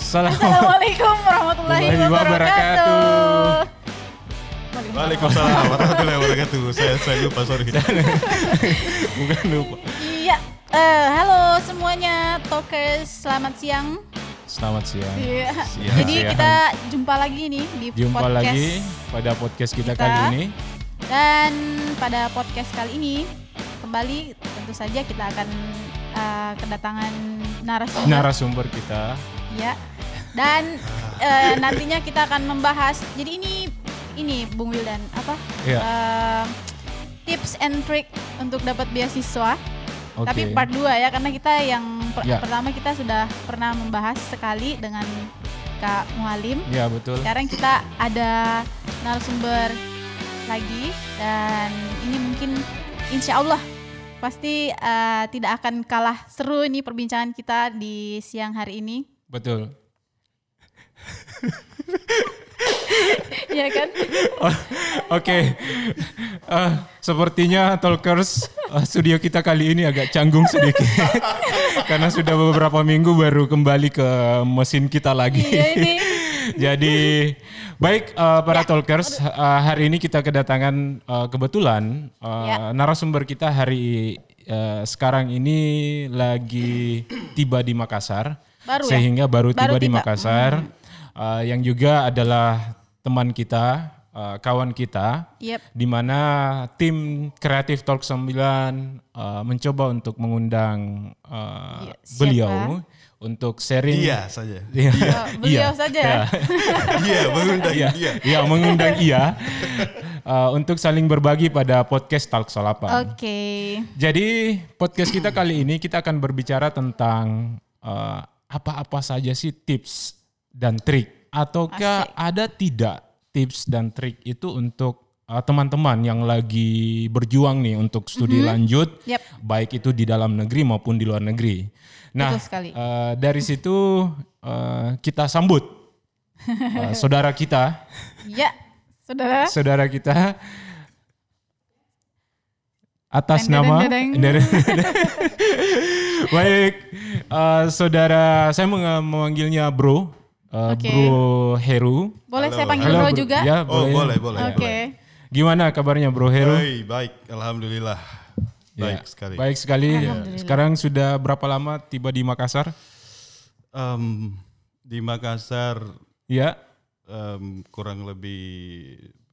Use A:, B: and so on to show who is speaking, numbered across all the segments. A: Assalamualaikum.
B: Assalamualaikum warahmatullahi
A: Warahmatullahi
B: wabarakatuh.
C: Waalaikumsalam warahmatullahi wabarakatuh. Saya saya lupa sorry.
A: Bukan lupa.
B: Iya. Eh, halo semuanya, talkers, selamat siang.
A: Selamat siang.
B: Iya.
C: Siang.
B: Jadi
A: Siang.
B: kita jumpa lagi nih di
A: Jumpa
B: podcast.
A: lagi pada podcast kita,
B: kita.
A: kali ini.
B: Dan pada podcast kali ini kembali tentu saja kita akan eh, kedatangan narasumber.
A: Narasumber kita.
B: Iya. Dan eh, nantinya kita akan membahas. Jadi ini ini Bung Wildan apa?
A: Iya.
B: Eh, tips and trick untuk dapat beasiswa.
A: Oke.
B: Tapi part 2 ya karena kita yang per-
A: Ya.
B: pertama kita sudah pernah membahas sekali dengan Kak Mualim.
A: Ya betul.
B: Sekarang kita ada narasumber lagi dan ini mungkin insya Allah pasti eh, tidak akan kalah seru ini perbincangan kita di siang hari ini.
A: Betul.
B: Iya kan? Ya.
A: Oke. Eh, sepertinya talkers eh, studio kita kali ini agak canggung sedikit karena sudah beberapa minggu baru kembali ke mesin kita lagi.
B: Iya ini.
A: Jadi baik eh,
B: Ya.
A: para talkers eh, hari ini kita kedatangan eh, kebetulan eh,
B: Ya.
A: narasumber kita hari eh, sekarang ini lagi tiba di Makassar
B: Baru ya?
A: sehingga baru tiba
B: Baru
A: di
B: tiba. Hmm.
A: Makassar eh, yang juga adalah teman kita eh, kawan kita
B: Yep.
A: di mana tim kreatif Talk 9 eh, mencoba untuk mengundang eh,
B: Iya, siapa?
A: beliau untuk sharing
C: Iya saja.
A: Iya.
B: Oh, beliau
A: Iya.
B: saja ya.
A: Iya.
C: Iya, mengundang
A: Iya,
C: dia.
A: iya mengundang ia uh, untuk saling berbagi pada podcast Talk Solapan.
B: Oke.
A: Jadi podcast kita kali ini kita akan berbicara tentang uh, apa-apa saja sih tips dan trik ataukah ada tidak tips dan trik itu untuk uh, teman-teman yang lagi berjuang nih untuk studi lanjut
B: Yap.
A: baik itu di dalam negeri maupun di luar negeri. Nah,
B: Betul sekali.
A: eh, dari situ eh, kita sambut eh, saudara kita,
B: Ya, saudara.
A: saudara kita atas
B: Deng, deng,
A: nama
B: deng,
A: baik eh, saudara saya meng- memanggilnya Bro eh,
B: Oke.
A: Bro Heru.
B: Boleh saya panggil
A: Halo,
B: bro juga?
A: Ya,
C: Oh, boleh,
B: Oke.
C: boleh.
A: Gimana kabarnya Bro Heru?
C: Hei, baik, alhamdulillah. Baik
A: Ya,
C: sekali.
A: Baik sekali. Sekarang sudah berapa lama tiba di Makassar?
C: Em, di Makassar
A: Ya,
C: em, kurang lebih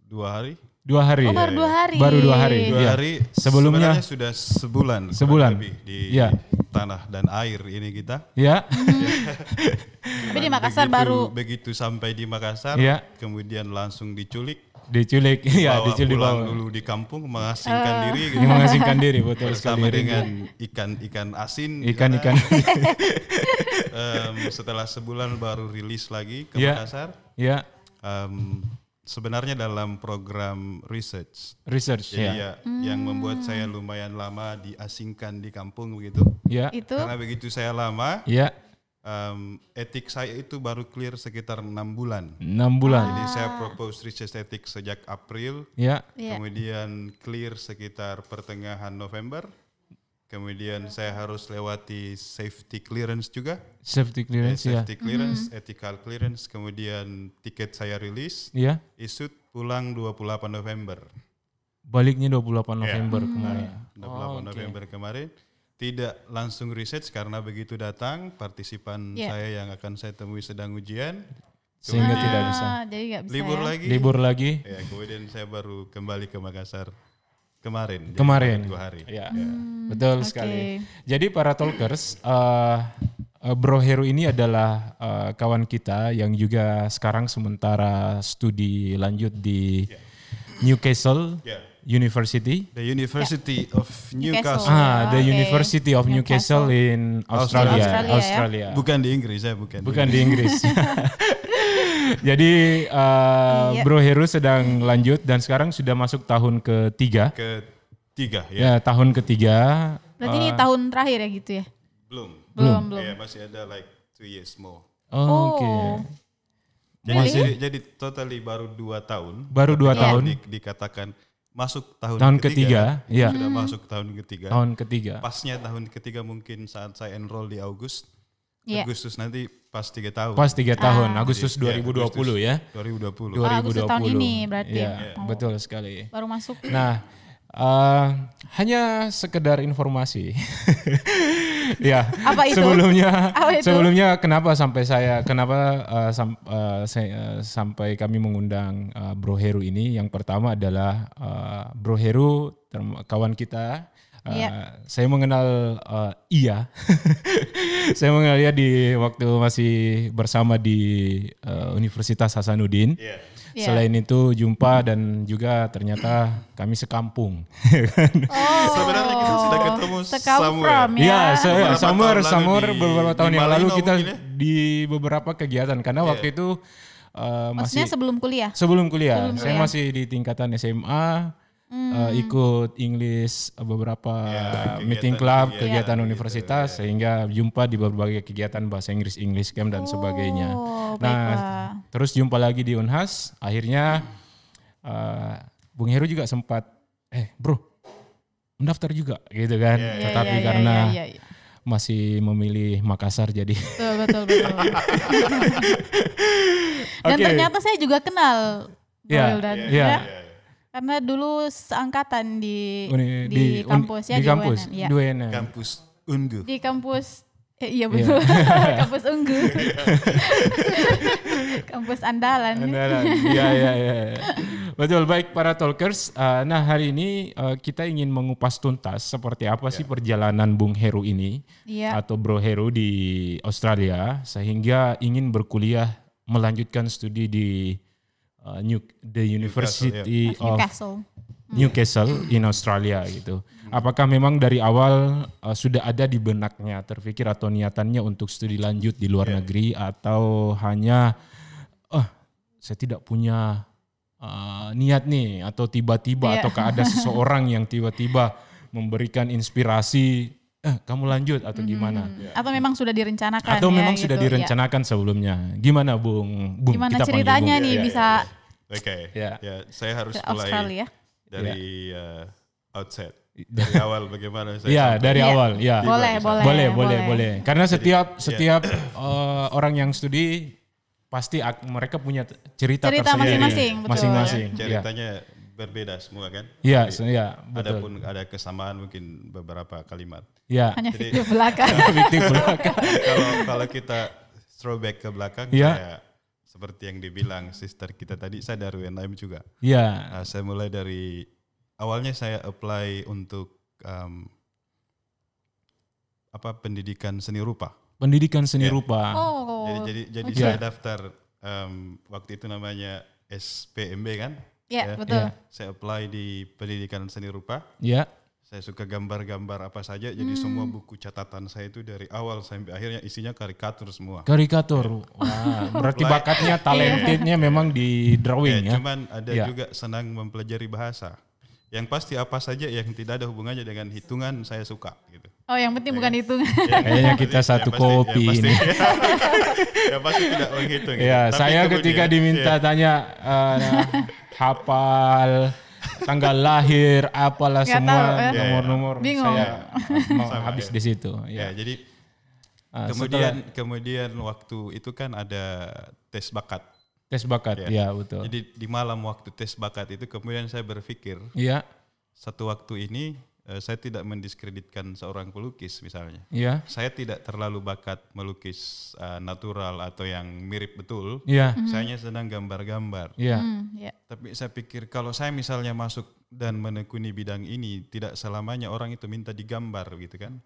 C: dua hari.
A: dua hari.
B: Oh, baru dua hari.
A: Baru dua hari.
C: Dua
A: Iya.
C: hari.
A: Sebelumnya-
C: sebenarnya sudah sebulan. kurang
A: Sebulan.
C: lebih di
A: Iya.
C: tanah dan air ini kita.
A: Ya,
B: Tapi di Makassar
C: Begitu-
B: baru.
C: Begitu sampai di Makassar,
A: Iya.
C: kemudian langsung diculik.
A: diculik. Ya,
C: bawa
A: diculik
C: pulang
A: bawa. Iya.
C: dulu di kampung mengasingkan
B: Eh.
C: diri gitu.
A: Ini mengasingkan diri betul sekali. ya,
C: bersama dengan ikan-ikan asin di sana.
A: Ikan-ikan.
C: Em, setelah sebulan baru rilis lagi ke
A: Iya.
C: Makassar
A: ya,
C: Em, sebenarnya dalam program research
A: research
C: jadi
A: ya.
C: ya yang membuat saya lumayan lama diasingkan di kampung begitu
A: Ya.
B: Itu.
C: karena begitu saya lama
A: Ya,
C: em, etik saya itu baru clear sekitar enam bulan
A: enam bulan.
B: Ah.
C: jadi saya propose research etik sejak April
A: Ya.
B: Iya.
C: Kemudian clear sekitar pertengahan November. Kemudian saya harus lewati safety clearance juga.
A: Safety
C: Eh,
A: clearance ya.
C: safety clearance,
B: Mm-hmm.
C: ethical clearance, kemudian tiket saya rilis,
A: Ya.
C: isut pulang 28 November.
A: Baliknya
C: Iya.
A: 28 November
B: Hmm.
A: kemarin.
C: 28
B: Oh,
A: Oh,
C: November kemarin. Tidak langsung research karena begitu datang partisipan
B: Iya.
C: saya yang akan saya temui sedang ujian,
A: Sehingga
B: Ah,
A: tidak bisa.
B: Jadi nggak bisa.
C: libur
B: ya.
C: lagi.
A: Libur lagi
C: Ya, kemudian saya baru kembali ke Makassar kemarin. Jadi
A: kemarin.
C: Iya, dua hari. Iya.
A: Ya. Betul
B: Hmm, oke.
A: sekali. Jadi para talkers, eh, eh, Bro Heru ini adalah eh, kawan kita yang juga sekarang sementara studi lanjut di
C: Iya.
A: Newcastle
C: Ya.
A: University.
C: The
B: Ya.
C: University of Newcastle.
A: Ah, the
B: Iya, Oke.
A: University of Newcastle, in Australia.
B: Australia, ya.
A: Australia.
C: Bukan di Inggris ya, bukan.
A: Ah. Bukan di Inggris. Jadi eh,
B: Iya.
A: Bro Heru sedang lanjut dan sekarang sudah masuk tahun ketiga.
C: Ketiga
A: Ya,
C: ya,
A: tahun ketiga.
B: Berarti ini
A: Ah.
B: tahun terakhir ya gitu ya?
C: belum.
B: Belum, belum.
C: Ya, masih ada like two years more.
A: Oh, Oke.
B: Oh.
C: Jadi jadi, jadi totally baru dua tahun. Ya,
A: Baru dua
B: Iya.
A: tahun.
C: Di- dikatakan masuk tahun,
A: Tahun ketiga, iya.
C: Sudah
B: Hmm.
C: masuk tahun ketiga.
A: Tahun ketiga.
C: Pasnya tahun ketiga mungkin saat saya enroll di Agustus
B: Iya.
C: Agustus nanti pas tiga tahun.
A: Pas tiga tahun,
B: Ah.
A: Agustus
C: Iya,
A: 2020 ya.
C: 2020.
A: 2020.
B: Oh, Agustus tahun ini berarti.
A: Iya,
B: Oh.
A: betul sekali.
B: Baru masuk.
A: Nah, eh, hanya sekedar informasi. ya.
B: Apa itu?
A: Sebelumnya,
B: Apa itu?
A: sebelumnya kenapa sampai saya, kenapa eh, sam- eh, saya- eh, sampai kami mengundang eh, Bro Heru ini? Yang pertama adalah eh, Bro Heru, term- kawan kita. eh,
B: Iya.
A: Saya mengenal eh, Iya. saya mengenal Iya di waktu masih bersama di eh, Universitas Hasanuddin.
C: Iya.
B: Iya.
A: Selain itu jumpa dan juga ternyata kami sekampung.
B: Oh.
C: Sebenarnya kita sudah ketemu
B: Sekam
C: somewhere.
B: from ya.
A: ya, saya
C: Beberapa
A: summer
C: tahun lalu
A: summer
C: di-
A: beberapa tahun
C: di
A: yang lalu
C: Malino
A: kita
C: mungkin ya? Iya.
A: di beberapa kegiatan karena waktu itu eh, masih
B: Maksudnya sebelum kuliah.
A: sebelum kuliah.
B: sebelum
A: saya
B: kuliah. Hmm.
A: masih di tingkatan SMA eh, ikut English eh, beberapa
C: Ya,
A: meeting
C: kegiatan-
A: club,
C: kegiatan
A: kegiatan
C: gitu,
A: universitas sehingga jumpa di berbagai kegiatan bahasa Inggris, English camp dan sebagainya.
B: Oh, baiklah.
A: Nah, terus jumpa lagi di Unhas. Akhirnya eh, Bung Heru juga sempat, eh bro, mendaftar juga gitu kan.
B: Iya,
A: Tetapi
B: iya, iya,
A: karena
B: iya, iya.
A: masih memilih Makassar jadi.
B: Betul, betul, betul. Dan
A: Oke.
B: ternyata saya juga kenal Bro
A: Iya,
B: Wildan,
A: iya.
B: ya. Karena dulu seangkatan di
A: Uni-
B: di, kampus
A: un-
B: ya
A: di kampus,
B: UNM, ya.
A: di UNM.
C: Kampus Ungu.
B: Di kampus eh, iya betul. kampus Ungu.
A: Iya.
B: kampus andalan.
A: Andalan. Iya, iya, iya. Betul, baik para talkers. Eh, nah, hari ini eh, kita ingin mengupas tuntas seperti apa sih perjalanan Bung Heru ini
B: Iya.
A: atau Bro Heru di Australia sehingga ingin berkuliah melanjutkan studi di eh, New the University
B: ya.
A: of
B: Newcastle. Hmm.
A: Newcastle in Australia gitu. Apakah memang dari awal uh, sudah ada di benaknya terpikir atau niatannya untuk studi lanjut di luar negeri atau hanya oh saya tidak punya uh, niat nih atau tiba-tiba
B: Iya.
A: ataukah ada seseorang yang tiba-tiba memberikan inspirasi eh kamu lanjut atau
B: Hmm.
A: gimana?
B: Atau memang sudah direncanakan
A: Nah. Atau
B: ya,
A: memang
B: gitu,
A: sudah
B: ya.
A: direncanakan sebelumnya? Gimana Bung? Bung
B: Gimana
A: kita panggil
B: ceritanya
A: Bung.
B: nih
C: Iya, iya,
B: bisa
C: Oke.
A: Ya.
C: Ya, saya harus
B: ke
C: mulai
B: Australia?
C: dari eh, outset. Dari awal bagaimana saya
A: Iya dari
B: Iya.
A: awal ya.
B: Boleh, boleh,
A: boleh, boleh,
B: boleh.
A: boleh. Karena
C: ya.
A: setiap setiap eh, orang yang studi pasti ak- mereka punya t- cerita,
B: Cerita
A: tersendiri.
B: masing-masing, betul.
A: masing-masing. Iya,
C: ceritanya berbeda semua kan?
A: Iya, se- iya, betul.
C: Adapun ada kesamaan mungkin beberapa kalimat.
A: Iya.
B: Hanya video belakang.
A: Fiktif belaka.
C: kalau kalau kita throwback ke belakang
A: Iya.
C: kayak seperti yang dibilang sister kita tadi saya dari UNM juga
A: Iya,
C: Nah, saya mulai dari awalnya saya apply untuk em, apa pendidikan seni rupa
A: pendidikan
C: Iya.
A: seni rupa.
B: Oh.
C: jadi jadi jadi
A: oke.
C: saya
A: Iya.
C: daftar em, waktu itu namanya SPMB kan
B: Iya,
C: Ya.
B: betul.
A: Iya.
C: saya apply di pendidikan seni rupa
A: Iya.
C: saya suka gambar-gambar apa saja jadi
A: Hmm.
C: semua buku catatan saya itu dari awal sampai akhirnya isinya karikatur semua
A: Karikatur. Wah, berarti bakatnya,
B: Iya.
A: talentednya memang di
C: Ya,
A: drawing ya.
C: cuman ada
A: Ya.
C: juga senang mempelajari bahasa. Yang pasti apa saja yang tidak ada hubungannya dengan hitungan saya suka gitu.
B: Oh, yang penting bukan hitungan.
A: Kayaknya kita
C: Yang
A: satu
C: pasti-
A: kopi
C: yang pasti-
A: ini.
C: yang pasti tidak menghitung. gitu.
A: Ya,
C: Tapi
A: saya
C: kemudian-
A: ketika diminta
C: ya,
A: tanya eh, hafal tanggal lahir apalah
B: Nggak
A: semua
B: tahu, ya.
A: nomor-nomor
B: Bingung.
A: saya mau
C: Sama,
A: habis
C: ya.
A: di situ.
C: ya,
A: Ya.
C: jadi
A: Ah,
C: kemudian kemudian waktu itu kan ada tes bakat.
A: setelah tes bakat, ya, betul.
C: Iya. Jadi di malam waktu tes bakat itu kemudian saya berpikir
A: Iya,
C: satu waktu ini eh, saya tidak mendiskreditkan seorang pelukis misalnya.
A: iya,
C: saya tidak terlalu bakat melukis uh, natural atau yang mirip betul.
A: iya,
C: Saya hanya sedang gambar-gambar.
A: iya,
B: Hmm, ya.
C: Tapi saya pikir kalau saya misalnya masuk dan menekuni bidang ini, tidak selamanya orang itu minta digambar gitu kan.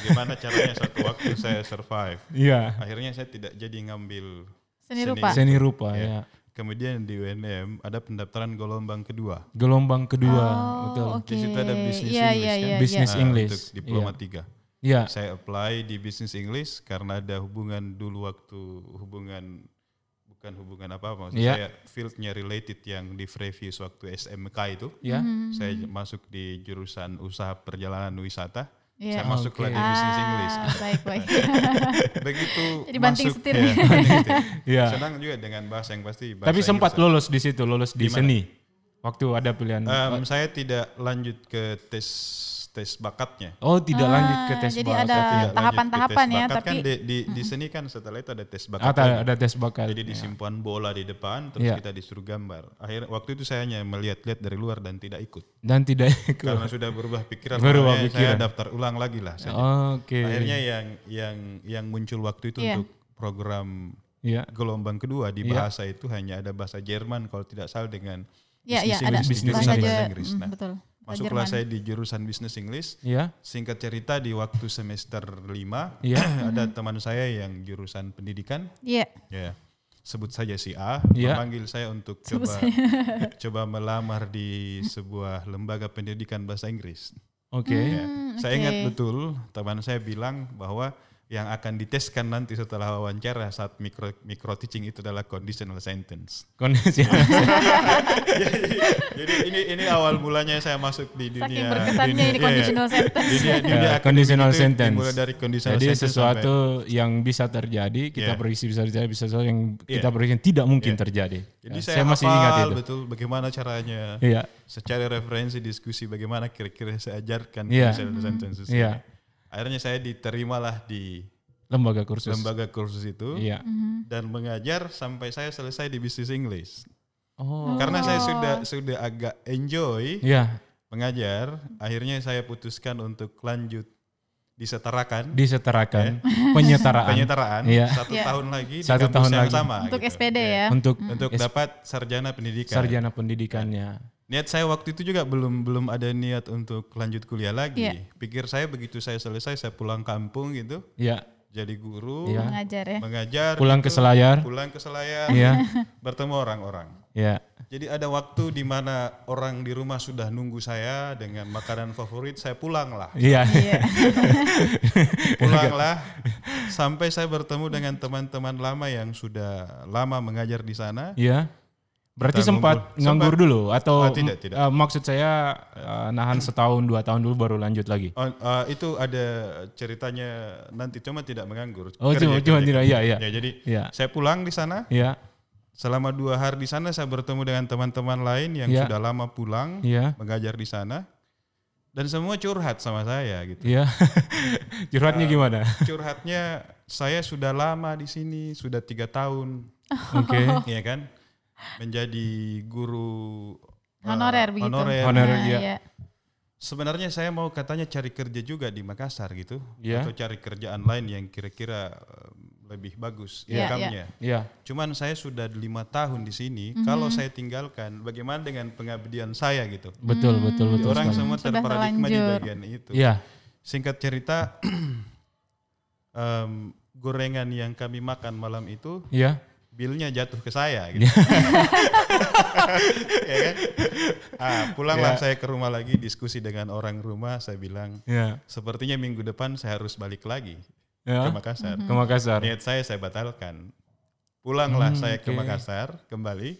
C: Bagaimana caranya satu waktu saya survive.
A: iya.
C: Akhirnya saya tidak jadi ngambil.
B: Seni
C: Seni.
B: rupa.
A: Seni rupa,
C: Iya.
A: ya.
C: Kemudian di UNM ada pendaftaran gelombang kedua.
A: Gelombang kedua, betul.
B: Oh, oke.
C: Di situ ada bisnis
B: Iya,
C: Inggris
B: iya,
C: kan?
B: iya,
A: Bisnis
B: iya.
C: Nah,
A: English,
C: Untuk diploma
A: iya.
C: tiga.
A: Iya,
B: Ah.
C: saya apply di bisnis English karena ada hubungan dulu waktu hubungan bukan hubungan apa apa maksud
B: Ya.
A: Iya.
C: saya fieldnya related yang di previous waktu SMK itu
A: iya.
B: Hmm.
C: saya j- masuk di jurusan usaha perjalanan wisata
B: Iya.
C: saya masuk
A: Oke.
C: lagi di bisnis English
B: Ah, baik, baik.
C: begitu
B: Jadi banting
C: masuk
B: setir. Ya.
C: ya, banting setir.
A: Iya.
C: senang juga dengan bahasa yang pasti bahasa
A: Tapi sempat
C: Inggris. ya? Eh.
A: lolos di situ, lolos di seni. Waktu ada pilihan.
C: Em, saya tidak lanjut ke tes tes bakatnya.
A: Oh, tidak
B: Ah,
A: lanjut ke tes
B: jadi
A: bakat. iya.
B: ada
C: Tidak iya, lanjut ke
B: tahapan-tahapan
C: tes
B: ya,
C: bakat. kan
B: tapi- Ah,
C: di, di, di sini kan setelah itu ada tes bakat.
A: Ada,
C: lagi.
A: ada tes bakat.
C: Jadi
A: Ya.
C: disimpan bola di depan terus
A: Iya.
C: kita disuruh gambar. Akhir waktu itu saya hanya melihat-lihat dari luar dan tidak ikut.
A: Dan tidak ikut.
C: Karena sudah berubah pikiran,
A: Berubah
C: makanya
A: pikiran.
C: saya daftar ulang lagi lah. Saya.
A: Oke.
C: Akhirnya yang yang yang muncul waktu itu
B: Iya.
C: untuk program
A: Ya.
C: gelombang kedua di
A: Iya.
C: bahasa itu hanya ada bahasa Jerman kalau tidak salah dengan
B: Ya, ya,
C: bisnis
B: ada
C: Inggris,
A: Bisnis
C: bisnis
B: bahasa
A: Inggris.
B: Je-
C: bahasa Inggris.
B: mm,
C: Nah,
B: betul. Bahasa
C: masuklah
B: Jerman.
C: saya di jurusan bisnis Inggris.
A: Ya.
C: Singkat cerita di waktu semester 5
A: Iya.
C: ada teman saya yang jurusan pendidikan
B: Iya.
C: ya sebut saja si A
A: Iya.
C: memanggil saya untuk
B: Sebut
C: coba coba melamar di sebuah lembaga pendidikan bahasa Inggris.
A: Oke.
C: Ya.
B: Hmm,
C: Saya
B: oke.
C: ingat betul teman saya bilang bahwa yang akan diteskan nanti setelah wawancara saat micro micro teaching itu adalah conditional sentence.
A: Kondisi.
C: Iya, Jadi ini ini awal mulanya saya masuk di dunia
B: Saking berkesannya
C: dunia-
B: ini
C: iya,
B: conditional sentence.
C: dunia,
A: Ya,
C: dunia akademik
A: conditional
C: itu
A: sentence.
C: dimulai dari conditional
A: Jadi
C: sentence sampai-
A: sesuatu yang bisa terjadi, kita
C: Iya.
A: prediksi bisa terjadi, bisa sesuatu yang
C: Iya.
A: kita prediksi tidak mungkin
C: Iya.
A: terjadi.
C: Jadi
A: Ya,
C: saya,
A: masih
C: hafal
A: ingat itu.
C: betul bagaimana caranya
A: Iya.
C: secara referensi diskusi bagaimana kira-kira saya ajarkan
A: Iya.
B: Mm-hmm.
C: conditional sentences. ini.
A: Iya.
C: Akhirnya saya diterimalah di
A: Lembaga kursus.
C: lembaga kursus itu
A: Iya.
B: hmm.
C: dan mengajar sampai saya selesai di bisnis Inggris.
A: Oh.
C: Karena saya sudah sudah agak enjoy
A: Iya.
C: mengajar, akhirnya saya putuskan untuk lanjut disetarakan
A: Disetarakan.
C: Iya.
A: Penyetaraan.
C: penyetaraan
A: Iya.
C: satu
B: Iya.
C: tahun lagi
A: Satu
C: di kampus
A: tahun
C: yang
A: lagi.
C: sama
B: Untuk
C: gitu.
B: SPD
C: Iya.
B: ya.
A: Untuk
C: untuk
A: S-
C: dapat sarjana pendidikan.
A: sarjana pendidikannya.
C: Niat saya waktu itu juga belum belum ada niat untuk lanjut kuliah lagi.
B: Iya.
C: Pikir saya begitu saya selesai saya pulang kampung gitu,
A: Iya.
C: jadi guru,
A: Iya.
B: Mengajar ya.
C: mengajar,
A: Pulang ke
C: gitu,
A: Selayar.
C: pulang ke Selayar,
A: Iya.
C: bertemu orang-orang.
A: Iya.
C: Jadi ada waktu di mana orang di rumah sudah nunggu saya dengan makanan favorit, saya pulang lah.
A: Iya.
B: Iya.
C: Pulang lah sampai saya bertemu dengan teman-teman lama yang sudah lama mengajar di sana.
A: Iya. Berarti
C: Kita
A: sempat
C: ngumpul.
A: nganggur
C: Sempat.
A: dulu atau
C: Ah, tidak, tidak.
A: eh, maksud saya eh, nahan setahun dua tahun dulu baru lanjut lagi.
C: Oh, eh, itu ada ceritanya nanti cuma tidak menganggur.
A: Oh,
C: Kerja,
A: cuma- cuma
C: kerja,
A: tidak,
C: kerja.
A: iya, iya.
C: Ya, jadi
A: Iya.
C: saya pulang di sana
A: Iya.
C: selama dua hari di sana saya bertemu dengan teman-teman lain yang
A: Iya.
C: sudah lama pulang
A: Iya.
C: mengajar di sana dan semua curhat sama saya gitu.
A: Iya. Curhatnya
C: Iya.
A: gimana?
C: curhatnya saya sudah lama di sini sudah tiga tahun
A: Oke.
C: ya kan menjadi guru eh,
B: Honorer begitu.
C: honorer.
A: Honorer.
B: Nah,
A: iya.
B: iya.
C: sebenarnya saya mau katanya cari kerja juga di Makassar gitu
A: Iya.
C: atau cari kerjaan lain yang kira-kira eh, lebih bagus
B: Iya,
C: income-nya
A: Iya.
C: cuman saya sudah lima tahun di sini kalau saya tinggalkan bagaimana dengan pengabdian saya gitu
B: Hmm.
A: Betul, betul,
C: Jadi
A: betul.
C: orang
A: sekali.
C: semua
B: Sudah
C: terparadigma di
B: terlanjur.
C: bagian itu
A: Iya.
C: Singkat cerita, em, gorengan yang kami makan malam itu
A: Iya.
C: bilnya jatuh ke saya. Gitu. ya kan? Ah, pulanglah saya ke rumah lagi diskusi dengan orang rumah. Saya bilang
A: Iya.
C: sepertinya minggu depan saya harus balik lagi
A: Iya.
C: ke Makassar.
A: Ke Makassar.
C: Niat saya saya batalkan. Pulanglah
A: Hmm,
C: saya ke
A: oke.
C: Makassar kembali.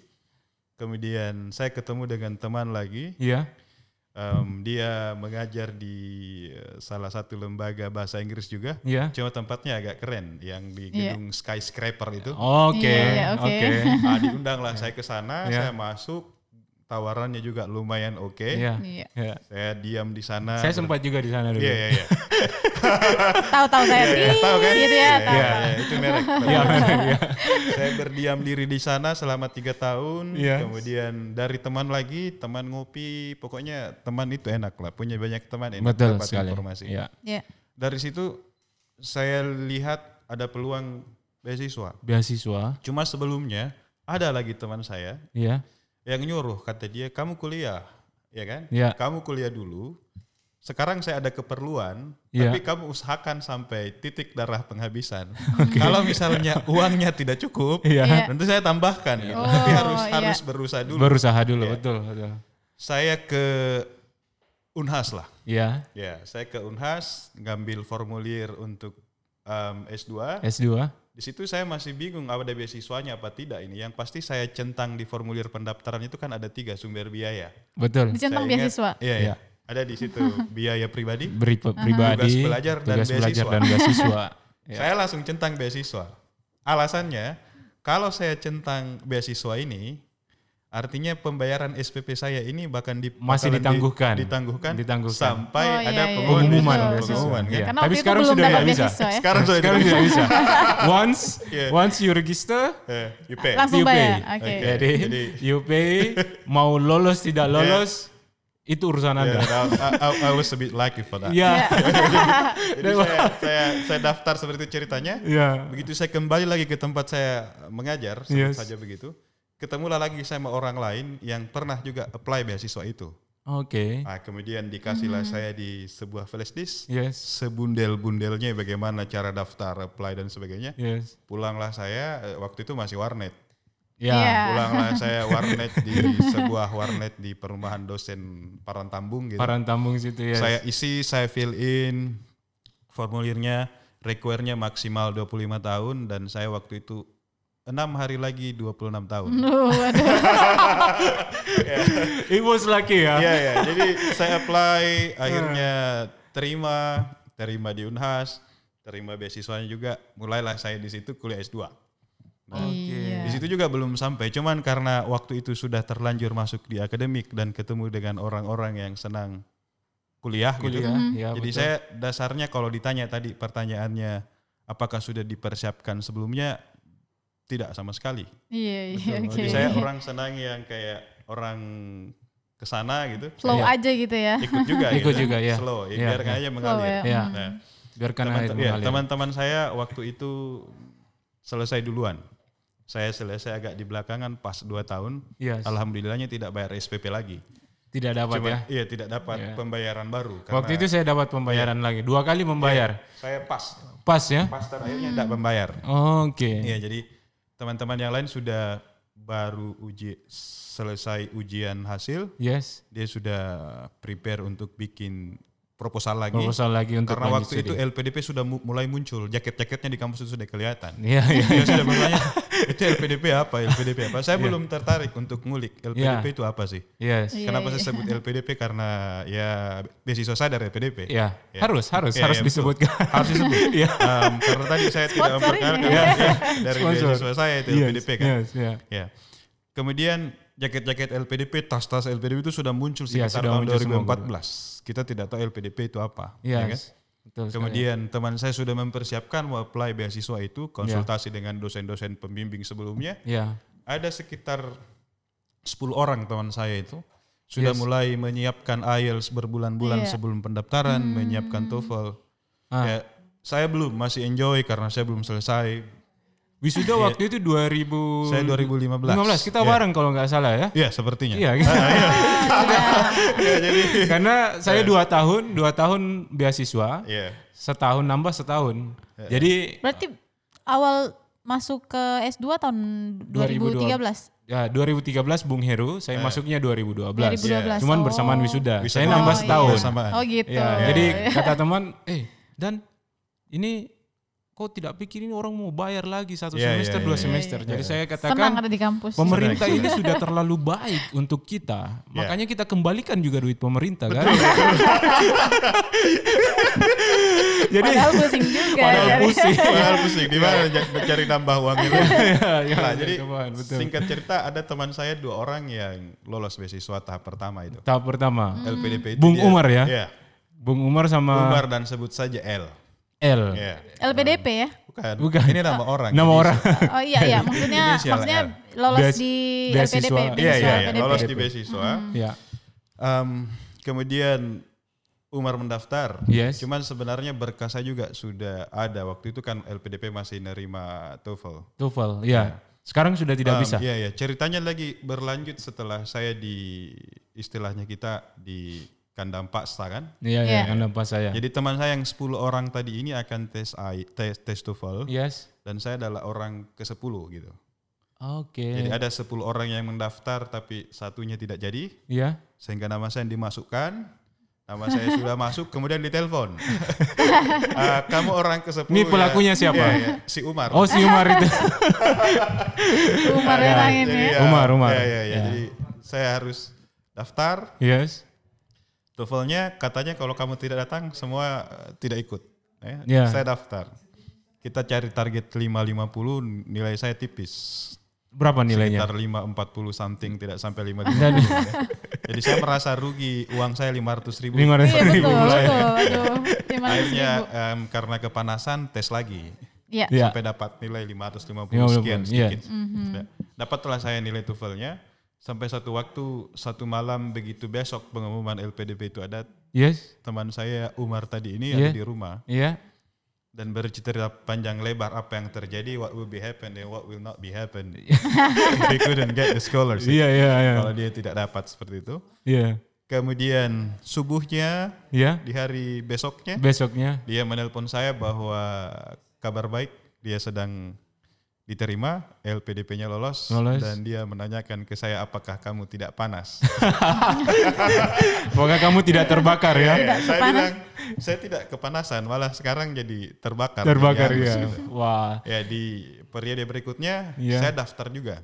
C: Kemudian saya ketemu dengan teman lagi
A: Iya.
C: Em, dia mengajar di eh, salah satu lembaga bahasa Inggris juga.
A: Iya.
C: Cuma tempatnya agak keren, yang di
B: Iya.
C: gedung skyscraper itu.
A: Oh. Oke.
B: Iya, iya, oke.
A: Oke.
C: Ah, diundanglah saya ke sana,
A: Iya.
C: saya masuk, tawarannya juga lumayan oke.
A: Iya.
B: Iya.
A: Iya.
C: Saya diam di sana.
A: Saya
C: ber-
A: sempat juga di sana dulu.
C: Nah, Iya, iya, iya.
B: Tahu-tahu saya
C: Iya, iya, Tahu kan?
B: gitu ya. tahu.
C: iya, iya, itu merek. saya berdiam diri di sana selama tiga tahun.
A: Iya.
C: Kemudian dari teman lagi, teman ngopi, pokoknya teman itu enak lah. Punya banyak teman enak
A: Betul
C: dapat
A: sekali.
C: informasi.
A: Iya.
B: Iya.
C: Dari situ saya lihat ada peluang beasiswa.
A: Beasiswa.
C: Cuma sebelumnya ada lagi teman saya
A: Iya.
C: yang nyuruh kata dia kamu kuliah, ya kan?
A: Iya.
C: Kamu kuliah dulu. Sekarang saya ada keperluan,
A: Iya.
C: tapi kamu usahakan sampai titik darah penghabisan. Kalau misalnya uangnya tidak cukup,
A: Iya.
B: Iya.
C: tentu saya tambahkan. gitu. tapi
B: Oh,
C: harus
B: iya.
C: harus berusaha dulu. Iya.
A: Berusaha dulu, betul, betul.
C: saya ke Unhas lah.
A: Iya.
C: Ya, saya ke Unhas ngambil formulir untuk em, S2.
A: S2.
C: Di situ saya masih bingung apa ada beasiswanya apa tidak ini. Yang pasti saya centang di formulir pendaftaran itu kan ada tiga sumber biaya.
A: Betul.
B: Dicentang
C: Saya ingat-
B: beasiswa.
C: Iya,
A: Iya.
C: iya. Ada di situ biaya pribadi.
A: Beri, pribadi,
C: Tugas belajar dan
A: tugas belajar
C: beasiswa.
A: dan beasiswa. Ya.
C: Saya langsung centang beasiswa. Alasannya, kalau saya centang beasiswa ini, Artinya pembayaran SPP saya ini bahkan di,
A: Masih
C: bakalan di-
A: ditangguhkan.
C: ditangguhkan,
A: Ditangguhkan.
C: sampai
B: Oh, iya,
C: ada
B: iya,
C: pengumuman,
A: Pengumuman
B: betul,
A: beasiswa.
C: pengumuman, kan?
A: Iya. Tapi
B: Karena waktu itu
A: sekarang
B: belum
A: sudah
B: dapat
A: nggak bisa.
B: beasiswa ya.
C: Sekarang sudah
A: Sekarang tidak bisa. Once
C: Iya.
A: once you register,
C: Eh, IP.
B: Langsung
A: you pay.
B: bayar. Oke.
C: Oke.
A: Jadi,
C: Jadi-
A: you pay mau lolos tidak lolos itu urusan
C: Yeah,
A: Anda.
C: I, Ya, I- I was a bit lucky for that.
A: Iya.
C: Jadi saya, saya, saya daftar seperti itu ceritanya.
A: Iya.
C: Begitu saya kembali lagi ke tempat saya mengajar, sebut
A: Yes.
C: saja begitu. Ketemulah lagi sama orang lain yang pernah juga apply beasiswa itu.
A: Oke.
C: Nah, kemudian dikasihlah saya di sebuah flash disk,
A: Yes.
C: sebundel-bundelnya bagaimana cara daftar, apply dan sebagainya.
A: Yes.
C: Pulanglah saya, eh, waktu itu masih warnet. Nah,
B: Iya.
A: Ya.
C: Pulanglah saya warnet di sebuah warnet di perumahan dosen Parantambung gitu.
A: Parantambung situ ya.
C: Saya isi, saya fill in formulirnya, require-nya maksimal 25 tahun dan saya waktu itu enam hari lagi 26 tahun.
B: Nuh, aduh.
A: It was lucky ya.
C: Iya ya, jadi saya apply akhirnya terima, terima di Unhas, terima beasiswanya juga. Mulailah saya di situ kuliah S2.
B: Iya.
C: Di situ juga belum sampai, cuman karena waktu itu sudah terlanjur masuk di akademik dan ketemu dengan orang-orang yang senang kuliah, gitu.
A: Kuliah.
B: Mm-hmm.
A: Ya,
C: Jadi
A: betul.
C: saya dasarnya kalau ditanya tadi pertanyaannya apakah sudah dipersiapkan sebelumnya tidak sama sekali.
B: Iya, iya, oke.
C: Jadi saya orang senang yang kayak orang kesana gitu.
B: Flow
A: Iya.
B: aja gitu ya.
C: Ikut juga
A: Ikut
C: gitu.
A: juga, ya.
C: Slow, ya,
A: Ya,
C: biarkan
A: ya.
C: aja
B: Flow
C: mengalir.
B: ya.
A: Iya.
B: Mm.
C: Nah,
A: biarkan air
C: teman-teman ya,
A: mengalir.
C: teman-teman saya waktu itu selesai duluan. Saya selesai agak di belakangan pas 2 tahun.
A: Yes.
C: Alhamdulillahnya tidak bayar SPP lagi.
A: Tidak dapat ya.
C: Cuma iya tidak dapat
A: Iya.
C: pembayaran baru karena
A: Waktu itu saya dapat pembayaran lagi. Dua kali membayar.
C: saya pas
A: Pas ya.
C: Iya. pas terakhirnya tidak membayar.
A: Oke.
C: Iya, jadi teman-teman yang lain sudah baru uji selesai ujian hasil,
A: Yes.
C: dia sudah prepare untuk bikin proposal lagi.
A: Proposal lagi untuk lanjut
C: Karena waktu
A: studi.
C: itu eh, LPDP sudah mu- mulai muncul, jaket-jaketnya di kampus itu sudah kelihatan.
A: Iya, iya.
C: Dia sudah bertanya, itu LPDP apa? LPDP apa? Saya belum tertarik untuk ngulik LPDP
A: Iya.
C: itu apa sih?
A: Yes.
B: Iya,
C: Kenapa saya sebut LPDP? Karena ya beasiswa saya dari LPDP.
A: Ya,
C: Ya.
A: harus harus
C: Ya,
A: harus
C: ya, betul.
A: disebutkan. Harus disebut. Iya.
C: Em, karena tadi saya tidak
B: Sponsor ini.
C: memperkenalkan
A: Iya.
C: ya, dari
A: Sponsor.
C: beasiswa saya itu
A: Yes,
C: LPDP kan.
A: Yes, ya.
C: Ya. Kemudian jaket-jaket LPDP, tas-tas LPDP itu sudah muncul
A: Iya,
C: sekitar
A: sudah
C: tahun
A: muncul semua,
C: 2014. Kita tidak tahu LPDP itu apa. ya kan?
A: Yes. Betul sekali.
C: Kemudian teman saya sudah mempersiapkan mau apply beasiswa itu,
A: Iya.
C: konsultasi dengan dosen-dosen pembimbing sebelumnya.
A: ya.
C: Ada sekitar 10 orang teman saya itu sudah mulai menyiapkan IELTS berbulan-bulan
B: Iya.
C: sebelum pendaftaran, menyiapkan TOEFL.
A: Ah.
C: Ya, saya belum masih enjoy karena saya belum selesai.
A: Wisuda waktu itu 2000
C: Iya. Saya 2015.
A: 15 kita
C: Ya.
A: bareng kalau nggak salah ya.
C: Iya, sepertinya.
A: Iya. Karena saya dua tahun, dua tahun beasiswa,
C: Iya.
A: setahun nambah setahun. Jadi
B: Berarti awal masuk ke S2 tahun 2013.
A: 2012. ya 2013 Bung Heru, saya masuknya 2012.
B: 2012,
A: Iya, Cuman
B: oh.
A: bersamaan wisuda.
C: Iya. Wisuda.
A: Saya nambah
B: Oh,
A: setahun.
B: iya.
C: Bersamaan.
B: Oh gitu.
A: Ya, jadi kata teman, eh dan ini kok tidak pikir ini orang mau bayar lagi satu
C: Iya,
A: semester
C: iya,
A: dua
C: iya.
A: semester. Jadi saya katakan
B: senang ada di kampus.
A: pemerintah ini sudah terlalu baik untuk kita.
C: Iya.
A: Makanya kita kembalikan juga duit pemerintah kan. jadi
B: Padahal pusing juga.
A: padahal
B: Jadi-
A: pusing.
C: Padahal pusing, gimana ja- cari nambah uang itu.
A: Ya, ya,
C: Nah,
A: ya,
C: jadi
A: teman, betul.
C: singkat cerita ada teman saya dua orang yang lolos beasiswa tahap pertama itu.
A: Tahap pertama,
C: LPDP itu
A: Bung
C: dia-
A: Umar ya? Ah.
C: Iya.
A: Bung Umar sama
C: Hmm. Umar dan sebut saja L.
A: L.
C: Iya.
B: LPDP ya.
C: Bukan.
A: Bukan.
C: Ini nama orang.
A: Nama
C: Jadi-
A: orang.
B: Oh iya iya, maksudnya
C: Inisial
B: maksudnya
C: R.
B: lolos
A: Beas-
B: di
A: beasiswa.
B: LPDP,
A: Iya,
C: Iya,
B: beasiswa
C: iya, iya.
B: LPDP.
C: Lolos di beasiswa.
A: Ya.
C: Em, kemudian Umar mendaftar.
A: Yes.
C: Cuman sebenarnya berkasnya juga sudah ada. Waktu itu kan LPDP masih nerima TOEFL.
A: TOEFL, ya. Sekarang sudah tidak
C: Um,
A: bisa.
C: Iya ya, ceritanya lagi berlanjut setelah saya di istilahnya kita di kandang paksa kan.
A: Iya,
B: Iya.
A: iya, kan nampak saya.
C: Jadi teman saya yang 10 orang tadi ini akan tes AI, tes tes TOEFL
A: Yes.
C: dan saya adalah orang ke-10 gitu. Jadi
A: Oke.
C: ada 10 orang yang mendaftar tapi satunya tidak jadi
A: Ya.
C: sehingga nama saya dimasukkan, nama saya sudah masuk kemudian ditelepon. Ah, kamu orang ke-10.
A: Ini pelakunya
C: ya.
A: siapa?
C: Iya, iya, Si Umar.
A: Oh, si Umar itu. Iya.
B: Umar orang ini ya.
A: Umar, Umar.
C: Iya, iya, iya. Jadi saya harus daftar
A: Yes.
C: TOEFL-nya katanya kalau kamu tidak datang semua eh, tidak ikut. Eh,
A: Ya.
C: Saya daftar. Kita cari target 550 nilai saya tipis.
A: Berapa nilainya?
C: sekitar 540 something tidak sampai 5 Jadi saya merasa rugi uang saya 500 ribu.
A: 500
B: Iya betul,
A: mulai.
B: betul. Aduh, 500
C: Akhirnya
B: ribu.
C: em, karena kepanasan tes lagi
B: Iya.
A: Iya.
C: sampai dapat nilai 550
A: 50,
C: sekian
A: iya.
C: sedikit. Ya. Dapatlah saya nilai tuvelnya sampai satu waktu satu malam begitu besok pengumuman LPDP itu ada
A: Yes.
C: teman saya Umar tadi ini
A: Iya.
C: ada di rumah
A: Iya.
C: dan bercerita panjang lebar apa yang terjadi what will be happen and what will not be happen they couldn't get the scholarship
A: Iya, iya, iya.
C: kalau dia tidak dapat seperti itu
A: Iya.
C: kemudian subuhnya
A: Iya.
C: di hari besoknya
A: Besoknya.
C: dia menelpon saya bahwa kabar baik dia sedang diterima LPDP-nya lolos,
A: Lolos.
C: dan dia menanyakan ke saya apakah kamu tidak panas
A: Semoga kamu tidak terbakar ya.
C: Ya, saya
B: kepanas.
C: bilang saya tidak kepanasan malah sekarang jadi terbakar
A: Terbakar
C: Jadi
A: ya.
C: harus gitu.
A: Wah.
C: ya di periode berikutnya
A: Iya.
C: saya daftar juga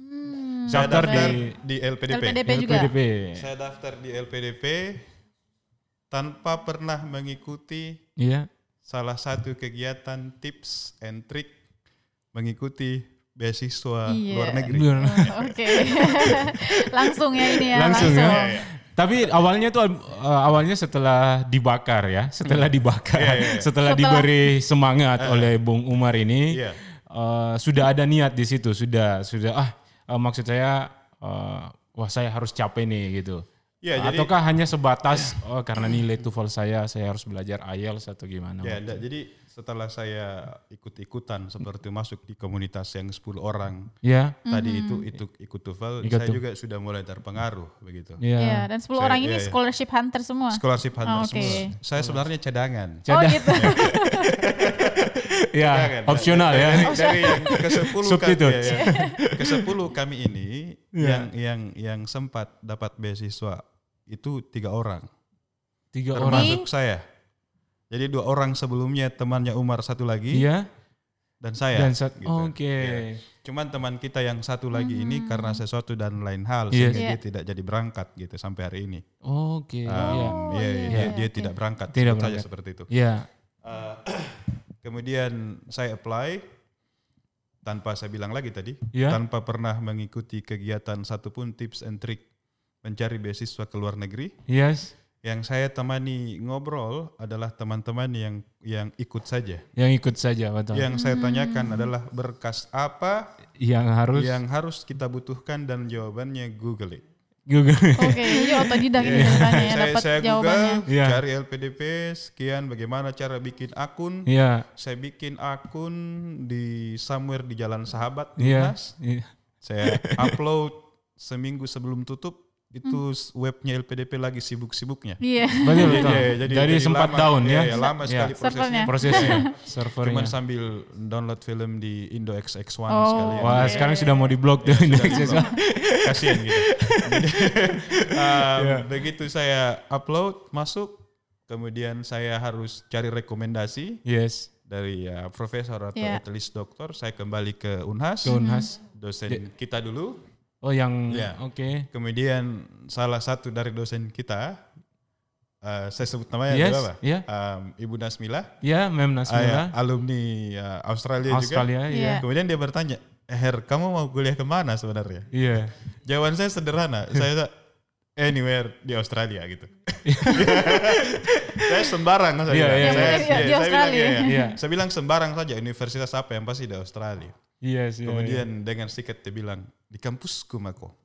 B: Hmm,
C: saya
A: Daftar
C: daftar
A: di-
C: di, LPDP.
B: LPDP juga.
C: ya?
A: LPDP.
C: saya daftar di LPDP tanpa pernah mengikuti
A: Iya.
C: salah satu kegiatan tips and trick mengikuti beasiswa
B: Iya.
C: luar negeri
A: Bener.
B: Oh, Oke. langsung ya ini ya,
A: Langsung
B: langsung.
A: ya. Tapi awalnya tuh eh, awalnya setelah dibakar ya, setelah
B: Hmm.
A: dibakar, setelah
B: Iya, Setelah- Eh.
A: diberi semangat oleh Bung Umar ini,
C: Iya.
A: eh, sudah ada niat di situ, sudah sudah ah eh, maksud saya eh, wah saya harus capek nih gitu.
C: Iya, jadi-
A: Ataukah hanya sebatas
B: Iya.
A: oh, karena
B: Hmm.
A: nilai TOEFL saya saya harus belajar IELTS atau gimana?
B: Iya.
C: ya da- jadi setelah saya ikut-ikutan seperti masuk di komunitas yang 10 orang
A: Ya,
B: Mm-hmm.
C: tadi itu itu ikut TOEFL
A: Ikut
C: saya
A: tuh.
C: juga sudah mulai terpengaruh begitu
B: Iya,
A: ya.
B: dan 10
C: Saya-
B: orang ini
C: iya, iya.
B: scholarship hunter semua.
C: scholarship hunter
B: Oh, oke.
C: semua. saya sebenarnya cadangan
B: Oh
A: Cada-
B: gitu.
A: ya,
C: Cadangan.
A: opsional ya. gitu.
C: dari, dari yang ke sepuluh kami
A: Substitute.
C: ya, ya. ke sepuluh kami ini
A: Iya.
C: yang yang yang sempat dapat beasiswa itu tiga orang
A: Tiga orang.
C: termasuk saya jadi dua orang sebelumnya temannya Umar satu lagi
A: Iya.
C: dan
B: Iya.
C: saya
A: Dan sat-
C: gitu.
A: oke.
C: Ya. cuman teman kita yang satu lagi ini karena sesuatu dan lain hal
A: Yes.
C: sehingga dia
B: Iya.
C: tidak jadi berangkat gitu sampai hari ini
A: Oke. Iya.
B: Oh.
C: Um, iya, iya, dia, dia tidak berangkat
A: Tidak
C: sebut saja
A: berangkat.
C: seperti itu
A: Iya.
C: Eh, kemudian saya apply tanpa saya bilang lagi tadi,
A: Iya.
C: tanpa pernah mengikuti kegiatan satupun tips and trick mencari beasiswa ke luar negeri.
A: Yes.
C: Yang saya temani ngobrol adalah teman-teman yang yang ikut saja.
A: Yang ikut saja betul.
C: Yang saya
B: Hmm.
C: tanyakan adalah berkas apa
A: Yang harus
C: yang harus kita butuhkan dan jawabannya Google it.
A: Google.
B: Oke, jadi otodidak ini jawabannya ya,
C: Iya. saya
B: dapat
C: saya
B: jawabannya.
C: Google
A: Iya.
C: cari LPDP sekian bagaimana cara bikin akun.
A: Iya.
C: saya bikin akun di somewhere di Jalan Sahabat di
A: Iya.
C: Unas.
A: Iya.
C: Saya upload seminggu sebelum tutup itu s- webnya LPDP lagi sibuk-sibuknya.
B: Hmm. Iya.
A: Betul betul.
C: Iya, iya,
A: jadi, sempat
C: lama,
A: down
C: iya,
A: ya.
C: iya, lama sekali prosesnya.
A: prosesnya
C: Cuman
A: servernya.
C: sambil download film di Indo XX1
B: Oh.
C: sekalian.
A: Wah,
C: Iya,
A: sekarang sudah mau di blok tuh.
C: sudah diblok. Kasihan gitu. Jadi, um,
A: Iya.
C: Begitu saya upload masuk, kemudian saya harus cari rekomendasi.
A: yes.
C: dari ya, profesor atau
B: Iya.
C: at least dokter saya kembali ke Unhas,
A: Ke Unhas.
C: dosen kita dulu
B: Mm-hmm.
A: Oh, yang
C: Iya.
A: oke.
C: kemudian salah satu dari dosen kita eh, saya sebut namanya
A: Yes,
C: dulu apa?
A: iya.
C: Em, Ibu Nasmila
A: Ya, Mem
C: ah, ya,
A: Nasmila.
C: alumni eh, Australia,
A: Australia,
C: juga
A: iya.
B: Iya.
C: kemudian dia bertanya Her kamu mau kuliah kemana sebenarnya
A: Iya.
C: jawaban saya sederhana saya anywhere di Australia gitu saya sembarang
A: Iya,
C: saya bilang.
A: iya, iya.
C: saya,
B: Yang penting di
C: iya, saya bilang,
B: Australia.
C: iya, iya.
A: Iya.
C: saya bilang sembarang saja universitas apa yang pasti di Australia
A: Yes, iya.
C: Kemudian dengan sikat dia bilang di kampusku Mako.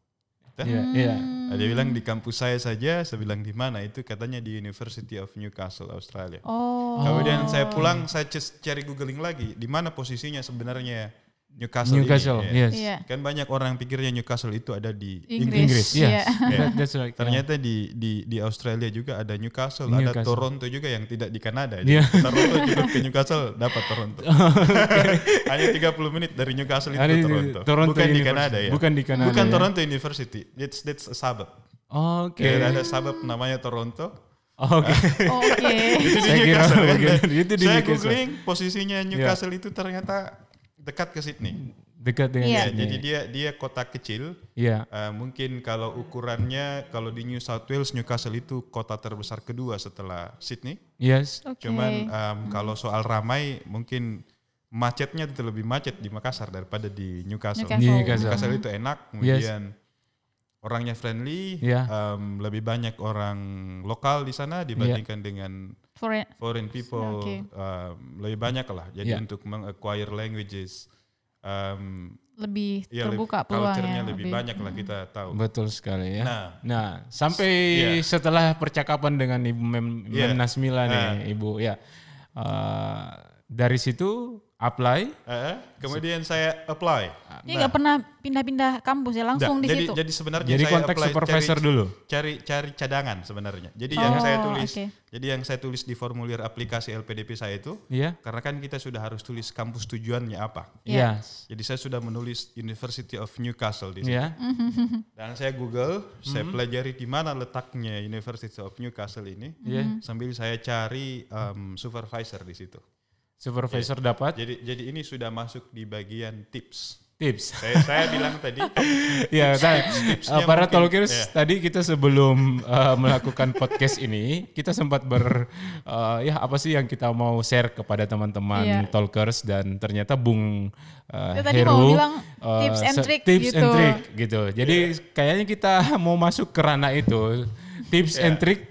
C: Tah?
A: Iya, iya.
B: Hmm.
C: Nah, Dia bilang di kampus saya saja. Saya bilang di mana itu katanya di University of Newcastle Australia.
B: Oh.
C: Kemudian saya pulang saya c- cari googling lagi di mana posisinya sebenarnya Newcastle. ini.
A: Newcastle.
C: Ya.
A: Yes.
B: Iya.
C: Kan banyak orang pikirnya Newcastle itu ada di
B: Inggris.
C: Inggris.
A: Inggris.
B: Iya.
A: Yes. That- that's right.
C: Ternyata di di di Australia juga ada Newcastle, ada
A: Iya. Newcastle.
C: Toronto juga yang tidak di Kanada.
A: Iya.
C: Toronto juga ke Newcastle dapat Toronto. Hanya 30 menit dari Newcastle itu
A: Ada
C: ke
A: di
C: Toronto.
A: Toronto
C: Bukan di
A: University.
C: Kanada ya.
A: Bukan di Kanada,
C: Bukan
A: ya.
C: Toronto University. It's that's a suburb.
A: Oke.
C: Ya, ada suburb namanya Toronto.
A: Oke.
B: Oh, Oke.
C: Itu di
A: Saya kira
C: Newcastle. kan?
A: bagian dari itu di
C: Saya
A: Newcastle. Iya.
C: googling posisinya Newcastle itu ternyata dekat ke Sydney.
A: Dekat dengan
B: Iya.
A: yeah.
C: Ya, jadi dia dia kota kecil.
A: Iya.
C: Eh, mungkin kalau ukurannya kalau di New South Wales Newcastle itu kota terbesar kedua setelah Sydney.
A: Yes.
B: Oke.
C: ah, Hmm. Cuman em, kalau soal ramai mungkin macetnya itu lebih macet di Makassar daripada di Newcastle.
B: Newcastle.
A: Iya,
C: Newcastle,
A: Newcastle.
C: itu enak, kemudian orangnya friendly,
A: Iya.
C: em, lebih banyak orang lokal di sana dibandingkan dengan
B: Foreign.
C: foreign people
B: Oke.
C: um, lebih banyak lah.
A: Ya.
C: Jadi untuk meng-acquire languages um,
B: lebih
C: ya lebih-
B: terbuka
C: culture-nya
B: peluangnya
C: lebih, Hmm. banyak lah kita tahu.
A: Betul sekali ya.
C: Nah.
A: Nah, sampai
C: Iya.
A: setelah percakapan dengan Ibu Mem,
C: Iya.
A: Mem Nasmila nih,
C: Nah.
A: Ibu ya. Eh, dari situ apply
C: Eh, kemudian saya apply.
B: Ini nggak pernah pindah-pindah kampus ya langsung di
C: Nah, jadi,
B: situ.
C: jadi sebenarnya
A: jadi
C: saya
A: kontak
C: apply
A: supervisor
C: cari,
A: dulu.
C: cari cari cadangan sebenarnya. Jadi yang
B: Oh,
C: saya tulis
B: oke.
C: jadi yang saya tulis di formulir aplikasi LPDP saya itu
A: Iya.
C: karena kan kita sudah harus tulis kampus tujuannya apa.
A: Iya.
C: Jadi saya sudah menulis University of Newcastle di sini.
A: Iya.
C: Dan saya Google, saya
B: Mhm.
C: pelajari di mana letaknya University of Newcastle ini.
A: Iya.
B: Mhm.
C: sambil saya cari em, supervisor di situ.
A: Supervisor dapat
C: Jadi jadi ini sudah masuk di bagian tips.
A: tips.
C: Saya saya bilang tadi
A: Iya, nah,
C: tipsnya
A: eh, para
C: mungkin,
A: talkers
C: iya.
A: tadi kita sebelum eh, melakukan podcast ini, kita sempat ber eh, ya apa sih yang kita mau share kepada teman-teman
B: Iya.
A: talkers dan ternyata Bung eh,
B: Dia tadi
A: Heru
B: mau bilang
A: eh,
B: tips and
A: se-
B: trick
A: tips and
B: gitu.
A: trick gitu. Jadi kayaknya kita mau masuk ke ranah itu. Tips
B: Iya.
A: and trick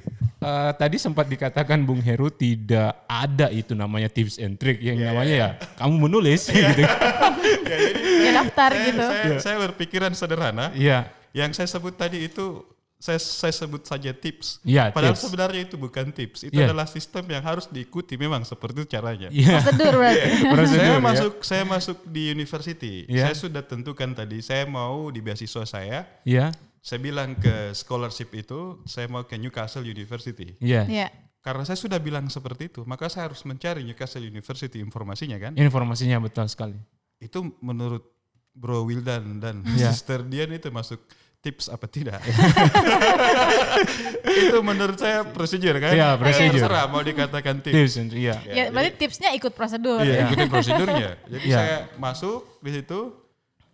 A: eh, tadi sempat dikatakan Bung Heru tidak ada itu namanya tips and trick yang
B: Iya,
A: namanya ya kamu menulis gitu.
B: ya daftar
C: saya,
B: gitu.
C: saya,
A: Ya.
C: saya berpikiran sederhana.
A: Iya.
C: Yang saya sebut tadi itu saya saya sebut saja tips.
A: Iya,
C: Padahal
A: tips.
C: sebenarnya itu bukan tips. Itu
A: Iya.
C: adalah sistem yang harus diikuti memang seperti itu caranya.
A: Iya.
B: Prosedur berarti.
A: Prosedur,
C: saya
A: ya.
C: masuk saya masuk di university.
A: Iya.
C: Saya sudah tentukan tadi saya mau di beasiswa saya.
A: Iya.
C: Saya bilang ke scholarship itu saya mau ke Newcastle University.
A: Iya.
B: Iya.
C: Karena saya sudah bilang seperti itu, maka saya harus mencari Newcastle University informasinya kan.
A: Informasinya betul sekali.
C: Itu menurut Bro Wildan dan
A: Iya.
C: Sister Dian itu masuk tips apa tidak? itu menurut saya prosedur kan.
A: Iya,
C: Ya,
A: prosedur.
C: Terserah mau dikatakan tips.
A: Tips and trick, iya.
B: Ya, berarti tipsnya ikut prosedur.
C: Iya, ikutin prosedurnya. Jadi
A: Iya.
C: saya masuk di situ,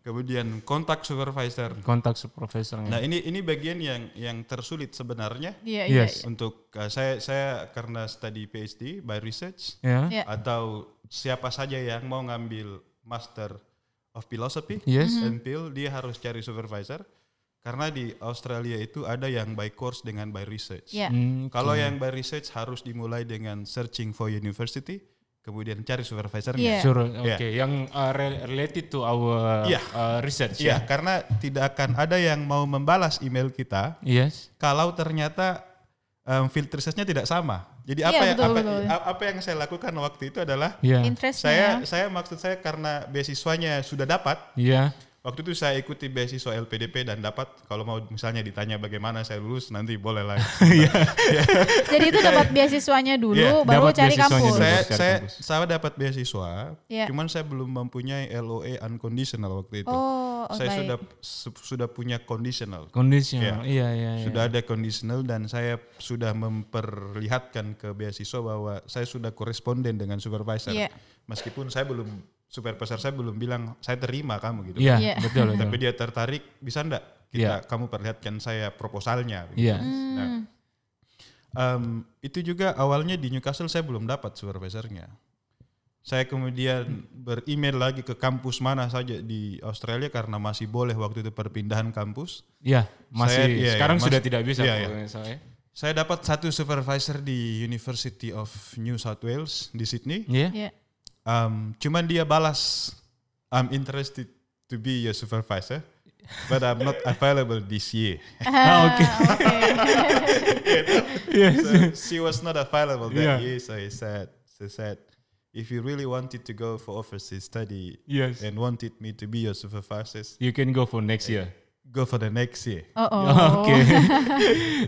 C: kemudian kontak supervisor.
A: Kontak supervisornya.
C: Nah, ini ini bagian yang yang tersulit sebenarnya
B: Iya, iya.
A: Yes.
B: iya.
C: untuk eh, saya saya karena study PhD by research.
A: ya.
B: Iya.
C: atau siapa saja yang mau ngambil master of philosophy
A: Yes.
C: and Phil, dia harus cari supervisor karena di Australia itu ada yang by course dengan by research.
B: Iya.
A: Hmm,
C: Kalau yang by research harus dimulai dengan searching for university, kemudian cari supervisornya.
B: Iya.
A: sure. Oke,
C: Iya.
A: yang uh, re- related to our
C: Iya.
A: uh, research ya.
C: Iya, karena tidak akan ada yang mau membalas email kita
A: Yes.
C: kalau ternyata em, field researchnya tidak sama. Jadi apa
B: Iya,
C: yang
B: betul,
C: apa,
B: betul.
C: a- apa yang saya lakukan waktu itu adalah
A: Iya.
B: Interestnya. ya.
C: saya saya maksud saya karena beasiswanya sudah dapat,
A: Iya.
C: Waktu itu saya ikuti beasiswa LPDP dan dapat kalau mau misalnya ditanya bagaimana saya lulus nanti boleh lah.
B: Iya. Jadi itu dapat beasiswanya dulu,
C: Iya,
B: baru
A: dapat
B: cari
A: beasiswanya
B: kampus.
A: dulu.
C: saya
A: secara
C: saya
A: kampus.
C: saya dapat beasiswa,
B: Iya.
C: cuman saya belum mempunyai LOE unconditional waktu itu.
B: Oh, oh,
C: saya
B: baik.
C: sudah su- sudah punya conditional.
A: Conditional.
C: Iya.
A: Iya, iya, iya.
C: Sudah ada conditional dan saya sudah memperlihatkan ke beasiswa bahwa saya sudah koresponden dengan supervisor.
B: Iya.
C: Meskipun saya belum supervisor saya belum bilang saya terima kamu gitu.
A: Iya,
B: Iya.
A: betul. betul.
C: Tapi dia tertarik, bisa enggak kita kamu perlihatkan saya proposalnya begitu.
A: Iya.
B: Hmm.
C: Nah, em, itu juga awalnya di Newcastle saya belum dapat supervisornya. Saya kemudian beremail lagi ke kampus mana saja di Australia karena masih boleh waktu itu perpindahan kampus.
A: Iya, masih
C: Saya- iya, iya,
A: sekarang
C: masih-
A: sudah tidak bisa
C: iya,
A: kalau
C: iya.
A: nggak salah ya.
C: Saya dapat satu supervisor di University of New South Wales di Sydney.
A: Iya.
B: Iya.
C: Em, cuman dia balas, I'm interested to be your supervisor, but I'm not available this year.
A: Ah, oke.
B: Oh.
C: so she was not available that
A: Yeah.
C: year, so he said, she said, if you really wanted to go for overseas study
A: Yes.
C: and wanted me to be your supervisor,
A: You can go for next year.
C: go for the next year.
B: Oh, oh.
A: Oke.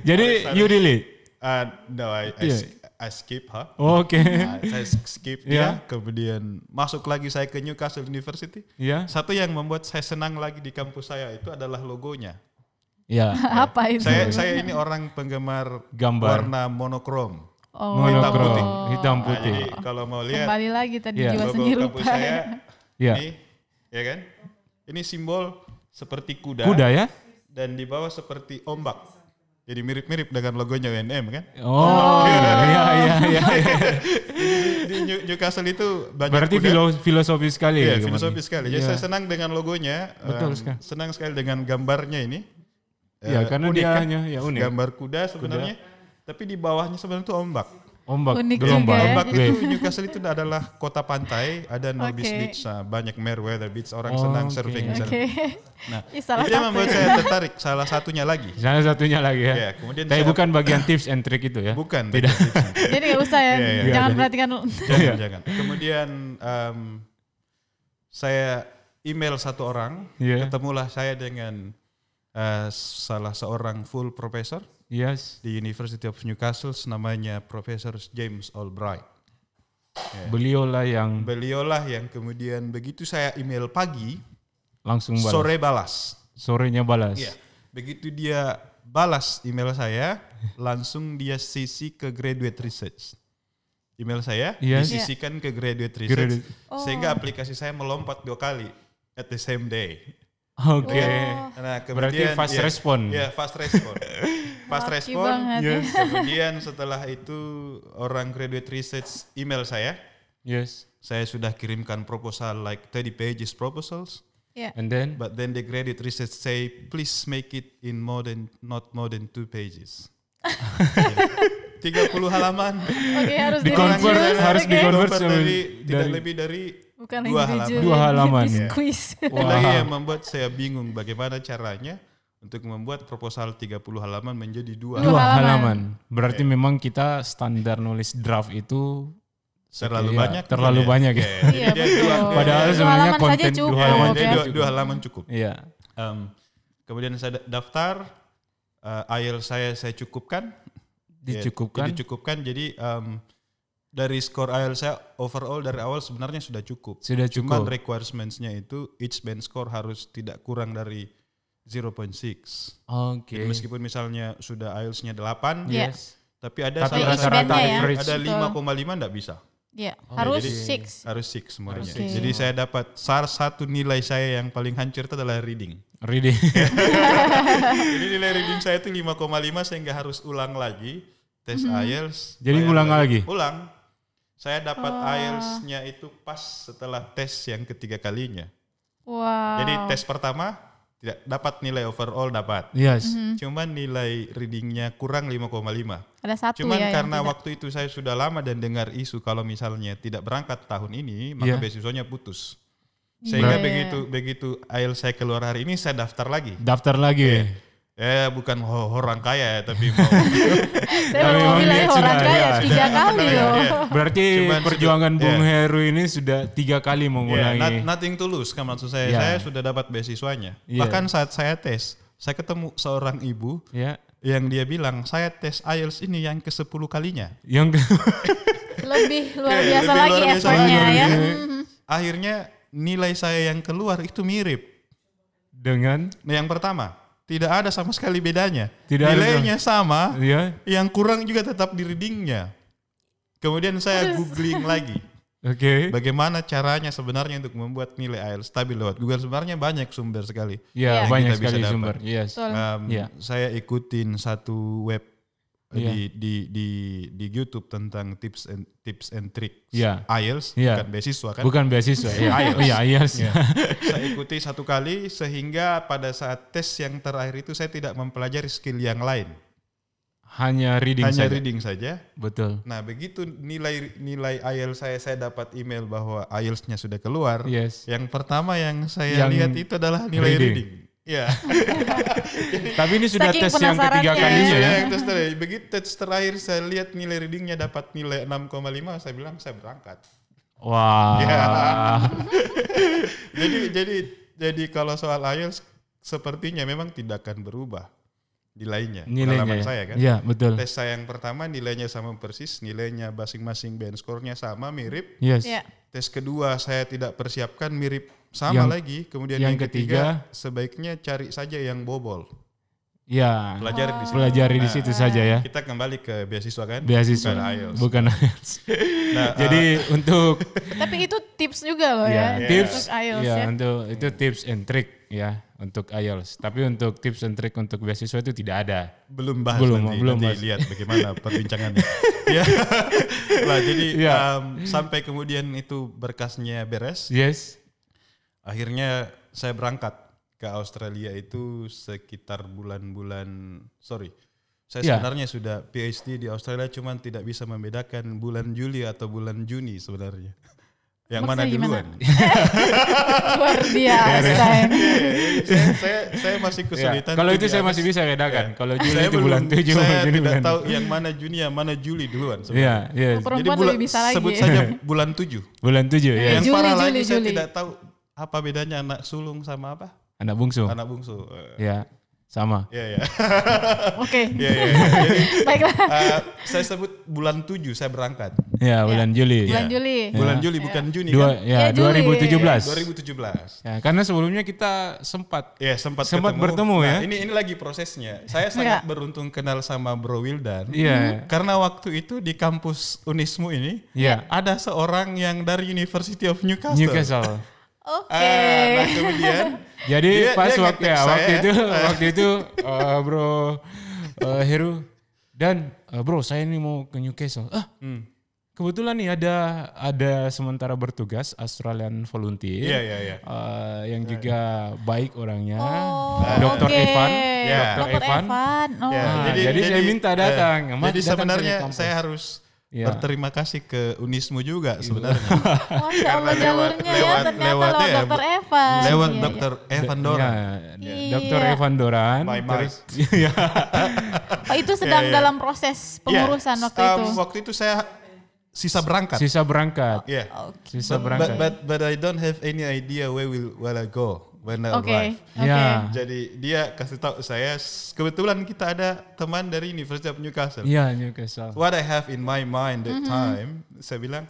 A: Jadi you delete.
C: Uh, no, I, I,
A: Yeah.
C: sk- I skip her.
A: Oke.
C: Nah, saya skip
A: Yeah.
C: dia, kemudian masuk lagi saya ke Newcastle University.
A: Iya.
C: Satu yang membuat saya senang lagi di kampus saya itu adalah logonya.
A: Iya.
B: Apa itu?
C: Saya saya ini orang penggemar
A: Gambar.
C: warna monokrom.
B: oh,
A: Monokrom,
C: putih.
A: hitam
C: Nah,
A: putih.
C: jadi kalau mau lihat
B: kembali lagi tadi
A: Iya.
B: jiwa
C: logo
B: seni
C: kampus
B: rupa.
C: saya
A: Iya.
C: ini ya kan ini simbol seperti kuda,
A: Kuda ya?
C: dan di bawah seperti ombak Jadi mirip-mirip dengan logonya UNM kan?
A: Oh, iya iya iya.
C: Di New- Newcastle itu banyak
A: Berarti
C: kuda.
A: filo- filosofi sekali ya.
C: Iya,
A: Gimana?
C: filosofi sekali. Jadi
A: Iya.
C: saya senang dengan logonya.
A: Betul
C: em,
A: sekali.
C: Senang sekali dengan gambarnya ini.
A: Iya,
C: Eh,
A: karena
C: unik
A: dia
C: kan?
A: hanya ya unik.
C: Gambar kuda sebenarnya. Tapi di bawahnya sebenarnya itu ombak.
A: Ombak,
B: Unik
A: gelombang,
B: juga ya.
C: Ombak
A: wave.
C: itu Newcastle itu adalah kota pantai, ada Nobis
B: Oke.
C: Beach, nah, banyak Merweather Beach, orang
A: Oh,
C: senang
A: oke.
C: surfing di sana.
B: Oke.
C: Nah,
B: Ih, salah satu.
C: itu yang
B: ya.
C: membuat saya tertarik. Salah satunya lagi.
A: Salah satunya lagi ya.
C: Iya, kemudian
A: Tapi
C: saya-
A: bukan bagian tips and trick itu ya.
C: Bukan.
A: Tidak. Iya.
B: Jadi gak usah ya,
C: Iya, iya,
B: jangan
A: jadi-
B: perhatikan.
C: Jangan, jangan. Kemudian em, saya email satu orang,
A: Iya.
C: ketemulah saya dengan eh, salah seorang full professor
A: Yes.
C: di University of Newcastle, namanya Profesor James Albright.
A: Beliau lah yang
C: Beliaulah yang kemudian begitu saya email pagi,
A: langsung balas.
C: sore balas.
A: Sorenya balas.
C: Iya. Begitu dia balas email saya, langsung dia sisi ke graduate research. Email saya
A: Yes. Ya.
C: disisikan ke graduate research.
A: Graduate-
B: Oh.
C: Sehingga aplikasi saya melompat dua kali at the same day.
A: Oke.
B: Oh,
C: Nah,
A: Berarti
C: kemudian
A: fast
C: ya,
A: respon.
C: Ya, fast respon. fast
B: Lucky
C: respon.
B: banget ya.
A: Yes.
C: Kemudian setelah itu orang graduate research email saya,
A: Yes.
C: saya sudah kirimkan proposal like 30 pages proposals.
B: Iya.
A: And then
C: But then the graduate research say, please make it in more than not more than two pages. 30 halaman.
B: Oke harus
A: Di convert,
B: di-reduce,
A: harus
B: oke.
A: di convert.
C: Convert dari,
A: dari-
C: tidak lebih dari
B: Bukan yang
C: Dua halaman.
B: di-reduce,
A: Dua
B: yang
A: halaman. ya.
B: Di-squeeze.
C: itu
A: Wow.
C: lagi yang membuat saya bingung bagaimana caranya untuk membuat proposal 30 halaman menjadi dua. Iya.
A: dua
B: halaman.
A: halaman. Berarti memang kita standar nulis draft itu
C: Terlalu
A: Iya,
C: banyak.
A: terlalu
C: kan ya?
A: banyak ya.
C: Jadi
B: Iya,
C: dia
B: betul.
C: dua,
A: Padahal
B: Dua
A: sebenarnya
B: halaman saja
A: konten dua
B: cukup,
A: halaman
C: dia
A: saja
C: dua, dua halaman cukup.
A: Iya.
C: Em, kemudian saya da- daftar, eh, IELTS saya saya cukupkan. Ya,
A: Dicukupkan.
C: dicukupkan. Jadi em, dari skor IELTS saya overall dari awal sebenarnya sudah cukup.
A: Sudah
C: Cuman
A: cukup.
C: requirements-nya itu each band score harus tidak kurang dari 0.6.
A: Oke.
C: Jadi meskipun misalnya sudah IELTS-nya 8,
B: Iya.
A: Yes.
C: tapi ada
A: Tapi
C: salah
A: rata-rata
B: Band-nya ya.
A: average.
C: ada
B: Betul.
C: 5,5 enggak bisa.
B: Iya,
A: Oh,
B: harus
C: jadi-
B: six.
C: Harus 6 semuanya.
A: Harus
B: six.
C: Jadi saya dapat salah satu nilai saya yang paling hancur itu adalah reading.
A: Reading.
C: Jadi nilai reading saya itu 5,5 sehingga harus ulang lagi tes
B: Mm-hmm.
C: IELTS.
A: Jadi
C: Bayar
A: ulang lagi?
C: Ulang. Saya dapat IELTS-nya itu pas setelah tes yang ketiga kalinya.
B: Wow.
C: Jadi tes pertama tidak dapat nilai overall dapat.
B: Mm-hmm.
A: yes.
C: Cuman nilai readingnya kurang 5,5.
B: ada satu
C: Cuman
B: ya. yang
C: karena
B: tidak.
C: waktu itu saya sudah lama dan dengar isu kalau misalnya tidak berangkat tahun
A: Iya.
C: ini, maka beasiswanya putus.
B: Iya.
C: Sehingga begitu begitu IELTS saya keluar hari ini saya daftar lagi.
A: Daftar lagi.
C: Eh bukan ho- orang kaya ya, tapi mau
A: Iya,
B: Saya
A: Tapi
B: mau
A: memang
B: bilang
A: dia
B: orang
A: sudah-
B: kaya
A: iya,
B: tiga
C: sudah-
B: kali
C: iya,
B: loh.
C: iya.
A: Berarti
C: Cuman
A: perjuangan
C: sudah-
A: Bung
C: iya.
A: Heru ini sudah tiga kali
C: Ya,
A: mengulangi.
C: not- nothing to lose kan maksud saya.
A: Ya.
C: Saya sudah dapat beasiswanya.
A: Iya.
C: Bahkan saat saya tes, saya ketemu seorang ibu
A: ya.
C: yang dia bilang, "Saya tes IELTS ini yang ke-10 kalinya."
A: Yang
B: Lebih luar
C: Iya,
B: biasa
C: lebih
B: lagi
C: luar biasa
B: effortnya
C: lagi.
B: ya.
A: Iya.
C: Akhirnya nilai saya yang keluar itu mirip.
A: dengan
C: Nah, yang pertama, tidak ada sama sekali bedanya.
A: Tidak ada
C: Nilainya sama,
A: ya.
C: yang kurang juga tetap di readingnya. Kemudian saya googling lagi.
A: Oke.
C: Bagaimana caranya sebenarnya untuk membuat nilai IELTS stabil lewat Google? Sebenarnya banyak sumber sekali.
A: Ya,
B: Yang
A: banyak
C: Iya. kita bisa
A: sekali
C: dapat.
A: sumber. Yes.
B: Betul.
C: Um,
A: Iya.
C: Saya ikutin satu web eh,
A: Iya.
C: di, di di di YouTube tentang tips and tips and trick
A: Iya.
C: IELTS
A: Iya.
C: bukan beasiswa kan.
A: Bukan beasiswa. Iya.
C: IELTS.
A: Iya, yes.
C: Saya ikuti satu kali sehingga pada saat tes yang terakhir itu saya tidak mempelajari skill yang lain,
A: Hanya reading
C: hanya
A: saja.
C: reading saja.
A: Betul.
C: Nah begitu nilai nilai IELTS saya saya dapat email bahwa IELTS-nya sudah keluar.
A: Yes.
C: Yang pertama yang
A: Yang
C: saya lihat itu adalah nilai
A: reading.
C: reading. Iya.
A: Tapi ini sudah
B: Saking
A: tes yang ketiga
B: penasarannya ya.
A: kalinya
C: Iya,
A: ya.
C: yang tes terakhir. Begitu tes terakhir saya lihat nilai readingnya dapat nilai 6,5, saya bilang saya berangkat.
A: Wah.
C: Iya. Jadi jadi jadi kalau soal IELTS sepertinya memang tidak akan berubah nilainya.
A: Nilainya
C: Pengalaman
A: ya.
C: saya kan.
A: Iya, betul.
C: Tes saya yang pertama nilainya sama persis, nilainya masing-masing band score-nya sama mirip.
A: Yes.
B: Iya.
C: Tes kedua saya tidak persiapkan mirip
A: Yang-
C: sama lagi. Kemudian
A: yang
C: yang, ketiga, sebaiknya cari saja yang bobol.
A: Iya.
C: Pelajari di situ.
A: Pelajari di
C: Nah,
A: situ saja ya.
C: Kita kembali ke beasiswa kan?
A: Beasiswa.
C: Bukan IELTS.
A: Bukan IELTS.
C: Nah,
A: Jadi untuk
B: Tapi itu tips juga loh
A: ya,
C: Iya,
B: ya.
A: tips
B: Untuk IELTS
A: ya,
B: ya.
A: untuk itu tips and trick ya. untuk IELTS. Tapi untuk tips and trick untuk beasiswa itu tidak ada.
C: belum bahas
A: Belum,
C: nanti,
A: belum
C: nanti
A: bahas.
C: lihat bagaimana perbincangannya. ya. Lah jadi
A: Ya.
C: em, sampai kemudian itu berkasnya beres,
A: Yes.
C: akhirnya saya berangkat ke Australia itu sekitar bulan-bulan sorry. Saya
A: Ya.
C: sebenarnya sudah PhD di Australia cuman tidak bisa membedakan bulan Juli atau bulan Juni sebenarnya. Yang mana
B: Maksudnya gimana?
C: duluan?
B: Luar biasa
C: Iya.
B: ini.
C: saya, saya, saya masih
A: Ya,
C: kesulitan.
A: Kalau
C: tuh
A: itu
C: di
A: saya
C: atas.
A: masih bisa bedakan.
C: Ya.
A: Kalau Juli
C: Saya
A: itu
C: belum-
A: bulan 7,
C: saya
A: Juni
C: tidak
A: bulan.
C: tahu yang mana Juni yang mana Juli duluan
A: Iya,
C: sebenarnya.
A: yes.
B: Kalau perempuan
C: bulan,
B: lebih bisa lagi.
C: sebut saja bulan 7.
A: Bulan 7 ya.
B: Eh,
C: yang
B: Juli,
C: parah
B: Juli,
C: lagi saya
B: Juli.
C: tidak tahu apa bedanya anak sulung sama apa?
A: Anak bungsu.
C: Anak bungsu. Eh,
A: Ya, sama.
C: Iya, iya.
B: Oke.
C: Iya, iya. Jadi,
B: Baiklah.
C: eh, saya sebut bulan 7 saya berangkat.
A: Ya, bulan Juli.
B: Bulan
C: Ya.
B: Juli.
C: Bulan Juli
B: Iya.
C: bukan Juni
A: Dua,
C: kan?
A: ya,
B: Ya, Juli.
A: 2017.
C: 2017.
A: Ya, karena sebelumnya kita sempat
C: Ya, sempat
A: Sempat bertemu,
C: Nah,
A: ya?
C: Ini ini lagi prosesnya. Saya
B: Enggak.
C: sangat beruntung kenal sama Bro Wildan.
A: Iya.
C: Karena waktu itu di kampus Unismu ini
A: Iya.
C: ada seorang yang dari University of Newcastle.
A: Newcastle.
B: Oke.
C: Ah, nah kemudian
A: Jadi
C: Dia-
A: pas
C: Iya, dia
A: waktu ya,
C: ngetik
A: waktu
C: saya.
A: itu waktu itu eh, bro eh, Heru dan eh, bro saya ini mau ke Newcastle. Ah,
C: Hmm.
A: kebetulan nih ada ada sementara bertugas Australian Volunteer.
C: Iya, iya, iya.
A: eh, yang juga baik orangnya.
B: Oh,
A: Dr.
B: oke.
A: Evan,
C: Ya.
A: Dr. Evan.
B: Oh.
C: ya,
A: Ah, jadi saya minta
C: eh,
A: datang. Mas,
C: jadi
A: datang
C: sebenarnya
A: ke kampus.
C: saya harus
A: Iya.
C: berterima kasih ke Unismu juga sebenarnya.
B: Masya Allah
C: Karena lewat-
B: jalurnya ya
C: lewat-
B: ternyata
C: lewat
B: lewat
C: ya,
B: dokter
C: Bu.
B: Evan.
C: Lewat
B: Iya, iya.
C: Dr. Evan Dora.
A: Iya,
B: Iya.
A: Dr. Evan Doran.
C: By
A: terus- iya.
B: Oh, itu sedang
C: Iya, iya.
B: dalam proses pengurusan
C: Iya,
B: waktu
C: um,
B: itu.
C: Waktu itu saya sisa berangkat.
A: sisa berangkat.
C: Iya.
B: Oke.
A: Sisa
C: But,
A: berangkat.
C: but but I don't have any idea where will where I go when I
B: Oke.
C: arrive.
B: Oke.
C: Iya.
A: Ya.
C: Jadi dia kasih tahu saya s- kebetulan kita ada teman dari University of Newcastle.
A: Iya, Newcastle.
C: What I have in my mind that
B: Mm-hmm.
C: time, saya bilang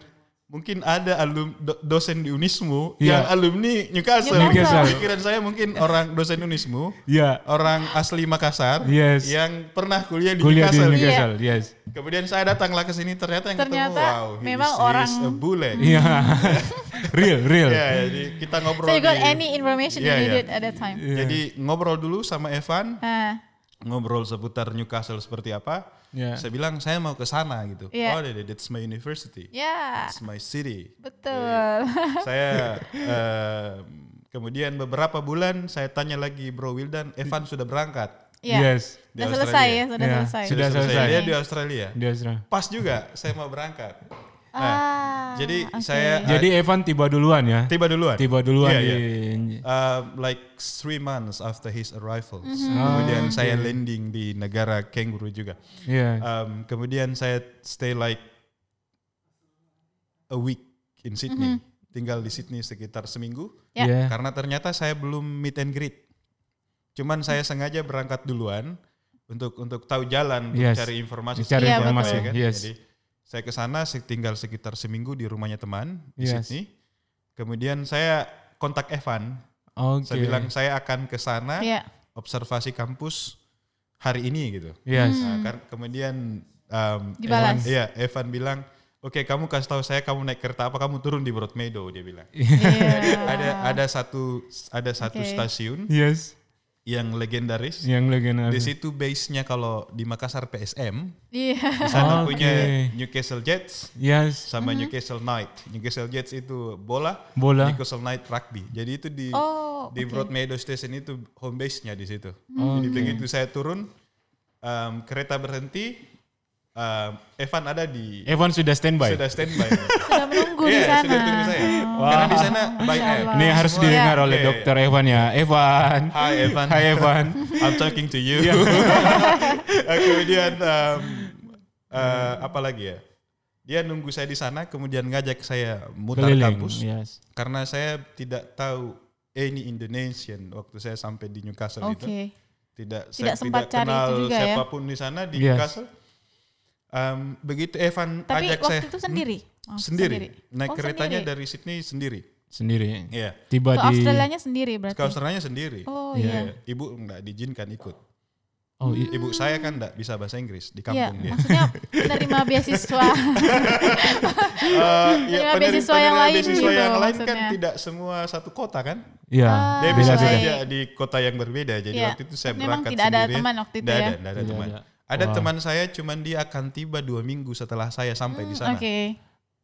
C: mungkin ada alum do- dosen di Unismu yang
A: Iya.
C: alumni Newcastle.
A: Newcastle.
C: Pikiran saya mungkin orang dosen Unismu,
A: Iya.
C: orang asli Makassar
A: Yes.
C: yang pernah kuliah Oh, di
A: Kuliah di
C: Newcastle.
A: Newcastle, yes.
C: Kemudian saya datanglah ke sini ternyata yang
B: Ternyata
C: ketemu wow, he
B: memang
C: is- he
B: orang-
C: is a bullet.
A: Iya. real, real.
C: Ya, jadi kita ngobrol.
B: So you got
C: di-
B: any information
C: Iya,
B: you
C: iya.
B: needed at that time?
C: Jadi ngobrol dulu sama Evan,
B: Ah,
C: ngobrol seputar Newcastle seperti apa.
A: Iya.
C: Saya bilang saya mau ke sana gitu.
B: Iya.
C: Oh, that- that's my university.
B: ya,
C: That's my city.
B: betul.
C: saya eh, kemudian beberapa bulan saya tanya lagi Bro Wildan, Evan sudah berangkat.
B: Ya.
A: Yes.
C: Iya, Di
B: Sudah selesai
C: Australia.
B: ya, sudah
A: Iya.
B: selesai.
A: Sudah selesai.
C: Dia di Australia.
A: Dia
B: Uh,
A: serah.
C: Pas juga saya mau berangkat. Nah,
B: Ah,
C: jadi
B: oke.
C: saya-
A: Jadi Evan tiba duluan ya.
C: tiba duluan.
A: Tiba duluan
C: Iya,
A: di
C: iya. Um, like three months after his arrival.
A: Ah,
C: Kemudian saya landing di negara Kangaroo juga.
A: Iya.
C: Um, kemudian saya stay like a week in Sydney. Tinggal di Sydney sekitar seminggu.
B: Ya.
A: Iya.
C: Karena ternyata saya belum meet and greet. Cuman saya sengaja berangkat duluan untuk untuk tahu jalan, untuk
A: Yes.
C: cari informasi.
A: Cari
B: Iya,
C: seperti apa,
A: informasi,
C: ya kan?
A: yes.
C: Jadi saya ke sana se- tinggal sekitar seminggu di rumahnya teman di
A: Yes.
C: Sydney. Kemudian saya kontak Evan.
A: Oke.
C: Saya bilang saya akan ke sana
B: Iya.
C: observasi kampus hari ini gitu.
A: Yes.
B: Hmm.
C: Nah, kar- kemudian um, Evan,
B: Dibalas.
C: iya, Evan bilang, "Oke, kamu kasih tahu saya kamu naik kereta apa kamu turun di Broadmeadow," dia bilang.
B: Iya.
C: ada ada satu ada satu
B: Oke.
C: stasiun
A: Yes.
C: yang legendaris.
A: Yang legendaris.
C: Di situ base-nya kalau di Makassar PSM,
B: Iya.
C: di sana
A: Ah, Oke.
C: punya Newcastle Jets
A: Yes.
B: Mm-hmm.
C: sama Newcastle Knight. Newcastle Jets itu bola,
A: Bola.
C: Newcastle Knight rugby. Jadi itu di
B: Oh, oke.
C: di
B: Hmm.
C: Broadmeadow Station itu home base-nya di situ. Jadi begitu saya turun, em, kereta berhenti, em, Evan ada di
A: Evan sudah standby.
C: sudah standby.
B: Sudah menunggu Oh, di
C: Iya,
B: sana. Oh,
C: sudah tunggu saya. Karena di sana by
B: Masya
C: air.
B: Allah.
A: Ini harus
C: Semua-
A: didengar
C: Iya,
A: oleh
C: iya.
A: dokter Evan ya. Evan.
C: Hi Evan.
A: Hai Evan.
C: I'm talking to you.
A: Iya.
C: Eh, kemudian em, eh, apa lagi ya? Dia nunggu saya di sana, kemudian ngajak saya mutar
A: Keliling. iya.
C: kampus.
A: Yes.
C: karena saya tidak tahu any Indonesian waktu saya sampai di Newcastle
B: Oke.
C: itu tidak
B: Tidak
C: saya
B: sempat
C: tidak
B: cari itu
C: kenal
B: juga ya?
C: siapapun di sana di
A: Yes.
C: Newcastle Em, begitu Evan
B: Tapi
C: ajak
B: waktu
C: saya Hmm?
B: itu sendiri. Oh,
C: sendiri naik
B: Oh, sendiri.
C: keretanya dari Sydney sendiri
A: Sendiri.
C: Iya.
A: Tiba
B: ke
A: di
B: Australianya sendiri berarti.
C: ke Australia sendiri
B: Oh
A: Iya.
B: iya.
C: Iya, ibu nggak diizinkan ikut
A: Oh, i-
C: Ibu saya kan enggak bisa bahasa Inggris di
B: Iya,
C: kampung dia. ya,
B: maksudnya penerima beasiswa.
C: Eh, iya,
B: Penerima beasiswa yang lain
C: beasiswa
B: gitu
C: yang lain kan
B: maksudnya.
C: tidak semua satu kota kan?
A: iya.
B: Ah,
C: Dia
B: Beda-beda.
C: bisa
B: baik.
C: saja di kota yang berbeda. Jadi
B: Iya,
C: waktu itu saya berangkat
B: memang tidak ada
C: sendiri.
B: teman waktu itu
C: Tidak
B: ya.
C: ada, tidak ada
A: Tidak
C: teman.
A: ada.
C: Ada
A: Iya, Wah.
C: teman saya cuman dia akan tiba dua minggu setelah saya sampai di sana.
B: Hmm, Oke.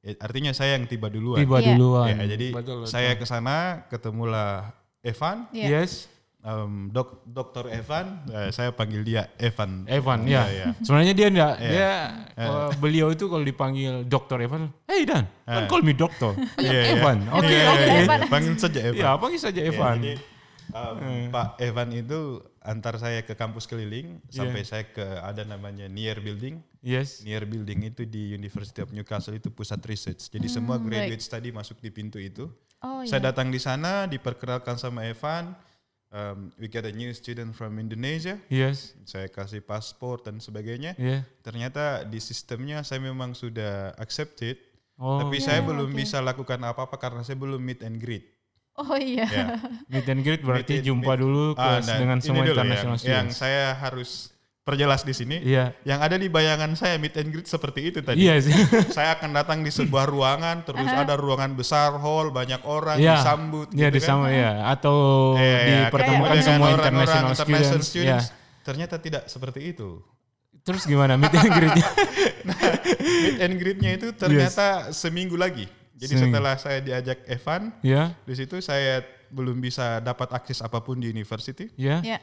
C: Ya, artinya saya yang tiba duluan.
A: Tiba
B: Iya.
A: duluan.
C: Ya, jadi
A: Betul, betul.
C: saya ke sana ketemulah Evan,
B: Iya.
A: Yes.
C: em, dok, dokter Evan, eh, saya panggil dia Evan.
A: Evan, ya.
C: Iya, iya.
A: Sebenarnya dia enggak, dia kalau beliau itu kalau dipanggil Dokter Evan, hey Dan, kan call me Dokter.
C: Iya, iya.
A: Evan,
C: Iya,
A: oke.
C: iya,
B: oke,
C: iya.
B: Evan.
C: Panggil saja Evan.
A: Ya, panggil saja
C: Iya,
A: Evan.
C: jadi, em,
B: iya.
C: Pak Evan itu antar saya ke kampus keliling
B: Iya.
C: sampai saya ke ada namanya Near Building.
A: Yes.
C: Near Building itu di University of Newcastle itu pusat research. Jadi semua graduate study masuk di pintu itu.
B: Hmm, Oh iya.
C: Saya datang di sana diperkenalkan sama Evan. Em, we get a new student from Indonesia.
A: Yes.
C: Saya kasih paspor dan sebagainya.
A: Iya.
C: Ternyata di sistemnya saya memang sudah accepted,
A: Oh,
C: tapi
B: Iya,
C: saya
B: iya,
C: belum
B: oke.
C: bisa lakukan apa-apa karena saya belum meet and greet.
B: Oh iya.
C: Ya.
A: meet and greet berarti
C: Meet-
A: jumpa
C: meet-
A: dulu ke,
C: Ah, nah,
A: dengan
C: ini
A: semua
C: dulu
A: international
C: yang, yang
A: students.
C: saya harus perjelas di sini.
A: Iya.
C: Yang ada di bayangan saya meet and greet seperti itu tadi.
A: Iya sih.
C: Saya akan datang di sebuah ruangan, terus ada ruangan besar, hall, banyak orang
A: Iya.
C: disambut.
A: Iya,
C: gitu kan.
A: disama ya atau
C: Iya, iya,
A: dipertemukan
C: ketemu dengan
A: semua
C: orang-orang
A: international,
C: international
A: students. Iya.
C: students. Ternyata tidak seperti itu.
A: Terus gimana meet and greet-nya?
C: Meet and greet-nya itu ternyata seminggu lagi. Jadi
A: Seminggu.
C: setelah saya diajak Evan,
A: Iya.
C: di situ saya belum bisa dapat akses apapun di university.
A: Iya.
B: Iya.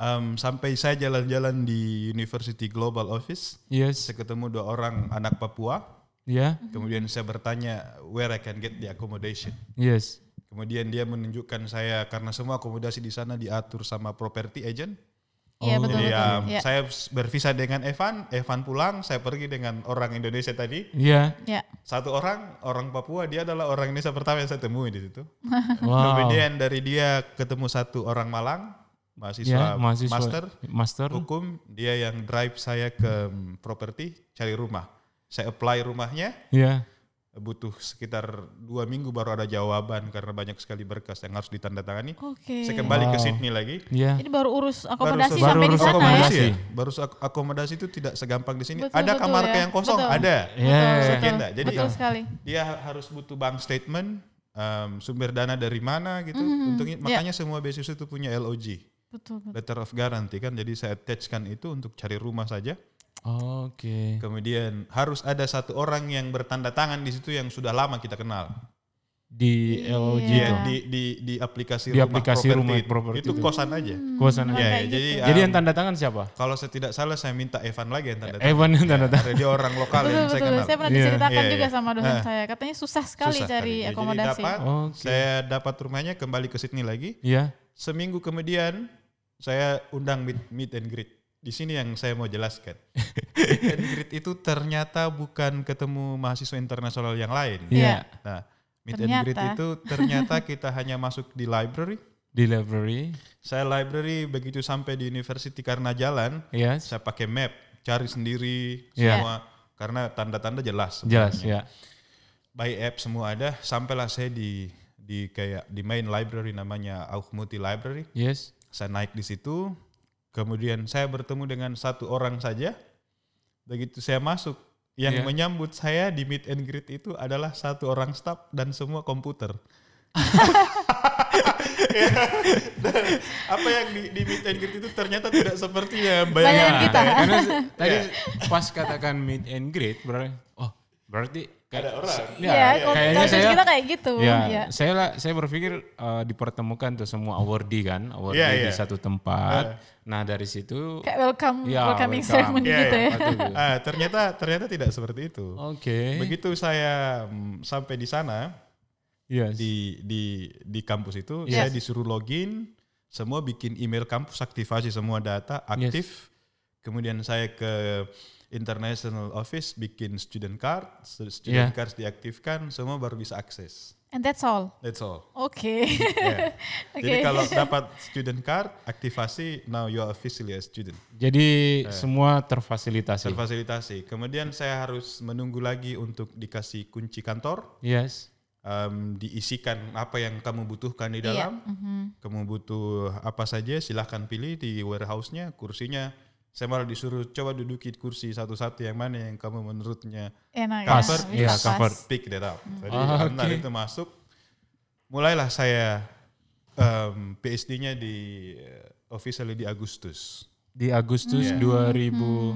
C: Em, sampai saya jalan-jalan di University Global Office,
A: Yes.
C: saya ketemu dua orang anak Papua.
A: Iya.
C: Kemudian saya bertanya where I can get the accommodation.
A: Yes.
C: Kemudian dia menunjukkan saya karena semua akomodasi di sana diatur sama property agent.
B: Iya
A: Oh,
B: betul
C: Oh, Jadi
B: betul.
C: em,
B: Iya.
C: saya berpisah dengan Evan, Evan pulang, saya pergi dengan orang Indonesia tadi.
A: Iya.
B: Iya.
C: Satu orang, orang Papua, dia adalah orang Indonesia pertama yang saya temui di situ.
A: Wow.
C: Kemudian dari dia ketemu satu orang Malang,
A: Iya,
C: mahasiswa,
A: mahasiswa
C: master
A: Master.
C: hukum, dia yang drive saya ke mm, properti cari rumah. Saya apply rumahnya,
A: Iya.
C: butuh sekitar dua minggu baru ada jawaban karena banyak sekali berkas yang harus ditandatangani.
B: Oke.
C: Saya kembali ke
A: Wow.
C: Sydney lagi.
A: Iya.
B: Jadi Hmm. baru urus
C: Baru
B: akomodasi
C: selesai-
B: sampai
A: baru
B: di
A: urus
B: sana ya.
A: akomodasi.
C: ya? Baru se- akomodasi itu tidak segampang di sini.
B: Betul,
C: ada
B: betul
C: kamar
B: ya.
C: yang kosong,
B: Betul.
C: ada.
A: Iya.
B: Betul,
C: Sekian
B: betul.
C: dah. Jadi- um,
B: betul sekali.
C: Dia ha- harus butuh bank statement, em, sumber dana dari mana gitu.
B: Mhm. Ya.
C: Untungnya makanya semua beasiswa itu punya LOG,
B: Betul betul.
C: letter of guarantee kan. Jadi saya attachkan itu untuk cari rumah saja.
A: Oke.
C: Kemudian harus ada satu orang yang bertanda tangan di situ yang sudah lama kita kenal.
A: Di LOG
B: Iya.
A: itu.
C: Dia di di di aplikasi
A: Di
C: rumah
A: aplikasi
C: properti
A: rumah
C: itu.
A: properti
C: itu
A: itu.
C: kosan aja.
B: Hmm,
A: Kuasana.
C: Ya,
B: kayak
C: jadi
A: Jadi
C: um,
A: yang tanda tangan siapa?
C: kalau saya tidak salah saya minta Evan lagi yang tanda tangan. Iya.
A: Evan yang Eh, tanda tangan.
C: Karena dia orang lokal
B: Betul
C: yang saya
B: betul.
C: kenal.
B: Saya pernah
A: Iya.
B: diceritakan
C: Iya,
B: juga
C: iya.
B: sama dosen
C: Ah.
B: saya. Katanya susah sekali
C: Susah
B: cari
C: kali. Ya,
B: akomodasi.
C: Jadi dapat,
A: Oke.
C: saya dapat rumahnya kembali ke Sydney lagi.
A: Iya.
C: Seminggu kemudian saya undang meet, meet and greet. Di sini yang saya mau jelaskan. meet and greet itu ternyata bukan ketemu mahasiswa internasional yang lain.
A: Iya.
C: Nah, meet and
B: Ternyata.
C: greet itu ternyata kita hanya masuk di library.
A: Di library.
C: Saya library begitu sampai di university karena jalan,
A: Yes.
C: saya pakai map, cari sendiri
A: Iya.
C: semua karena tanda-tanda jelas.
A: Jelas
C: sebenarnya.
A: ya.
C: By app semua ada, sampailah saya di di kayak di main library namanya Auchmuty Library.
A: Yes.
C: Saya naik di situ, kemudian saya bertemu dengan satu orang saja. Begitu saya masuk, yang
A: Iya.
C: menyambut saya di meet and greet itu adalah satu orang staff dan semua komputer. Ya. Dan Apa yang di, di meet and greet itu ternyata tidak seperti ya, yang
B: Bayangan
C: bayangan.
B: kita.
A: Nah, Karena se- tadi
C: Iya.
A: pas katakan meet and greet berarti oh berarti kayak-
C: Ada orang.
A: Ya,
B: Iya, kalau
A: kayaknya
B: dosen
A: saya
B: kita kayak gitu.
A: ya,
B: Iya.
A: saya lah- saya berpikir eh, dipertemukan tuh semua awardee kan, awardee
C: Iya,
A: di
C: iya.
A: satu tempat. Nah, dari situ
B: Kayak welcome
A: Ya,
B: welcoming
A: welcome.
B: ceremony
C: Iya,
B: gitu
C: iya.
B: ya.
A: Aduh.
C: Ah, ternyata ternyata tidak seperti itu.
A: Oke.
C: Begitu saya mm, sampai di sana
A: Yes.
C: di di di kampus itu
A: Yes.
C: saya disuruh login, semua bikin email kampus, aktivasi semua data aktif. Kemudian saya ke international office bikin student card,
A: Yeah.
C: student cards diaktifkan, semua baru bisa akses.
B: And that's all.
C: That's all.
B: Oke.
C: Yeah. Jadi
B: Oke.
C: kalau dapat student card, aktivasi now you are officially a student.
A: Jadi
C: Eh.
A: semua terfasilitasi.
C: Terfasilitasi. Kemudian saya harus menunggu lagi untuk dikasih kunci kantor.
A: yes.
C: em, diisikan apa yang kamu butuhkan di dalam.
B: Mhm.
C: Kamu butuh apa saja silahkan pilih di warehouse-nya, kursinya. Saya malah disuruh coba duduki kursi satu-satu yang mana yang kamu menurutnya
B: Enak ya.
C: Cover,
B: bisa
A: iya,
B: pas.
A: cover.
C: pick that up.
B: Hmm.
C: Jadi
A: Ah,
C: benar
A: oke.
C: itu masuk. Mulailah saya em, PhD-nya di eh, officially di Agustus
A: Di
C: Iya.
A: Agustus
B: Hmm.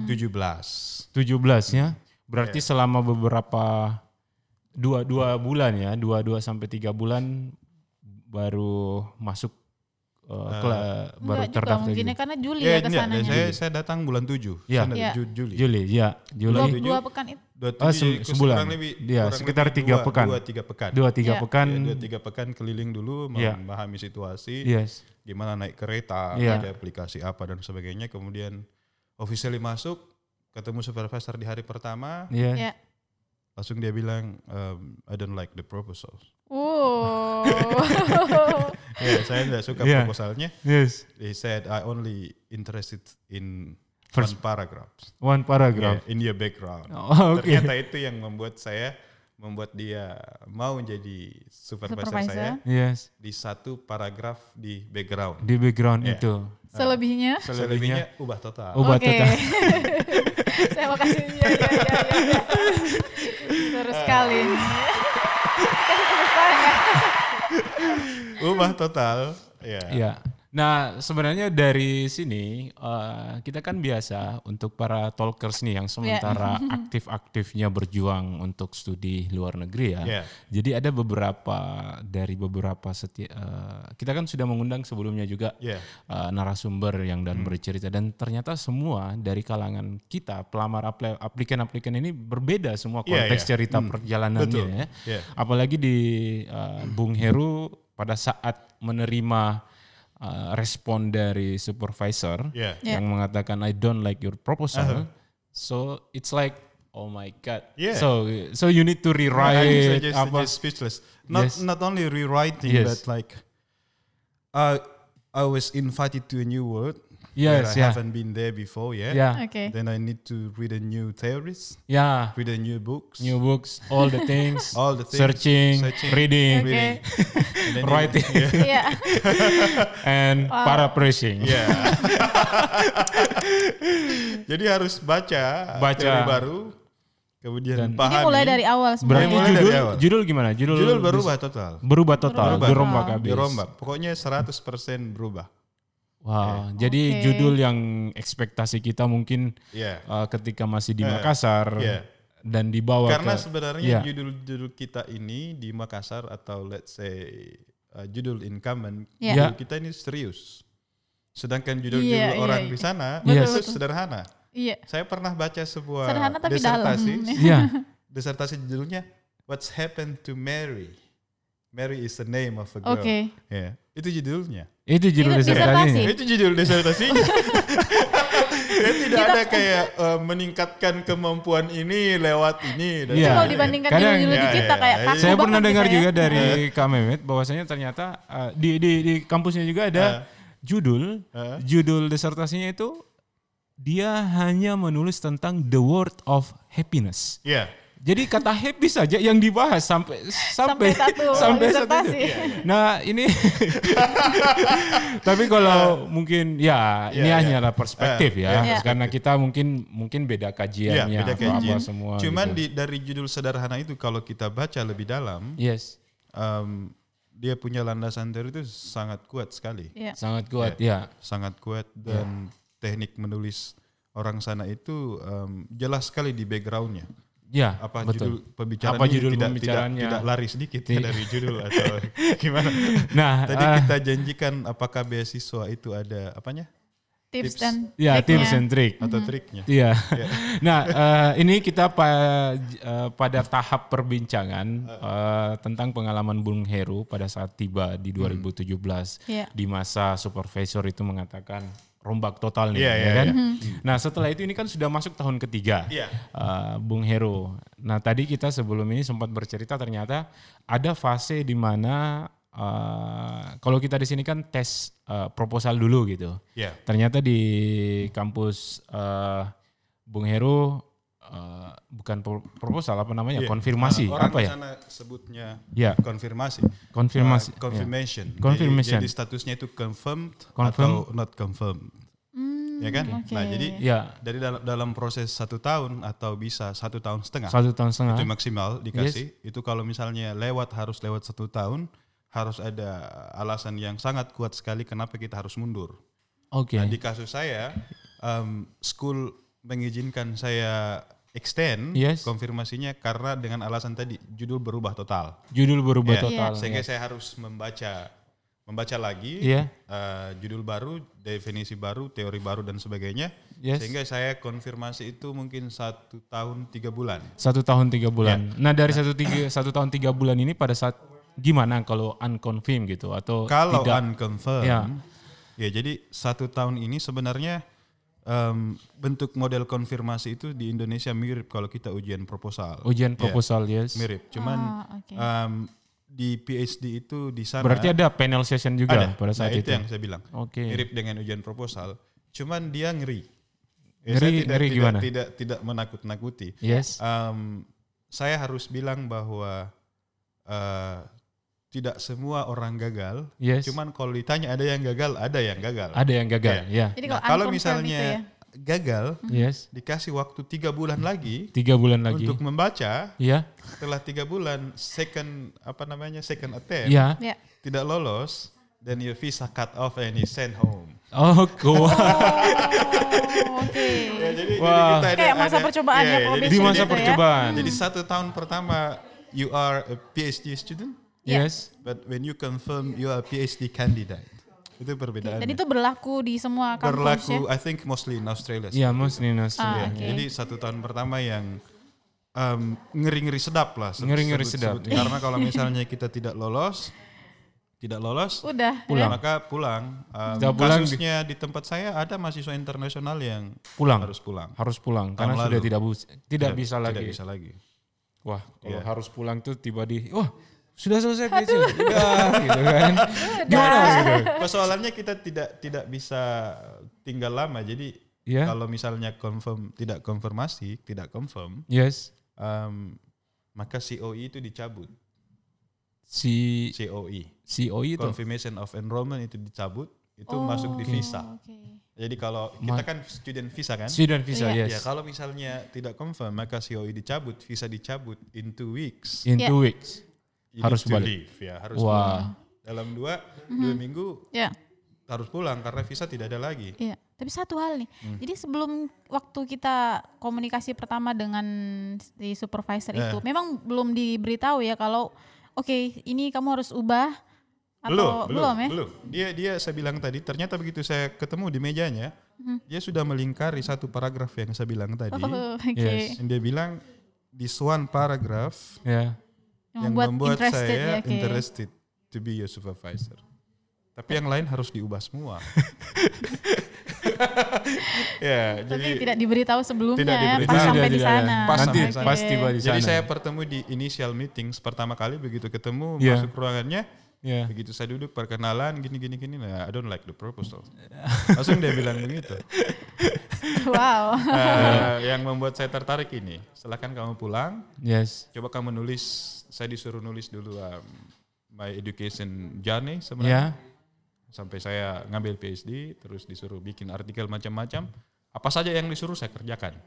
C: 17.
A: 2017 ya. Berarti
C: Iya.
A: selama beberapa dua dua bulan ya, dua dua sampai tiga bulan baru masuk eh, kela- baru
B: Enggak juga
A: terdaftar
B: mungkin
A: gitu.
B: ya, karena Juli
C: Ya,
B: ya
C: ini ya,
B: kesananya.
C: saya, saya datang bulan 7.
A: Iya.
B: Iya.
C: Juli.
A: Juli ya,
B: Dua,
A: Juli
B: dua pekan itu.
C: Dua
A: Ah,
C: tujuh,
A: se-
C: jadi
A: sebulan.
C: kurang lebih-
A: Iya,
C: kurang
A: sekitar
C: lebih
A: tiga
C: dua-
A: pekan.
C: Dua tiga pekan.
A: dua tiga
B: Iya.
A: pekan.
C: Ya, dua tiga pekan keliling dulu
A: Kan Iya.
C: memahami situasi,
A: Yes.
C: gimana naik kereta,
A: Iya.
C: ada aplikasi apa dan sebagainya. Kemudian officially masuk, ketemu supervisor di hari pertama,
A: Iya.
B: Iya.
C: langsung dia bilang um, I don't like the proposal.
B: Wow.
C: Ya, saya tidak suka
A: Iya.
C: proposalnya.
A: Yes.
C: He said I only interested in
A: First
C: first paragraphs.
A: One paragraph.
C: Yeah, in your background.
A: Oh, Oke.
C: Ternyata itu yang membuat saya membuat dia mau jadi supervisor,
B: Supervisor.
C: saya
A: Yes.
C: di satu paragraf di background.
A: Di background
C: Iya.
A: itu.
B: Selebihnya.
C: Selebihnya ubah total.
A: Ubah
B: Oke.
A: total.
B: Saya mau kasih ya, ya, ya, ya, ya. iya. Seru
C: Ah.
B: sekali. ini. Kasih tepuk tangan.
C: Ubah total. Ya.
A: Iya. Nah, sebenarnya dari sini eh, kita kan biasa untuk para talkers nih
C: Iya.
A: yang sementara aktif-aktifnya berjuang untuk studi luar negeri ya.
C: Ya.
A: Jadi ada beberapa dari beberapa seti- eh, kita kan sudah mengundang sebelumnya juga
C: Ya.
A: eh, narasumber yang
C: Hmm.
A: dan bercerita dan ternyata semua dari kalangan kita pelamar apl- aplikan-aplikan ini berbeda semua
C: Iya,
A: konteks
C: iya.
A: cerita
C: Hmm.
A: perjalanannya
C: Betul.
A: ya.
C: Ya.
A: Apalagi di uh, Bung Heru pada saat menerima uh, respon dari supervisor
C: Ya. Uh-huh.
B: Yeah.
A: yang mengatakan I don't like your proposal. So it's like oh my god.
C: Yeah. Nah,
A: So so you need to
C: I'm
A: rewrite
C: just,
A: apa?
C: just speechless. Not
A: Yes.
C: not only rewriting,
A: Yes.
C: but like uh, I was invited to a new world. where I
A: Yes, yeah.
C: haven't been there before yet.
A: Yeah.
B: Oke.
C: Then I need to read a new theories,
A: Yeah.
C: read a new books,
A: New books, all the things,
C: all the things,
A: searching,
C: searching,
A: reading,
B: Oke.
C: reading, and then
A: writing,
B: Iya.
A: and paraphrasing.
C: Ya. Jadi harus baca,
A: Baca.
C: teori baru, kemudian
A: Dan-
B: Ini
C: pahami.
B: mulai dari awal
A: Berarti
C: Mulai
B: sebenarnya.
C: dari
A: judul
C: awal.
A: judul gimana? Judul,
C: judul
A: dis-
C: berubah total.
A: berubah total,
C: Berubah.
A: dirombak habis.
C: Dirombak. Pokoknya 100% berubah.
A: Wow, jadi
B: Oke.
A: judul yang ekspektasi kita mungkin
C: Ya.
A: uh, ketika masih di Makassar
C: iya.
A: dan dibawa
C: Karena
A: ke Iya.
C: sebenarnya judul-judul kita ini di Makassar atau let's say uh, judul incumbent,
B: Iya.
A: Iya.
C: judul kita ini serius. Sedangkan judul-judul
B: Iya, iya,
C: orang
B: iya.
C: di sana
A: Betul,
C: itu
B: betul.
C: sederhana.
B: Iya.
C: Saya pernah baca sebuah
B: Sederhana tapi dalam.
C: disertasi.
A: Iya,
C: disertasi judulnya What's Happened to Mary. Mary is the name of a girl.
B: Oke.
C: Ya, itu judulnya.
A: itu judul
B: Ini
A: disertasinya.
B: disertasi.
C: Nah, Itu judul disertasinya. Ya, tidak ada kayak eh, meningkatkan kemampuan ini lewat ini. dan
A: Iya.
B: Kalau
C: sebagainya.
B: dibandingkan
A: Kadang-
B: judul-judul
C: Iya,
B: kita
C: iya,
B: kayak
C: iya.
B: kaku
A: Saya
B: banget
A: pernah
B: gitu
A: dengar
B: ya.
A: juga
C: Eh.
A: dari Kak Mehmet bahwasanya ternyata uh, di di di kampusnya juga ada judul
C: Eh.
A: judul disertasinya itu dia hanya menulis tentang the word of happiness.
C: Iya.
A: Jadi kata happy saja yang dibahas sampai sampai
B: sampai satu
A: sampai satu
B: disertasi.
A: Nah ini, tapi kalau mungkin ya ini
C: ya.
A: hanyalah perspektif
C: Eh,
A: ya,
B: ya.
A: karena kita mungkin mungkin beda
C: Iya,
A: kajiannya
C: beda
A: apa apa
C: kajian.
A: semua.
C: Cuman
A: gitu.
C: di, dari judul sederhana itu kalau kita baca lebih dalam,
A: yes
C: em, dia punya landasan teori itu sangat kuat sekali.
B: Iya.
A: sangat kuat ya.
C: sangat kuat dan teknik menulis orang sana itu em, jelas sekali di backgroundnya
A: Ya,
C: apa
A: betul.
C: judul pembicaraan
A: Apa
C: ini
A: judul
C: tidak,
A: pembicaraannya?
C: tidak tidak lari sedikit ya dari judul atau gimana
A: Nah,
C: tadi
A: ah,
C: kita janjikan apakah beasiswa itu ada apanya
B: Tips dan
A: ya
B: triknya.
A: tips and trick.
C: atau triknya
A: Iya. Nah, eh, ini kita pa- eh, pada tahap perbincangan eh, tentang pengalaman Bung Heru pada saat tiba
C: Hmm.
A: di 2017
B: Iya.
A: di masa supervisor itu mengatakan rombak total nih,
C: Iya,
A: ya
C: iya,
A: kan? Nah, setelah itu ini kan sudah masuk tahun ketiga.
C: Iya.
A: eh, Bung Heru. Nah, tadi kita sebelum ini sempat bercerita ternyata ada fase di mana eh, kalau kita di sini kan tes eh, proposal dulu gitu.
C: ya
A: Ternyata di kampus eh, Bung Heru eh, bukan pro- proposal apa namanya
C: Iya.
A: Ya, konfirmasi
C: Orang
A: apa
C: di
A: ya?
C: sana sebutnya
A: Ya.
C: konfirmasi.
A: Konfirmasi,
C: Uh, confirmation.
A: iya. Confirmation.
C: Jadi, jadi statusnya itu confirmed
A: Confirm.
C: atau not confirmed.
B: Hmm,
C: ya kan?
B: oke.
C: Nah, jadi
A: Ya,
C: dari dalam dalam proses satu tahun atau bisa satu tahun setengah
A: satu tahun setengah.
C: itu maksimal dikasih. Itu kalau misalnya lewat harus lewat satu tahun harus ada alasan yang sangat kuat sekali kenapa kita harus mundur.
A: Oke.
C: Nah, di kasus saya, em, school mengizinkan saya extend
A: Yes.
C: konfirmasinya karena dengan alasan tadi judul berubah total.
A: Judul berubah
C: Ya,
A: total.
C: Sehingga saya harus membaca membaca lagi
A: Iya.
C: eh, judul baru, definisi baru, teori baru dan sebagainya.
A: Yes.
C: Sehingga saya konfirmasi itu mungkin satu tahun tiga bulan.
A: Satu tahun tiga
C: Iya.
A: bulan. Nah dari satu tiga satu tahun tiga bulan ini pada saat gimana kalau unconfirm gitu atau
C: Kalau
A: tidak?
C: unconfirmed,
A: Ya.
C: ya. jadi satu tahun ini sebenarnya em, bentuk model konfirmasi itu di Indonesia mirip kalau kita ujian proposal.
A: Ujian
C: Ya,
A: proposal yes.
C: mirip, cuman
B: Ah, oke.
C: em, di PhD itu di sana
A: Berarti ada panel session juga
C: ada.
A: pada saat
C: Nah,
A: itu.
C: yang saya bilang.
A: Oke.
C: Mirip dengan ujian proposal, cuman dia ngeri. Ya,
A: Ngeri-
C: saya tidak,
A: ngeri
C: tidak,
A: gimana?
C: tidak tidak menakut-nakuti.
A: Yes.
C: Ah, Em, saya harus bilang bahwa eh, tidak semua orang gagal.
A: Yes.
C: Cuman kalau ditanya ada yang gagal, ada yang gagal.
A: Ada yang gagal. Ya.
B: Jadi
C: Nah,
B: kalau,
C: kalau
B: unconfirmed itu ya. Hmm.
C: misalnya gagal,
A: Yes.
C: dikasih waktu tiga bulan lagi
A: Tiga bulan lagi.
C: untuk membaca.
A: Iya.
C: Setelah tiga bulan, second apa namanya second attempt
A: Iya.
B: Ya.
C: tidak lolos, then your visa cut off and you sent home.
A: Oh, cool.
B: Oh, oke.
C: Ya, jadi,
A: Wah.
C: kita
B: Kayak masa percobaan ya,
C: jadi-
A: Di
B: Gitu
A: masa
B: ya.
A: percobaan.
C: Jadi satu tahun pertama you are a PhD student,
A: Yes.
C: but when you confirm you are a PhD candidate. Itu perbedaannya.
B: Dan itu berlaku di semua kampus ya.
C: berlaku I think mostly in Australia. sih.
A: Iya, mostly in
B: Ah,
A: Australia.
B: oke.
C: Jadi satu tahun pertama yang em, ngeri-ngeri sedap lah. sebut-
A: Ngeri-ngeri
C: sebut-
A: sedap. iya.
C: sebut. Karena kalau misalnya kita tidak lolos, tidak lolos,
B: Udah.
A: Pulang.
C: maka pulang. Em,
A: Kita pulang di-
C: kasusnya di tempat saya ada mahasiswa internasional yang
A: Pulang.
C: harus pulang.
A: Harus pulang karena
C: lalu.
A: sudah tidak bus- tidak bisa lagi.
C: Tidak bisa lagi.
A: Wah, kalau
C: Iya.
A: harus pulang tuh tiba di wah, sudah selesai PhD. Udah gitu kan. Gimana gitu? maksudnya?
C: Persoalannya kita tidak tidak bisa tinggal lama. Jadi
A: Iya.
C: kalau misalnya confirm tidak konfirmasi, tidak confirm,
A: Yes.
C: em, maka COE itu dicabut. E.
A: Si
C: COE,
A: COI itu.
C: Confirmation of Enrollment itu dicabut, itu masuk di visa.
B: ya? Oh, Oke.
C: Jadi kalau kita kan student visa kan?
A: Student visa,
B: Iya.
A: yes.
C: Ya kalau misalnya tidak confirm, maka COE dicabut, visa dicabut in two weeks.
A: In
B: Iya.
A: two weeks.
C: You
A: Harus
C: need to
A: balik.
C: leave, ya, harus pulang.
A: Wah.
C: Dalam dua dua minggu
B: Ya.
C: harus pulang karena visa tidak ada lagi.
B: Iya, tapi satu hal nih.
C: Hmm.
B: Jadi sebelum waktu kita komunikasi pertama dengan si supervisor
C: Eh.
B: itu, memang belum diberitahu ya kalau oke ini kamu harus ubah atau belum, ya?
C: belum. Dia dia saya bilang tadi ternyata begitu saya ketemu di mejanya,
B: Mhm.
C: dia sudah melingkari satu paragraf yang saya bilang tadi.
B: Oh, Oke.
A: Yes.
C: Dan dia bilang di one paragraph
A: Ya.
B: Yang
C: yang
B: membuat
C: membuat
B: interested
C: saya
B: ya, oke.
C: interested to be your supervisor. Tapi yang lain harus diubah semua. ya,
B: Tapi
C: jadi
B: tidak diberitahu sebelumnya
C: Tidak
B: ya,
C: diberitahu.
B: pas
C: Tidak,
B: sampai di
A: tidak,
B: sana.
A: tidak.
C: Pas
A: Nanti
C: sampai sana.
A: pas tiba di sana.
C: jadi saya bertemu di initial meetings pertama kali begitu ketemu
A: Iya.
C: masuk ruangannya
A: ya.
C: Begitu saya duduk perkenalan gini gini gini, nah, I don't like the proposal. Langsung dia bilang begitu.
B: Wow.
C: Eh, yang membuat saya tertarik ini, silakan kamu pulang.
A: Yes.
C: Coba kamu nulis, saya disuruh nulis dulu um, my education journey sebenarnya.
A: Ya.
C: Sampai saya ngambil PhD, terus disuruh bikin artikel macam-macam. Apa saja yang disuruh saya kerjakan.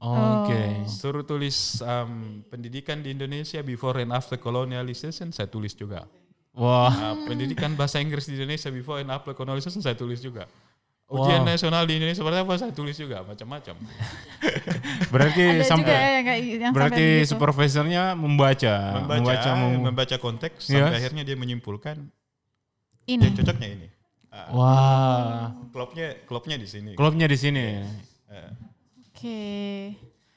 A: Oke.
C: Suruh tulis um, pendidikan di Indonesia before and after colonialization, saya tulis juga.
B: Oh.
A: Wah.
C: Nah, pendidikan bahasa Inggris di Indonesia before and after colonization saya tulis juga. Ujian
A: Wow.
C: nasional di Indonesia seperti apa saya tulis juga macam-macam.
A: Berarti
B: Ada juga ya
A: sampai
B: yang, kayak- yang
A: berarti
B: sampai begitu.
A: supervisornya Ah, membaca,
C: Membaca membaca,
A: mem-
C: konteks sampai
A: Yes. Hmm.
C: akhirnya dia menyimpulkan
B: ini.
C: yang cocoknya ini. Ah,
A: Wah.
C: Klopnya klopnya di sini.
A: Klubnya di sini.
C: Iya,
B: Oke.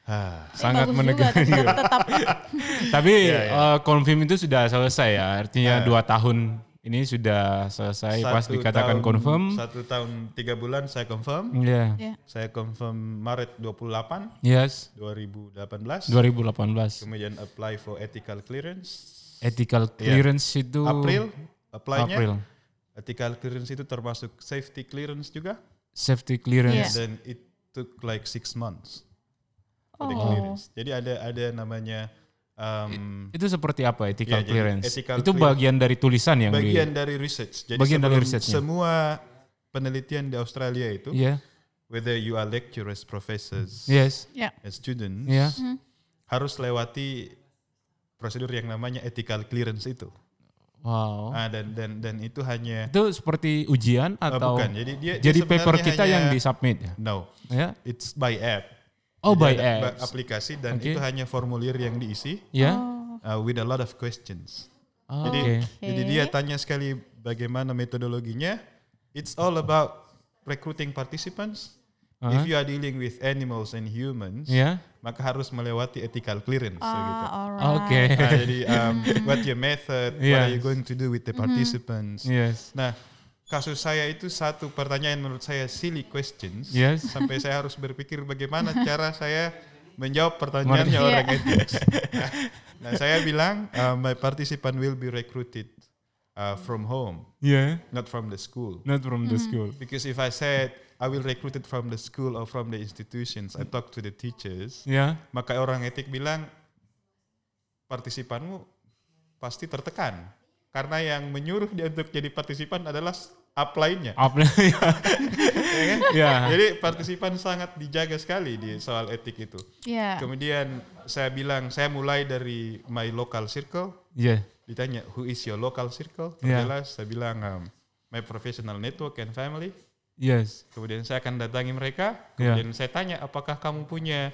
C: Ah,
B: Tapi
A: Sangat
B: bagus juga,
A: menegangkan.
B: tetap, tetap
A: Tapi
C: Iya,
A: eh, confirm itu sudah selesai ya. Artinya dua tahun ini sudah selesai pas
C: satu
A: dikatakan
C: tahun-
A: confirm.
C: Satu tahun tiga bulan saya confirm.
A: Ya.
B: ya.
C: Saya confirm Maret 28
A: Yes.
C: 2018.
A: 2018.
C: Kemudian apply for ethical clearance.
A: Ethical clearance itu
C: Iya. April apply-nya.
A: April.
C: Ethical clearance itu termasuk safety clearance juga.
B: Iya.
A: Safety clearance.
B: Yes.
C: Then it took like six months. kode
B: Oh.
C: clearance. Jadi ada ada namanya um,
A: Itu seperti apa ethical
C: Ya, jadi
A: clearance?
C: ethical
A: itu
C: clearance.
A: bagian dari tulisan yang
C: bagian dari research. Jadi
A: Bagian dari
C: sebelum
A: researchnya.
C: semua penelitian di Australia itu,
A: di Iya.
C: whether you are lecturers, professors,
A: Yes.
B: Ya.
C: and students,
A: Iya.
C: harus lewati prosedur yang namanya ethical clearance itu.
A: Wow.
C: Ah, dan dan dan itu hanya
A: Itu seperti ujian
C: ah,
A: atau
C: bukan. Jadi dia dia
A: jadi paper
C: sebenarnya
A: kita yang
C: hanya-
A: disubmit ya?
C: No,
A: Ya.
C: it's by app.
A: Oh, by
C: Jadi ada ba-
A: apps.
C: aplikasi dan
A: Oke.
C: itu hanya formulir yang diisi
A: Ya.
B: Oh.
C: uh, with a lot of questions.
A: Oh,
C: Jadi
A: Oke.
C: jadi dia tanya sekali bagaimana metodologinya. It's all about recruiting participants. If you are dealing with animals and humans,
A: Uh-huh. Ya.
C: maka harus melewati ethical clearance. so gitu.
B: Ah, alright.
A: Oke.
C: Nah, jadi um, what your method, what
A: Yes.
C: are you going to do with the participants?
A: Yes.
C: Nah, kasus saya itu satu pertanyaan menurut saya silly questions.
A: Yes.
C: Sampai saya harus berpikir bagaimana cara saya menjawab pertanyaannya
B: Iya.
C: orang ethics. Nah, nah, saya bilang uh, my participant will be recruited uh, from home,
A: Yeah.
C: not from the school.
A: Ya? Not from the school.
C: Because if I said I will recruited from the school or from the institutions, I talk to the teachers,
A: Ya.
C: maka orang etik bilang partisipanmu pasti tertekan karena yang menyuruh dia untuk jadi partisipan adalah upline-nya.
A: Apa
C: ya kan?
A: Ya.
C: Jadi partisipan sangat dijaga sekali di soal etik itu.
B: Ya.
C: Kemudian saya bilang saya mulai dari my local circle.
A: Ya.
C: Ditanya who is your local circle?
A: Ya.
C: Terjelas saya bilang um, my professional network and family.
A: Yes.
C: Kemudian saya akan datangi mereka.
A: Ya.
C: Kemudian saya tanya apakah kamu punya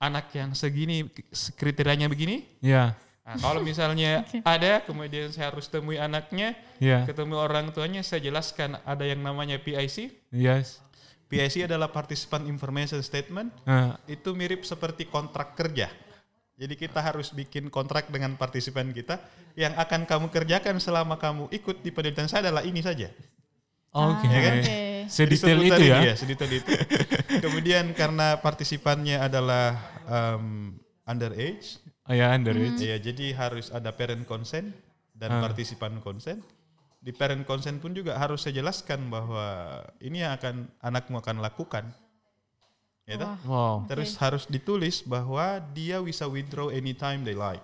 C: anak yang segini kriterianya begini?
A: Ya.
C: Nah, kalau misalnya ada, kemudian saya harus temui anaknya,
A: Ya.
C: ketemu orang tuanya, saya jelaskan ada yang namanya PIC,
A: Yes.
C: PIC adalah Participant Information Statement.
A: Ah,
C: Itu mirip seperti kontrak kerja. Jadi kita harus bikin kontrak dengan partisipan kita yang akan kamu kerjakan selama kamu ikut di penelitian saya adalah ini saja.
A: Oke.
B: Ah,
C: Ya kan?
B: oke.
C: Jadi
A: Sedetail
C: seputar
A: itu
C: ini
A: ya.
C: sedetail itu. Kemudian karena partisipannya adalah um, underage,
A: Oh ya, underage.
C: ya jadi harus ada parent consent dan partisipan consent. Di parent consent pun juga harus saya jelaskan bahwa ini yang akan anakmu akan lakukan. Ya toh?
A: Wow.
C: Terus harus ditulis bahwa dia bisa withdraw anytime they like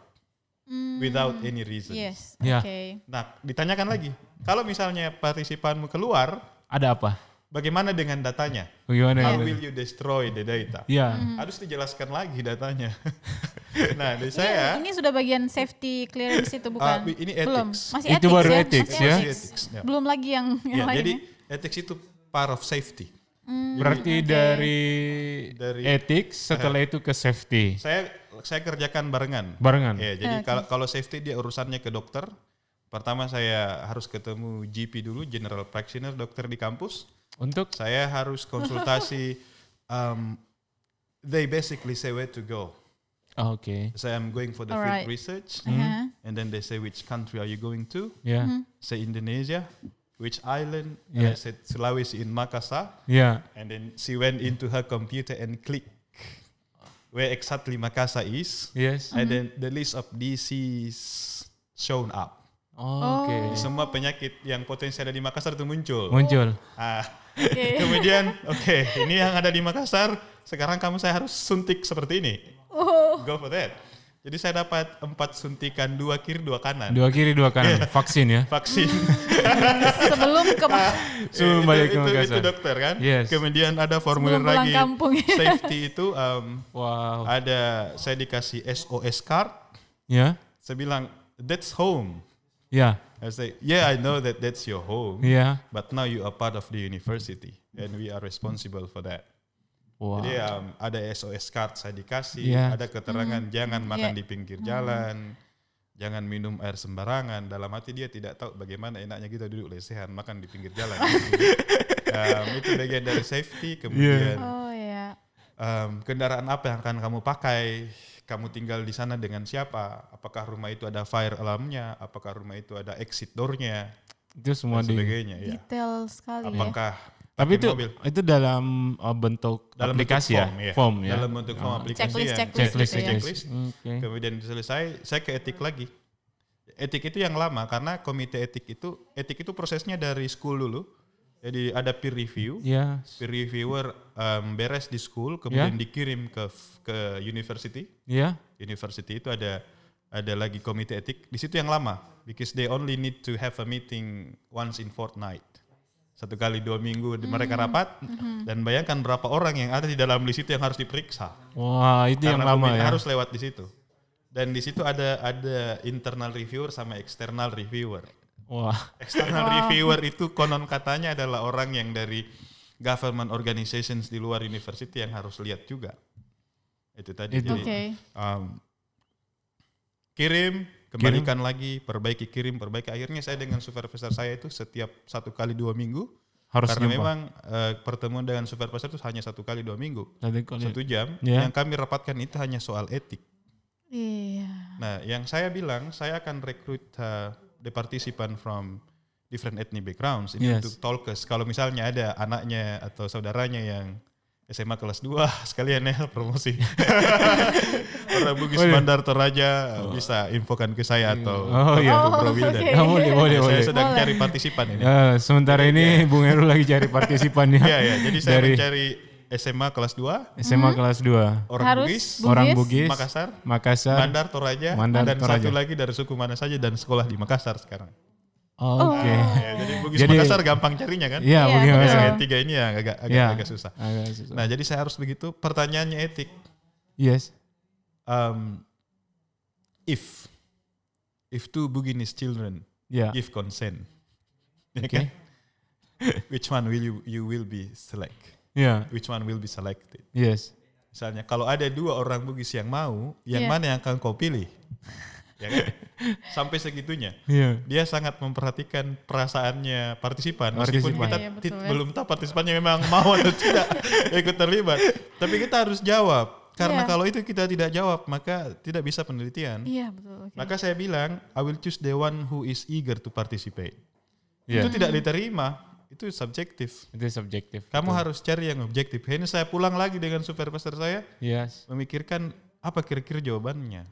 B: Hmm, Iya.
C: without any reason.
B: Yes.
A: Ya.
B: Oke.
C: Nah, ditanyakan lagi, kalau misalnya partisipanmu keluar,
A: Ada apa?
C: bagaimana dengan datanya?
A: Bagaimana?
C: How
A: gitu?
C: Ah, will you destroy the data?
A: Ya.
C: Harus dijelaskan lagi datanya. nah, di
B: Ini,
C: saya
B: ini sudah bagian safety clearance itu bukan?
C: Ah, ini
B: Belum.
C: ethics.
B: Masih
A: Itu
B: ethics
A: baru
B: ya?
A: ethics
B: Masih
A: ya.
B: ethics.
C: Ethics, ya.
B: Belum lagi yang, yang
C: Ya,
B: lain.
C: jadi
B: ya.
C: ethics itu part of safety.
A: Berarti
B: Oke.
A: dari,
C: Dari- Eh.
A: etik setelah itu ke safety.
C: Saya saya kerjakan barengan.
A: Barengan.
C: Ya, jadi
B: Oke.
C: kalau kalau safety dia urusannya ke dokter. Pertama saya harus ketemu GP dulu, general practitioner dokter di kampus.
A: Untuk
C: Saya harus konsultasi um, they basically say where to go.
A: Ah, oke.
C: Say I'm going for the
B: Alright.
C: field research
B: Aha.
C: and then they say which country are you going to?
A: Ya.
C: Say Indonesia, which island?
A: Yeah.
C: And I said Sulawesi in Makassar.
A: Ya.
C: And then she went into her computer and clicked where exactly Makassar is.
A: Yes. Mm-hmm.
C: And then the list of diseases shown up.
A: Oh, oke.
C: Semua penyakit yang potensi ada di Makassar itu muncul.
A: Muncul.
C: Ah,
B: Oke.
C: kemudian, oke, ini yang ada di Makassar. Sekarang kamu saya harus suntik seperti ini.
B: Oh,
C: Go for that. Jadi saya dapat empat suntikan, dua kiri, dua kanan.
A: Dua kiri dua kanan.
C: Iya.
A: Vaksin ya.
C: Vaksin.
B: sebelum ke
A: Sebelum balik ke
C: Iya, itu, itu,
A: Makassar.
C: dokter kan.
A: Yes.
C: Kemudian ada formulir
B: Sebelum pulang
C: lagi.
B: kampung. Oh,
C: Safety itu um,
A: Wow.
C: ada saya dikasih SOS card.
A: Ya.
C: Saya bilang that's home.
A: Ya.
C: I say yeah I know that that's your home,
A: Ya.
C: but now you are part of the university and we are responsible for that.
A: Wow.
C: Jadi um, ada SOS card saya dikasih,
A: Yeah.
C: ada keterangan jangan makan
B: Yeah.
C: di pinggir jalan, jangan minum air sembarangan. Dalam hati dia tidak tahu bagaimana enaknya kita duduk lesehan makan di pinggir jalan. Um, itu bagian dari safety. Kemudian
B: Oh ya.
C: Um, kendaraan apa yang akan kamu pakai? Kamu tinggal di sana dengan siapa? Apakah rumah itu ada fire alarmnya? Apakah rumah itu ada exit door-nya?
A: Itu semua
C: Dan
A: di.
C: sebagainya. Ya.
B: Detail sekali Gitu, ya.
C: Apakah
A: Tapi
C: pakai
A: itu
C: mobil?
A: itu dalam uh, bentuk
C: dalam
A: aplikasi
C: bentuk
A: ya.
C: form, iya.
A: Form ya.
C: Dalam bentuk form aplikasi.
B: Checklist,
C: yang-
B: checklist
A: Checklist,
B: gitu ya.
A: checklist. Oke.
C: Kemudian selesai, saya ke etik lagi. Etik itu yang lama karena komite etik itu etik itu prosesnya dari school dulu Jadi ada peer review,
A: Ya.
C: peer reviewer em, beres di school,
A: Iya.
C: kemudian dikirim ke f- ke university.
A: Ya.
C: University itu ada ada lagi komite etik. Di situ yang lama, because they only need to have a meeting once in fortnight. Satu kali dua minggu di- mereka rapat dan bayangkan berapa orang yang ada di dalam list itu yang harus diperiksa.
A: Wah, itu yang
C: Karena
A: lama
C: pemerintah
A: ya.
C: harus lewat di situ. Dan di situ ada ada internal reviewer sama external reviewer.
A: Wah.
C: External reviewer itu konon katanya adalah orang yang dari government organizations di luar university yang harus lihat juga. Itu tadi.
A: Itu.
C: Jadi,
B: Oke.
C: um, kirim, kembalikan lagi, perbaiki, kirim, perbaiki. Akhirnya saya dengan supervisor saya itu setiap satu kali dua minggu.
A: Harus
C: karena
A: jumpa.
C: memang eh, pertemuan dengan supervisor itu hanya satu kali dua minggu.
A: Tadi kalau-
C: Satu jam.
A: Iya.
C: Yang kami rapatkan itu hanya soal etik.
B: Iya.
C: Nah, yang saya bilang, saya akan rekrut uh, the participant from different ethnic backgrounds ini
A: Yes.
C: untuk talkers. Kalau misalnya ada anaknya atau saudaranya yang SMA kelas 2, sekalian ya promosi. Orang Bugis
A: Boleh.
C: Bandar Toraja uh, bisa infokan ke saya atau
A: Oh, iya. iya.
C: atau Bro Wildan.
B: oke.
A: Ya, boleh, boleh,
C: Saya
A: boleh.
C: sedang
B: Boleh.
C: cari partisipan ini.
A: Ya, sementara ini Bung Heru lagi cari partisipannya.
C: Iya, ya. Jadi saya
A: dari
C: mencari SMA kelas 2,
A: SMA kelas 2.
C: orang
B: Harus
C: Bugis,
B: Bugis,
A: Orang Bugis,
C: Makassar,
A: Makassar.
C: Bandar Toraja,
A: Bandar
C: dan
A: Toraja.
C: satu lagi dari suku mana saja dan sekolah di Makassar sekarang.
A: Oh, Oke.
C: Ya, jadi Bugis
A: Jadi-
C: Makassar gampang carinya kan?
A: Iya,
B: Iya,
A: Bung Heru.
B: betul.
C: Yang tiga ini yang agak agak,
A: Iya.
C: agak susah.
A: Agak susah.
C: Nah, jadi saya harus begitu. Pertanyaannya etik.
A: Yes.
C: Um, if if two Buginese children
A: Ya.
C: give consent,
A: Oke.
C: okay. which one will you you will be select?
A: Ya.
C: Which one will be selected?
A: Yes.
C: Misalnya kalau ada dua orang Bugis yang mau, yang
B: Iya.
C: mana yang akan kau pilih? ya kan? Sampai segitunya.
A: Iya.
C: dia sangat memperhatikan perasaannya partisipan meskipun
A: Partisipan.
C: kita
B: Iya, iya,
C: tit-
B: betul.
C: belum tahu partisipannya memang mau atau tidak ikut terlibat tapi kita harus jawab karena
B: Iya.
C: kalau itu kita tidak jawab maka tidak bisa penelitian
B: Iya betul. oke.
C: maka saya bilang I will choose the one who is eager to participate
A: Iya.
C: itu tidak diterima itu subjektif
A: Itu subjektif.
C: kamu harus cari yang objektif ini saya pulang lagi dengan supervisor saya
A: Yes.
C: memikirkan apa kira-kira jawabannya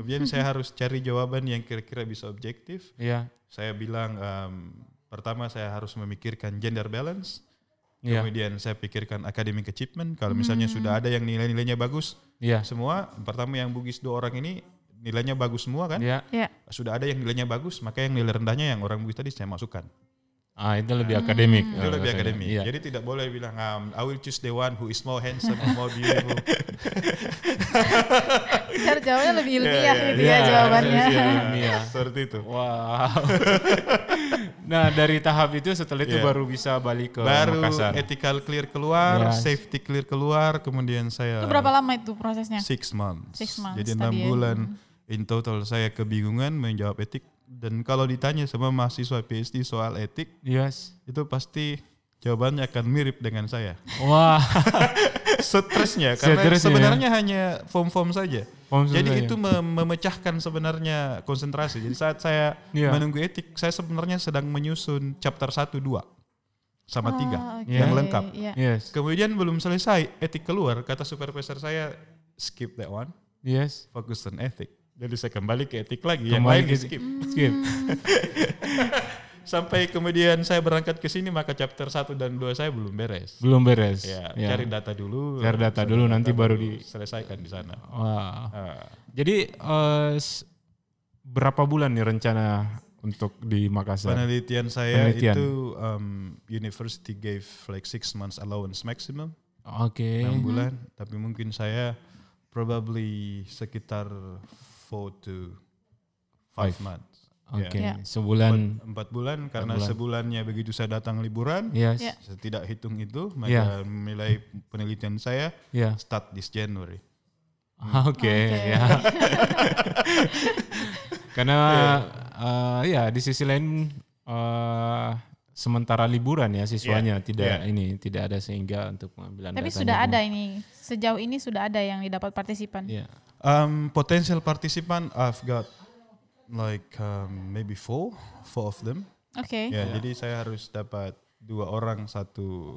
C: kemudian saya harus cari jawaban yang kira-kira bisa objektif
A: Iya.
C: saya bilang em, pertama saya harus memikirkan gender balance
A: Iya. Hmm.
C: kemudian saya pikirkan academic achievement kalau misalnya sudah ada yang nilai-nilainya bagus
A: Iya.
C: semua pertama yang bugis dua orang ini nilainya bagus semua kan
A: Iya.
B: Iya.
C: sudah ada yang nilainya bagus maka yang nilai rendahnya yang orang bugis tadi saya masukkan
A: Ah, itu lebih akademik.
C: itu
A: Eh,
C: lebih
A: rasanya.
C: akademik
A: Iya.
C: jadi tidak boleh bilang em, I will choose the one who is more handsome more beautiful
B: Cara jawabannya lebih ilmiah
C: iya,
B: gitu
A: iya,
B: ya jawabannya.
A: iya, iya.
C: seperti itu
A: Wow. nah, dari tahap itu setelah itu
C: Iya.
A: baru bisa balik ke
C: baru
A: Makassar. Iya.
C: ethical clear keluar
A: Yes.
C: safety clear keluar kemudian saya
B: Itu berapa lama itu prosesnya?
C: six months.
B: Ya. Six months
C: Jadi enam
B: tadi ya.
C: bulan in total saya kebingungan menjawab etik dan kalau ditanya sama mahasiswa PhD soal etik
A: Yes.
C: itu pasti jawabannya akan mirip dengan saya.
A: Wah.
C: Stresnya karena
A: Stresnya ya.
C: sebenarnya hanya form-form saja.
A: Form ya?
C: Jadi
A: saja.
C: itu mem- memecahkan sebenarnya konsentrasi. Jadi saat saya
A: Iya.
C: menunggu etik, saya sebenarnya sedang menyusun chapter 1 2 sama tiga
B: Ah, oke.
C: yang lengkap.
B: Iya.
A: Yes.
C: Kemudian belum selesai etik keluar, kata supervisor saya skip that one.
A: Yes.
C: fokus on etik. Jadi saya kembali ke etik lagi, yang
A: Kembali
C: lain
A: ke-
C: skip.
A: Skip.
C: Sampai kemudian saya berangkat ke sini maka chapter 1 dan 2 saya belum beres.
A: Belum beres.
C: Ya,
A: Ya.
C: cari data dulu.
A: Cari data dulu, nanti baru di-
C: selesaikan di sana.
A: Wah.
C: Ah,
A: Jadi eh, s- berapa bulan nih rencana untuk di Makassar?
C: penelitian saya
A: Penelitian.
C: itu um, university gave like six months allowance maximum,
A: Oke. Mhm.
C: 6 bulan, tapi mungkin saya probably sekitar 4 to 5 months.
A: Oke,
B: Ya.
A: sebulan.
C: 4 bulan karena sebulannya begitu saya datang liburan,
A: Yes.
B: Ya.
C: Saya tidak hitung itu,
A: Iya.
C: maka nilai penelitian saya
A: Ya.
C: start this January.
A: Oke, ya. Karena eh, ya di sisi lain eh, sementara liburan ya siswanya tidak ini tidak ada sehingga untuk pengambilan
B: Tapi
A: datanya
B: sudah
A: belum.
B: ada ini. Sejauh ini sudah ada yang didapat partisipan.
A: Ya.
C: Iya. Um, potential participant, I've got like um, maybe four, four of them.
B: Oke.
C: Ya, jadi saya harus dapat dua orang, satu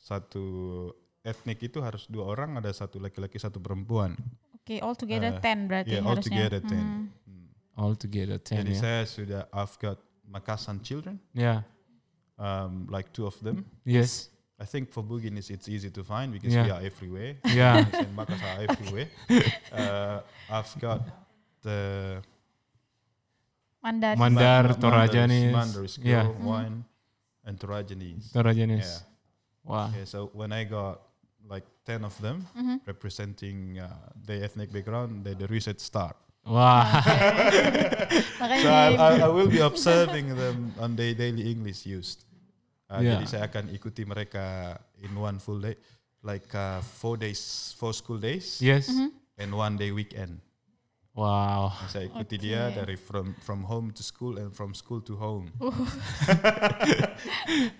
C: satu etnik itu harus dua orang, ada satu laki-laki, satu perempuan.
B: Oke, all together
C: Eh,
B: 10 berarti
C: Ya, all
B: harusnya. Hmm,
C: together ten.
A: All together 10
C: Jadi
A: ya.
C: saya sudah I've got Makassar children,
A: Ya.
C: um, um, like two of them.
A: Yes.
C: I think for Bugis it's easy to find because we
A: Yeah.
C: are everywhere.
A: Yeah.
C: and Maccas are everywhere. Uh, eh. I've got the
B: Mandar.
A: Man- Mandar,
C: Mandaris-
A: Torajanis.
C: Mandaris girl,
A: Yeah.
C: wine, and Torajanis.
A: Torajanis. Wah.
C: Yeah, so when I got like 10 of them
B: Mhm,
C: representing uh, their ethnic background, they're the research star.
A: Wah.
B: Makanya
C: So I,
B: di-
C: I, I will be observing them on their daily English used. Uh,
A: Yeah.
C: Jadi saya akan ikuti mereka in one full day, like uh, four days, four school days,
A: Yes.
B: mhm.
C: and one day weekend.
A: Wow.
C: Saya ikuti dia
B: Oke.
C: dari from from home to school and from school to home.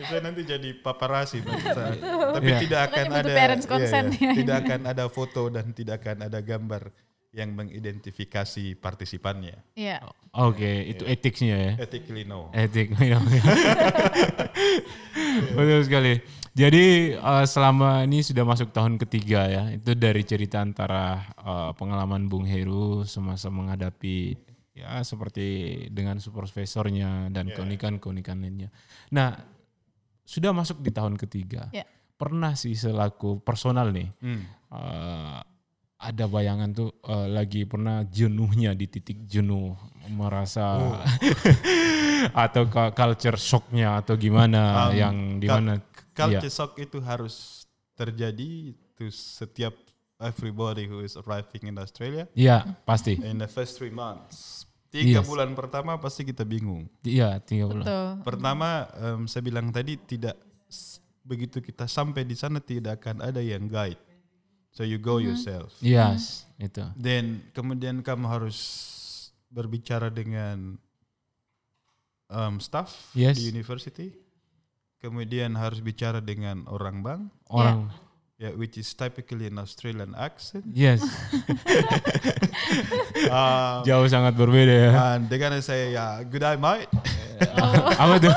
C: saya nanti jadi paparasi, tapi
A: Iya.
C: tidak akan
B: Makanya butuh
C: ada
B: parents
C: iya,
B: consent
C: iya.
B: ya.
C: tidak akan ada foto dan tidak akan ada gambar yang mengidentifikasi partisipannya.
B: Iya.
A: Oke, itu etiknya ya.
C: Ethically no.
A: Etik. ya, Betul sekali. Jadi eh, selama ini sudah masuk tahun ketiga ya. Itu dari cerita antara eh, pengalaman Bung Heru semasa menghadapi ya seperti dengan supervisornya dan keunikan-keunikan lainnya. Nah, sudah masuk di tahun ketiga.
B: Iya.
A: Pernah sih selaku personal nih
C: Hmm.
A: eh, ada bayangan tuh eh, lagi pernah jenuhnya di titik jenuh
C: Oh.
A: merasa atau ka- culture shocknya atau gimana
C: Um,
A: yang dimana
C: Culture
A: Iya.
C: shock itu harus terjadi to setiap everybody who is arriving in Australia
A: Iya pasti
C: in the first three months. Tiga
A: Yes.
C: bulan pertama pasti kita bingung.
A: iya tiga bulan
B: Betul.
C: Pertama, em, saya bilang tadi tidak s- begitu kita sampai di sana tidak akan ada yang guide. So you go yourself.
A: yes itu
C: Then kemudian kamu harus berbicara dengan em, staff
A: Yes.
C: di university. Kemudian harus bicara dengan orang bank,
A: orang
C: ya which is typically an Australian accent.
A: yes
C: Um,
A: jauh sangat berbeda ya
C: and they're gonna say, uh, "Good day, mate.
A: apa tuh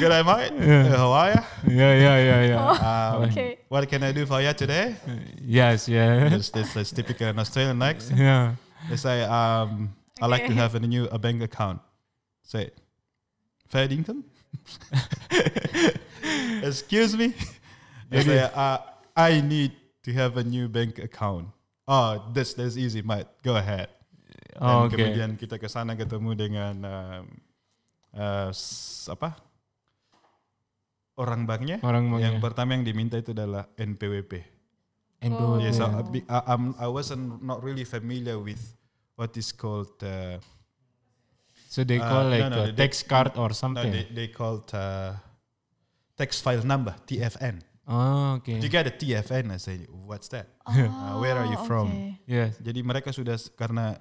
C: Good day, mate. Uh, How are you?
A: ya ya ya ya
C: Um,
B: Oke.
C: What can I do for you today?"
A: yes ya
C: That's, that's, that's typical an Australian accent.
A: ya
C: They say, um, "I like to
B: Okay.
C: have a new a bank account." Say, fair income. Excuse me. They say, uh, "I need to have a new bank account." Oh, this that's easy, mate. Go ahead. Dan
A: Oh, oke
C: kemudian kita ke sana ketemu dengan um, uh, s- apa? Orang banknya.
A: orang mau
C: Yang pertama yang diminta itu adalah NPWP.
A: MPWP.
C: Yes, uh, I, be- I, I'm, I wasn't not really familiar with what is called. Uh,
A: so they
C: Uh,
A: call
C: no,
A: like
C: no,
A: a
C: they-
A: text card or
C: no,
A: something
C: they, they called uh, text file number TFN.
A: Oh, oke
C: You get a TFN? I say, what's that? Uh, where are you
B: Oh,
C: from?
B: oke.
A: yes
C: Jadi mereka sudah s- karena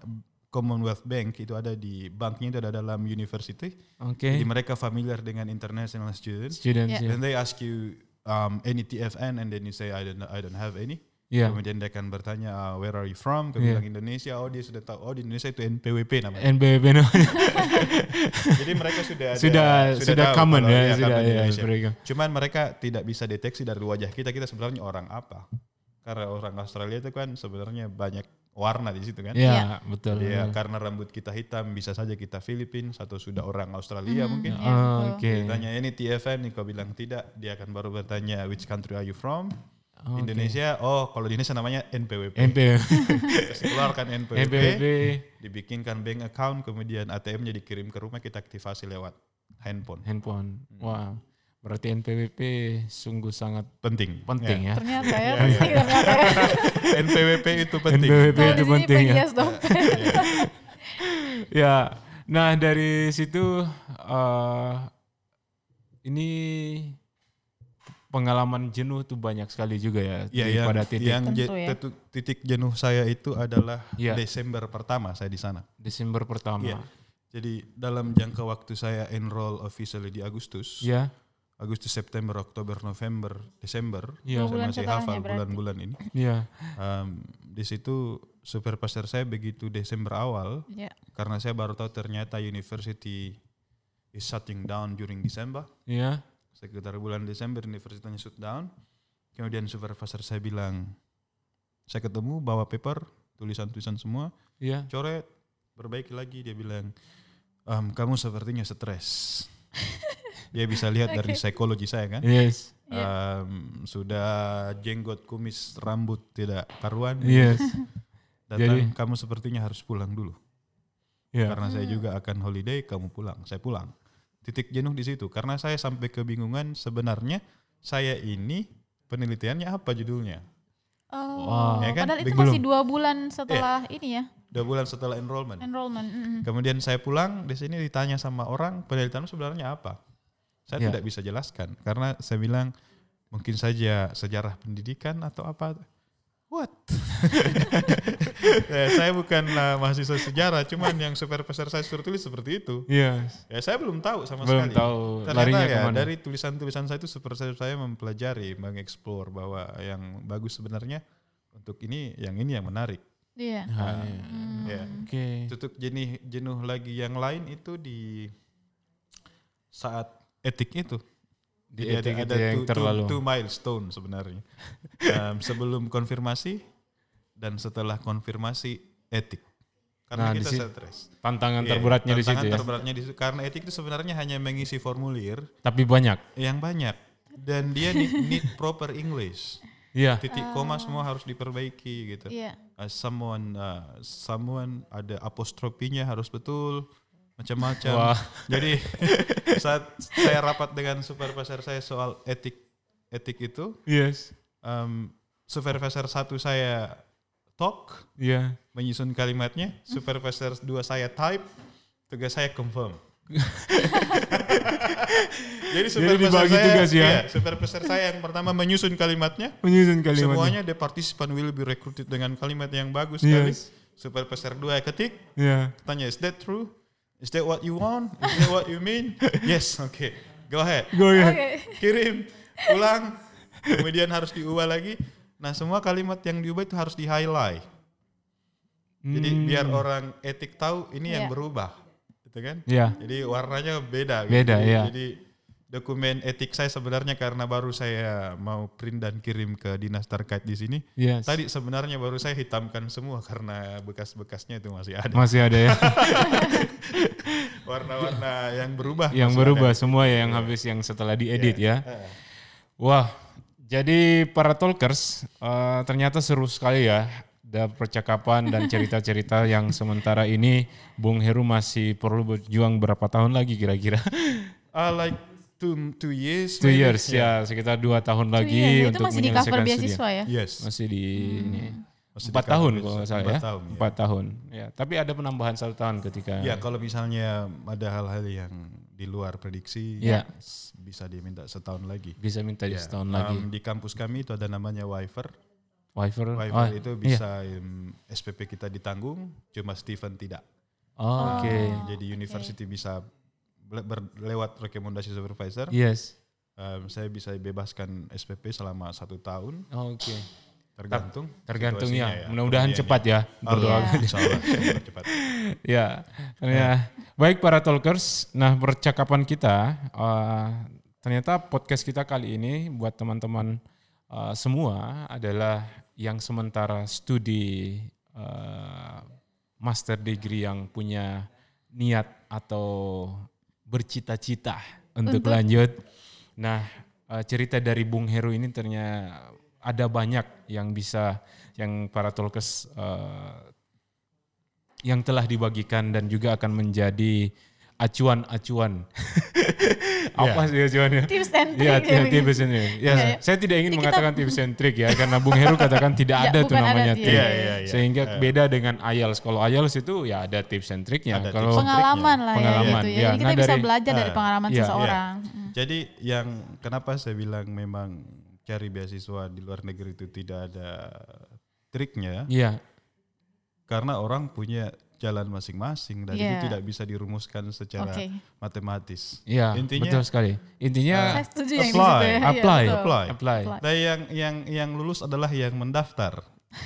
C: Commonwealth Bank itu ada di banknya itu ada dalam university.
A: oke
C: Jadi mereka familiar dengan international students.
A: students
B: Yeah.
A: ya
C: Then they ask you um, any TFN and then you say I don't I don't have any.
A: Iya.
C: Kemudian dia akan bertanya "Ah, where are you from? Kau
A: Iya.
C: bilang Indonesia. Oh dia sudah tahu. Oh di Indonesia itu NPWP namanya.
A: NBB
C: Jadi mereka sudah ada-
A: sudah sudah
C: tahu
A: common
C: kalau
A: ya
C: dia
A: sudah
C: common di
A: ya
C: Indonesia. Iya.
A: mereka.
C: Cuman mereka tidak bisa deteksi dari wajah kita kita sebenarnya orang apa. Karena orang Australia itu kan sebenarnya banyak warna di situ kan.
A: Ya,
B: Iya.
A: betul.
C: Jadi
A: Ya.
C: ya, karena rambut kita hitam bisa saja kita Filipin atau sudah orang Australia
B: Mhm.
C: mungkin.
A: Oh,
B: Iya,
A: Oke.
B: betul.
C: Dia Tanya ini TFN nih kau bilang tidak, dia akan baru bertanya which country are you from?
A: Oh, oke.
C: Indonesia. Oh, kalau di Indonesia namanya NPWP.
A: MP
C: Terus dikeluarkan NPWP,
A: MPWP.
C: dibikinkan bank account, kemudian ATM-nya dikirim ke rumah kita aktivasi lewat handphone.
A: handphone.
C: Hmm.
A: Wah. Berarti NPWP sungguh sangat
C: Penting.
A: penting ya.
B: Ternyata
C: Iya,
B: ya, penting ternyata ya.
C: Ya. NPWP itu Iya, penting.
A: NPWP itu
B: Kalau di sini
A: penting ya.
B: penghias dompet.
A: Ya. Nah, dari situ eh ini pengalaman jenuh tuh banyak sekali juga ya,
C: Ya,
A: di-
C: yang,
A: pada titik
C: yang je-
B: Tentu ya.
C: tetu- titik jenuh saya itu adalah
A: Ya.
C: Desember pertama saya di sana.
A: Desember pertama.
C: Iya. Jadi dalam jangka waktu saya enroll officially di Agustus,
A: Ya.
C: Agustus, September, Oktober, November, Desember,
A: Iya.
C: saya
B: Bulan
C: masih
B: setelahnya
C: hafal
B: berarti.
C: bulan-bulan ini.
A: Iya.
C: Em, di situ supervisor saya begitu Desember awal,
B: Iya.
C: karena saya baru tahu ternyata university is shutting down during December.
A: Iya.
C: Sekitar bulan Desember universitasnya shut down. Kemudian supervisor saya bilang, saya ketemu bawa paper, tulisan-tulisan semua,
A: Iya.
C: coret, perbaiki lagi. Dia bilang, "Em, kamu sepertinya stres. Dia bisa lihat dari psikologi saya
A: Iya.
C: kan.
A: Yes.
B: iya.
C: Em, sudah jenggot, kumis, rambut tidak karuan.
A: Yes.
C: Datang,
A: Iya, Jadi-
C: kamu sepertinya harus pulang dulu.
A: Ya.
C: Karena saya juga akan holiday, kamu pulang. Saya pulang. Titik jenuh di situ. Karena saya sampai kebingungan sebenarnya saya ini penelitiannya apa judulnya?
B: Oh,
C: Ya kan?
B: padahal itu
C: Belum. Iya.
B: masih dua bulan setelah ini ya
C: Dua bulan setelah enrollment.
B: enrollment. Mm-mm.
C: Kemudian saya pulang di sini ditanya sama orang penelitian sebenarnya apa? Saya
A: Ya.
C: tidak bisa jelaskan karena saya bilang mungkin saja sejarah pendidikan atau apa. What? Eh, saya bukanlah mahasiswa sejarah, cuman yang supervisor saya suruh tulis seperti itu.
A: Yes.
C: Ya saya belum tahu sama
A: Belum
C: sekali.
A: tahu
C: Ternyata
A: larinya
C: ya
A: kemana.
C: dari tulisan-tulisan saya itu supervisor saya mempelajari, mengeksplor bahwa yang bagus sebenarnya untuk ini, yang ini yang menarik.
B: Iya.
A: Ah, iya.
C: Ya.
A: Oke.
C: Tutup jenuh jenuh lagi yang lain itu di saat etik itu.
A: Di
C: Jadi
A: etik itu
C: ada
A: yang
C: two, two-
A: terlalu.
C: two milestone sebenarnya. Em, sebelum konfirmasi dan setelah konfirmasi etik.
A: Nah,
C: Karena
A: di
C: kita
A: sini-
C: stres.
A: Tantangan
C: Iya,
A: terberatnya di
C: tantangan
A: situ ya.
C: terberatnya di situ. Karena etik itu sebenarnya hanya mengisi formulir
A: Tapi banyak.
C: yang banyak dan dia need, need proper English.
A: Iya.
C: Titik koma semua harus diperbaiki gitu.
B: Iya.
C: Uh, someone uh, someone ada apostrofinya harus betul macam-macam.
A: Wah.
C: Jadi saat saya rapat dengan supervisor saya soal etik etik itu,
A: Yes.
C: um, supervisor satu saya talk
A: Iya.
C: menyusun kalimatnya, supervisor dua saya type, tugas saya confirm. Jadi supervisor
A: dibagi
C: saya,
A: tugas ya?
C: iya, supervisor saya yang pertama menyusun kalimatnya,
A: Menyusun kalimatnya.
C: semuanya the participant will be recruited dengan kalimat yang bagus sekali.
A: Yes.
C: Supervisor dua ketik,
A: Iya.
C: tanya is that true? Is that what you want? Is that what you mean? yes, oke. Go ahead.
A: Go ahead.
C: Kirim, pulang, kemudian harus diubah lagi. Nah, semua kalimat yang diubah itu harus di-highlight. Jadi
A: Hmm.
C: biar orang etik tahu ini yang
B: Iya.
C: berubah, gitu kan?
A: Iya.
C: Jadi warnanya beda. gitu.
A: Beda,
C: Jadi-
A: iya.
C: Jadi dokumen etik saya sebenarnya karena baru saya mau print dan kirim ke dinas terkait di sini.
A: Yes.
C: Tadi sebenarnya baru saya hitamkan semua karena bekas-bekasnya itu masih ada.
A: Masih ada ya.
C: Warna-warna yang berubah.
A: yang
C: masih
A: berubah
C: ada. Iya.
A: semua ya yang habis yang setelah diedit ya.
C: Heeh.
A: Wah, jadi para talkers eh, ternyata seru sekali ya. Ada percakapan dan cerita-cerita yang sementara ini Bung Heru masih perlu berjuang berapa tahun lagi kira-kira?
C: Ah, like two, two years.
A: Two
C: maybe.
A: years ya, sekitar dua tahun
B: Itu
A: lagi
B: iya, itu
A: untuk
B: masih di
A: menyelesaikan
B: cover
A: studi.
B: beasiswa ya.
C: Yes.
A: Masih di ini.
C: Hmm. Masih
A: empat
C: di cover
A: tahun
C: beasiswa.
A: kalau nggak salah ya.
C: Empat tahun, ya.
A: Empat tahun. Ya, tapi ada penambahan satu tahun ketika.
C: Ya kalau misalnya ada hal-hal yang di luar prediksi
A: Ya.
C: s- bisa diminta setahun lagi.
A: Bisa minta
C: Ya,
A: setahun
C: um,
A: lagi.
C: Di kampus kami itu ada namanya waiver.
A: Wiper.
C: Waiver
A: oh,
C: itu
A: iya.
C: bisa um, em, SPP kita ditanggung, cuma Steven tidak.
A: Oh, Oke.
C: Jadi university bisa le- ber- lewat rekomendasi supervisor.
A: Yes.
C: em, saya bisa bebaskan SPP selama satu tahun,
A: Oke.
C: tergantung.
A: Tergantung
C: situasinya
A: ya. Mudah-mudahan cepat ya. Berdoa.
C: Alhamdulillah, iya, insya Allah, semoga cepat.
A: ya. Ya. Baik para talkers, nah percakapan kita eh, ternyata podcast kita kali ini buat teman-teman eh, semua adalah yang sementara studi eh, master degree yang punya niat atau bercita-cita untuk lanjut. Nah, eh, cerita dari Bung Heru ini ternyata ada banyak yang bisa yang para talkers eh, yang telah dibagikan dan juga akan menjadi acuan-acuan. Apa
C: Iya.
A: sih acuannya?
B: Tips and
A: Iya,
B: trick ya,
A: ti- tips and trick. Ya,
B: Iya, iya.
A: saya tidak ingin
B: Ya, kita-
A: mengatakan tips and trick ya, karena Bung Heru katakan tidak
B: Ya,
A: ada tuh
B: bukan ada,
A: namanya
B: iya,
A: trick.
C: iya, iya, iya.
A: Sehingga
C: Iya.
A: beda dengan IELTS. Kalau IELTS itu ya ada tips and tricknya.
C: Ada
A: Kalau
C: tips and
B: Pengalaman lah
A: Oh, Pengalaman,
B: ya gitu ya.
A: ya.
B: Jadi
A: Nah,
B: kita bisa
A: dari-
B: belajar dari
C: Ah,
B: pengalaman
A: iya, iya.
B: seseorang.
C: Jadi yang kenapa saya bilang memang cari beasiswa di luar negeri itu tidak ada triknya
A: Iya,
C: karena orang punya jalan masing-masing dan
B: Iya.
C: itu tidak bisa dirumuskan secara
B: Oke.
C: matematis.
A: iya,
C: Intinya
A: betul sekali. Intinya
B: Saya setuju yang di situ
C: Apply,
B: ya. Iya,
A: apply,
B: betul.
C: apply.
A: apply.
C: Nah, yang yang yang lulus adalah yang mendaftar.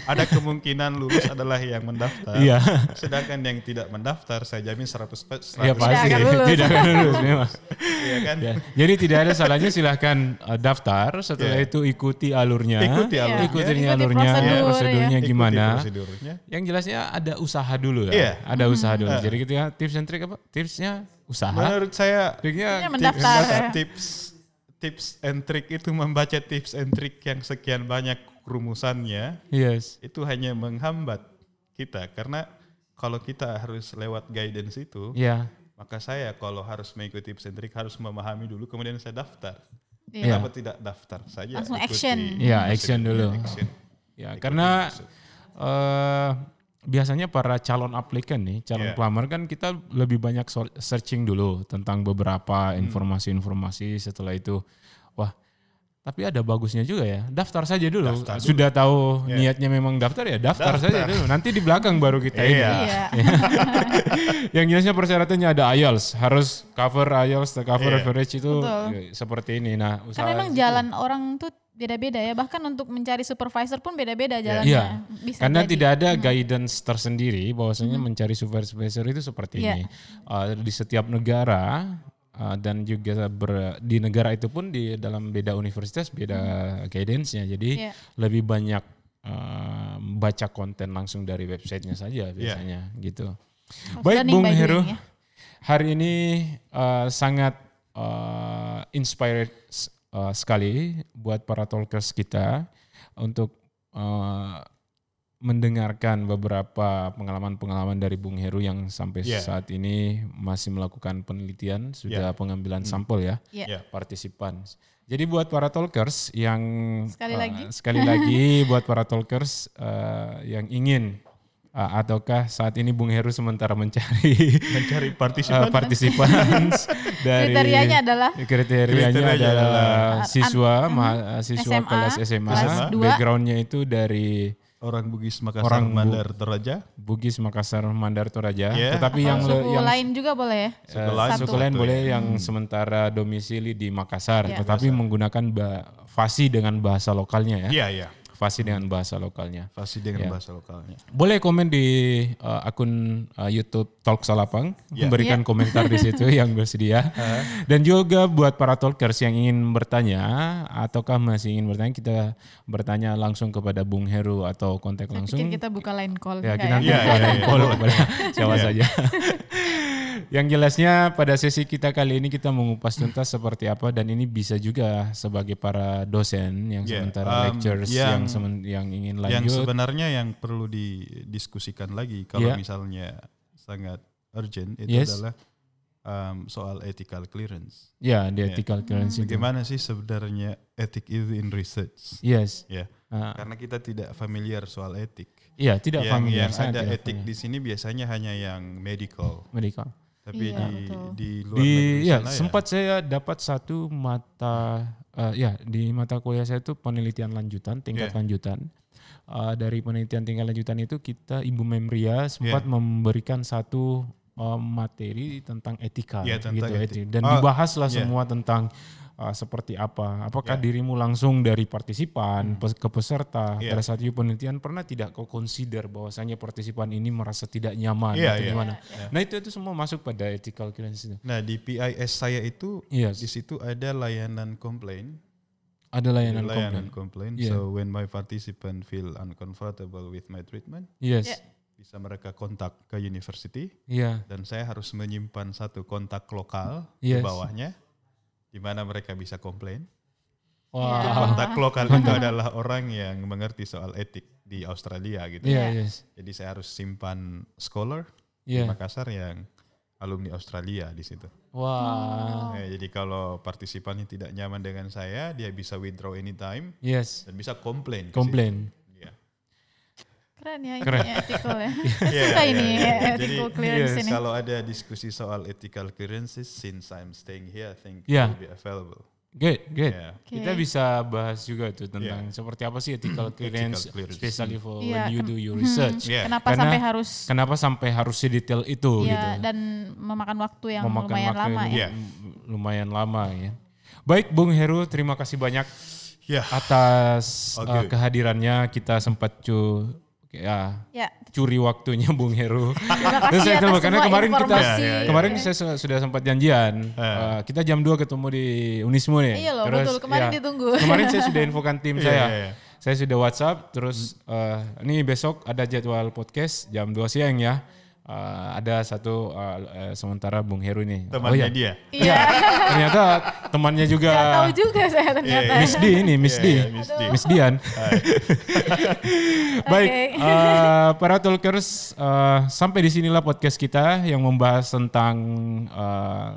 C: Ada kemungkinan lulus adalah yang mendaftar.
A: Iya.
C: Sedangkan yang tidak mendaftar saya jamin 100 pe- 100
A: Iya pasti.
B: akan lulus.
A: Tidak akan lulus memang.
C: Iya kan?
A: Ya. Jadi tidak ada salahnya silahkan eh, daftar. Setelah
C: Iya.
A: itu ikuti alurnya.
C: Ikuti
B: Iya.
C: alurnya.
A: Ikutin
B: Ikuti
A: alurnya,
B: prosedur, ya.
A: prosedurnya
C: Ikuti
A: gimana.
C: prosedurnya.
A: Yang jelasnya ada usaha dulu ya.
C: Iya.
A: Ada usaha dulu. Jadi ketika tips and trick apa? Tipsnya usaha.
C: Menurut saya
A: Triknya
B: Triknya mendaftar.
C: Tips, tips tips and trick itu membaca tips and trick yang sekian banyak rumusannya
A: Yes.
C: itu hanya menghambat kita karena kalau kita harus lewat guidance itu
A: Ya.
C: maka saya kalau harus mengikuti tips and trick harus memahami dulu kemudian saya daftar.
A: Iya.
C: Kenapa tidak daftar saja?
B: Langsung
C: ikuti
B: action.
A: Iya, action dulu.
C: action. Iya.
A: Ya, karena
C: maksud.
A: eh biasanya para calon aplikan nih, calon
C: Iya.
A: pelamar kan kita lebih banyak so- searching dulu tentang
C: Hmm.
A: beberapa informasi-informasi setelah itu wah tapi ada bagusnya juga ya. Daftar saja dulu.
C: Daftar dulu.
A: Sudah tahu
C: Iya.
A: niatnya memang daftar ya, daftar,
C: Daftar.
A: saja dulu. Nanti di belakang baru kita ini.
C: Iya.
B: Iya.
A: Yang jelasnya persyaratannya ada IELTS, harus cover IELTS, cover
C: Iya.
A: average itu
B: Betul.
A: ya, seperti ini. Nah, usaha
B: Karena memang jalan orang tuh beda-beda ya. Bahkan untuk mencari supervisor pun beda-beda jalannya.
A: Iya.
B: Bisa
A: Karena
B: jadi. Hmm.
A: tidak ada guidance tersendiri bahwasanya mencari supervisor itu seperti
B: Iya.
A: ini. Uh, di setiap negara uh, dan juga ber- di negara itu pun di dalam beda universitas beda guidance-nya. Jadi
B: Hmm. Iya.
A: lebih banyak uh, baca konten langsung dari websitenya saja biasanya gitu. Baik
B: learning
A: Bung
B: by doing
A: Heru.
B: ya.
A: Hari ini uh, sangat uh, inspired uh, sekali buat para talkers kita untuk uh, mendengarkan beberapa pengalaman-pengalaman dari Bung Heru yang sampai
C: Yeah.
A: saat ini masih melakukan penelitian, sudah pengambilan sampel ya
B: Iya.
C: Iya.
A: partisipan. Jadi buat para talkers yang
B: Sekali
A: eh,
B: lagi.
A: sekali lagi buat para talkers eh, yang ingin eh, ataukah saat ini Bung Heru sementara mencari eh,
C: Mencari partisipan
A: partisipan dari
B: kan? Kriterianya adalah Mm-hmm.
A: kriterianya
C: Kriterianya
A: adalah
C: adalah
A: siswa ma- siswa
B: SMA,
A: kelas SMA,
B: kelas dua.
A: backgroundnya itu dari
C: orang Bugis Makassar
A: Orang Bu-
C: Mandar Toraja.
A: Bugis Makassar Mandar Toraja,
C: Yeah.
A: tetapi
B: Kalau
A: yang le-
B: suku
A: yang
B: lain Hmm. juga boleh ya.
A: Eh,
C: lain
A: suku
C: satu.
A: lain
C: Satu
A: boleh yang sementara domisili di Makassar,
B: Iya.
A: tetapi menggunakan ba- fasi dengan bahasa lokalnya ya,
C: Iya, iya.
A: fasi dengan bahasa lokalnya.
C: Pasti dengan
A: Iya.
C: bahasa lokalnya.
A: Boleh komen di eh, akun eh, YouTube Talk Salapang,
C: Iya.
A: berikan komentar di situ yang bersedia. Dan juga buat para talkers yang ingin bertanya ataukah masih ingin bertanya, kita bertanya langsung kepada Bung Heru atau kontak
B: Saya
A: langsung.
B: pikir Nah, kita gitu. buka line call.
A: Ya,
B: Enggak
A: kita nanti
C: Iya,
A: akan
C: iya, iya.
A: call kepada siapa saja. Yang jelasnya pada sesi kita kali ini kita mengupas tuntas seperti apa dan ini bisa juga sebagai para dosen yang
C: Yeah,
A: sementara
C: um,
A: lectures yang
C: yang-
A: semen- yang ingin
C: Yang
A: lanjut.
C: sebenarnya yang perlu didiskusikan lagi kalau
A: Iya.
C: misalnya sangat urgent itu
A: Yes.
C: adalah um, soal ethical clearance.
A: ya,
C: iya.
A: di ethical currency. itu.
C: Bagaimana sih sebenarnya etik itu in research?
A: Yes.
C: Ya,
A: Ah,
C: karena kita tidak familiar soal etik.
A: Iya, tidak
C: yang
A: familiar.
C: yang
A: sangat
C: ada
A: tidak
C: etik
A: familiar.
C: di sini biasanya hanya yang medical,
A: medical.
C: tapi
B: Iya,
C: di
B: betul.
C: di luar
A: Di
C: negeri
A: ya,
C: sana
A: sempat saya dapat satu mata eh, ya di mata kuliah saya itu penelitian lanjutan, tingkat
C: Yeah.
A: lanjutan. Eh, dari penelitian tingkat lanjutan itu kita Ibu Memria sempat
C: Yeah.
A: memberikan satu eh, materi tentang etika
C: Yeah, Ya, tentang
A: gitu
C: etik.
A: etik. dan
C: Ah,
A: dibahaslah
C: yeah.
A: semua tentang eh, seperti apa. Apakah
C: Yeah.
A: dirimu langsung dari
C: Hmm.
A: partisipan pes- ke peserta
C: Yeah.
A: pada saat itu penelitian pernah tidak kau consider bahwasanya partisipan ini merasa tidak nyaman
C: Iya,
A: atau
C: iya.
A: gimana? Nah, itu itu semua masuk pada ethical clearance itu.
C: Nah di PIS saya itu
A: Yes.
C: di situ ada layanan complaint.
A: ada layanan komplain. Iya.
C: layanan complaint.
A: Yeah.
C: So when my participant feel uncomfortable with my treatment,
A: Yes.
B: Ya.
C: bisa mereka kontak ke university
A: Iya.
C: dan saya harus menyimpan satu kontak lokal di
A: Yes.
C: bawahnya di mana mereka bisa komplain.
A: Wah.
C: Kontak lokal itu adalah orang yang mengerti soal etik di Australia gitu.
A: Iya, yes.
C: Jadi saya harus simpan scholar di
A: Iya.
C: Makassar yang alumni Australia di situ.
B: Oh.
A: Wah.
C: Eh, jadi kalau partisipannya tidak nyaman dengan saya, dia bisa withdraw anytime
A: Yes.
C: dan bisa komplain. ke
A: Komplain.
C: situ. Iya.
B: Keren ya ini
A: Keren.
B: ethical ya.
C: Iya,
B: Saya suka
C: iya,
B: ini eh,
C: iya.
B: ethical
C: Jadi,
B: clearance
C: yes,
A: Iya.
B: ini.
C: Kalau ada diskusi soal ethical clearances, since I'm staying here, I think
A: Yeah.
C: it will be available. Iya.
A: Good, good.
C: Yeah.
A: Kita
B: Oke.
A: bisa bahas juga tuh tentang seperti apa sih ethical clearance,
C: Iya. Ethical clearance. Iya.
A: especially for
B: Iya,
A: when you
B: ken-
A: do your research.
C: Yeah.
B: Kenapa
A: ya, Karena-
B: sampai harus
A: Kenapa sampai harus sedetail itu gitu?
B: ya dan memakan waktu yang lumayan
A: waktu
B: lama
A: yang
B: ya.
C: Iya.
A: lumayan lama ya. Baik Bung Heru, terima kasih banyak
C: Ya.
A: atas
C: Oke.
A: eh, kehadirannya kita sempat cu ya
B: Ya,
A: curi waktunya Bung Heru.
B: terima
A: Terus
B: kasih
A: saya
B: atas
A: tahu, karena
B: semua
A: kemarin kita Iya,
B: informasi. Iya.
C: Ya, ya, ya.
A: kemarin saya su- sudah sempat janjian.
C: Iya.
A: Eh, kita jam 2 ketemu di Unismu nih.
B: Iya loh, betul. Kemarin ditunggu.
A: Kemarin saya sudah infokan tim
C: Iya,
A: saya.
C: iya, iya.
A: Saya sudah WhatsApp terus eh, ini besok ada jadwal podcast jam 2 siang ya. Eh, ada satu eh, eh, sementara Bung Heru nih. Oh,
C: Temannya dia.
A: Ya.
B: Iya,
A: Ternyata temannya juga
B: nggak tahu juga saya
C: Eh,
B: ternyata.
A: Miss D ini, Miss
C: Iya,
A: D.
C: iya, Miss D.
A: Miss Dian. Baik,
B: Oke.
A: eh, para talkers, eh, sampai di sinilah podcast kita yang membahas tentang eh,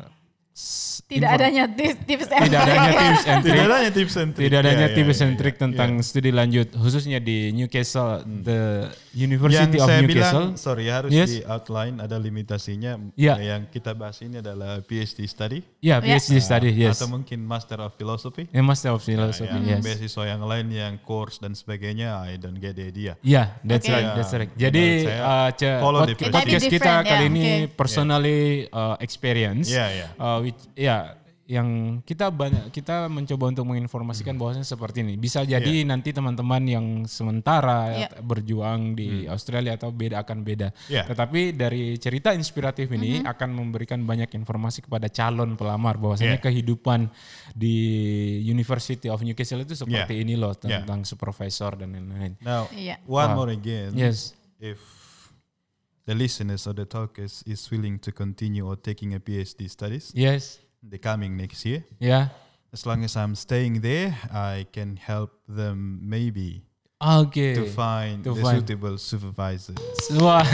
A: s-
B: Tidak
A: inform-
B: adanya tips, tips
A: tidak adanya tips and
C: Tidak
A: trick,
C: adanya tips and trick.
A: tidak adanya
C: Ya, ya,
A: tips
C: ya,
A: and
C: ya.
A: trick tentang studi lanjut khususnya di Newcastle, the University
C: Hmm.
A: of
C: yang saya
A: Newcastle.
C: bilang, sorry harus
A: Yes.
C: di outline ada limitasinya.
A: Ya.
C: Yang kita bahas ini adalah PhD study
A: ya, PhD study, yes.
C: atau mungkin Ah, Master of Philosophy.
A: Ya, Master of Philosophy,
C: yang
A: yes.
C: beasiswa yang lain yang course dan sebagainya I don't get the idea.
A: Ya, that's
B: Oke.
A: right, that's right.
C: Ya,
A: Jadi
C: menurut saya,
A: uh, ce-
C: follow the
A: podca-
C: person.
A: podcast
B: Might be
A: kita
B: different,
A: kali
B: ya,
A: ini
B: oke.
A: personally uh, experience.
C: Ya, ya.
A: Uh, which- ya, yang kita banyak kita mencoba untuk menginformasikan
C: Hmm.
A: bahwasanya seperti ini. Bisa jadi
C: Iya.
A: nanti teman-teman yang sementara
B: Ya.
A: at- berjuang
C: Hmm.
A: di Australia atau beda akan beda.
C: Ya.
A: Tetapi dari cerita inspiratif ini
B: Hmm.
A: akan memberikan banyak informasi kepada calon pelamar bahwasanya
C: Ya.
A: kehidupan di University of Newcastle itu
C: Iya.
A: seperti ini loh tentang supervisor dan lain-lain.
C: Now,
B: Iya.
C: one more again.
A: Yes.
C: If the listeners of the talk is, is willing to continue or taking a PhD studies,
A: Yes.
C: the coming next year,
A: Ya.
C: as long as I'm staying there, I can help them maybe
A: Oke.
C: to find
A: to
C: the
A: find.
C: suitable supervisor.
A: Wah.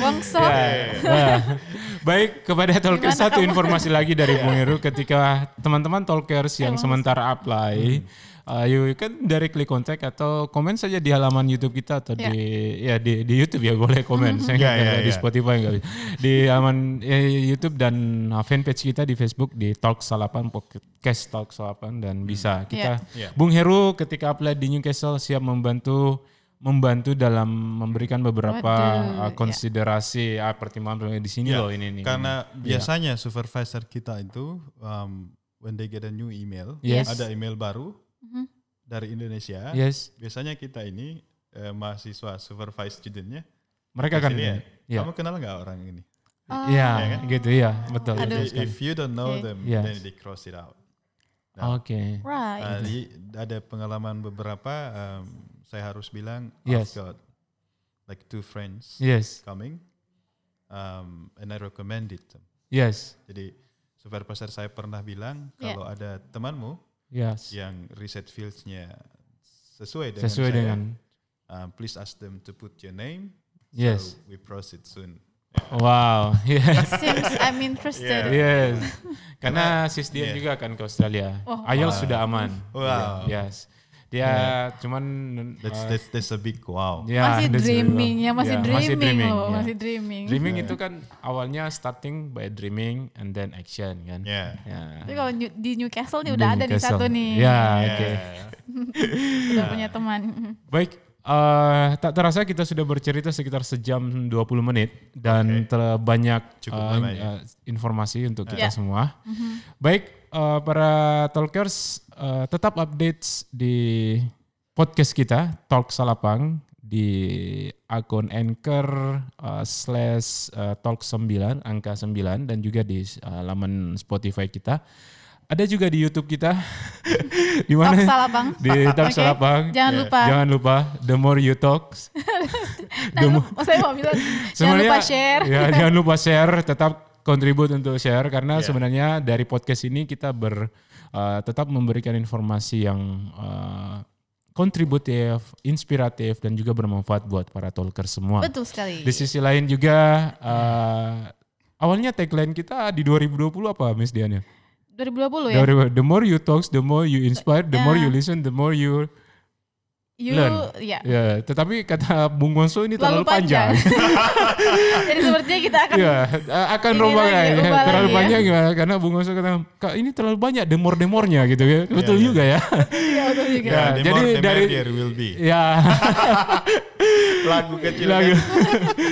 B: Wongso.
A: Ya, Wah. Baik kepada Talkers
B: Gimana
A: satu
B: kamu?
A: informasi lagi dari Bung Heru ketika teman-teman Talkers yang sementara apply uh, you can directly contact atau komen saja di halaman YouTube kita atau
B: Iya.
A: di ya di, di YouTube ya boleh komen.
B: Mm-hmm.
A: Saya nggak
C: Ya, ya,
A: nggak di
C: ya.
A: Spotify nggak bisa. Di halaman eh, YouTube dan uh, fanpage kita di Facebook di Talk Salapan Podcast Talk Salapan dan bisa kita
B: Iya.
C: Ya.
A: Bung Heru ketika apply di Newcastle siap membantu membantu dalam memberikan beberapa uh,
B: Waduh, ya.
A: konsiderasi ah, pertimbangan pertimbangan di sini
C: Ya,
A: loh ini nih.
C: Karena
A: ini. Iya.
C: biasanya supervisor kita itu um, when they get a new email,
A: Yes.
C: ada email baru
B: Mhm.
C: dari Indonesia.
A: yes,
C: Biasanya kita ini eh, mahasiswa supervised studentnya.
A: mereka kan
C: Biasanya,
A: ya.
C: Kamu kenal nggak orang ini?
B: Oh,
A: Iya,
C: ya kan?
A: gitu ya, betul.
B: Aduh.
A: betul
C: If,
A: sekali.
C: if you don't know
B: Oke.
C: them,
A: Yes.
C: then they cross it out.
A: Oke.
B: Right.
C: Uh, di- ada pengalaman beberapa, um, saya harus bilang,
A: Yes.
C: I've got like two friends
A: Yes,
C: coming, um, and I recommended them.
A: yes.
C: Jadi supervisor saya pernah bilang
B: Ya.
C: kalau ada temanmu
A: Yes.
C: yang riset fields-nya sesuai Iya, dengan
A: Sesuai
C: saya,
A: dengan
C: uh, please ask them to put your name.
A: Yes.
C: So we proceed soon.
A: Wow. Yes.
B: Seems I'm interested.
A: yes. Karena sis Dian juga akan ke Australia.
B: Oh.
A: IELTS sudah aman. Iya,
C: iya. Wow. Iya.
A: Yes. Dia cuman
C: That's,
A: uh,
C: that's, that's a big wow.
A: ya,
B: masih
A: that's really
B: dreaming
A: well.
B: ya, masih
A: Ya,
B: dreaming loh,
A: ya.
B: masih dreaming.
A: Dreaming itu
C: Iya.
A: kan awalnya starting by dreaming and then action kan.
C: Yeah.
A: Ya.
B: Tapi kalau New- di Newcastle nih udah ada nih
A: Newcastle.
B: satu nih.
A: Ya,
C: Yeah.
A: oke.
B: Udah punya teman. Mm-hmm.
A: Baik, eh, tak terasa kita sudah bercerita sekitar sejam 20 menit dan terbanyak
C: Cukup
A: eh,
C: lama ya.
A: eh, informasi untuk kita
B: Ya. Mhm.
A: semua. Baik, eh, para talkers eh, tetap updates di podcast kita Talk Salapang di akun Anchor eh, slash eh, Talk 9 angka 9 dan juga di eh, laman Spotify kita. Ada juga di YouTube kita. di
B: Talk
A: mana?
B: salah bang.
A: di Talk
B: Oke,
A: Salapang.
B: Jangan
C: Ya,
B: lupa.
A: Jangan lupa, the more you talk.
B: Nah, lu- oh, saya mau bilang jangan
A: sebenarnya-
B: lupa share.
A: Ya, jangan lupa share, tetap kontribut untuk share
B: Iya.
A: karena sebenarnya dari podcast ini kita ber eh, tetap memberikan informasi yang eh, kontributif, inspiratif dan juga bermanfaat buat para talker semua.
B: Betul sekali.
A: Di sisi lain juga eh, awalnya tagline kita di 2020 apa Miss Dian ya?
B: 2020 ya.
A: Dari- The more you talk, the more you inspire, the more you listen, the more you
B: You
A: learn.
B: ya.
A: Ya, tetapi kata Bung Wonso ini
B: Terlalu
A: terlalu panjang.
B: Jadi sepertinya kita akan
A: Iya, eh, akan
B: Ini
A: rombongan ya.
B: lagi, ubah
A: terlalu
B: lagi ya.
A: banyak gimana? Karena Bung Oso kata, "Kak, ini terlalu banyak demor-demornya gitu ya."
C: iya.
A: Betul juga ya.
B: iya, betul juga.
A: Ya,
C: the
A: jadi
C: more, the
A: dari-
C: merrier will
A: ya,
C: be. Iya, Lagu kecil
A: lagu.
C: kan?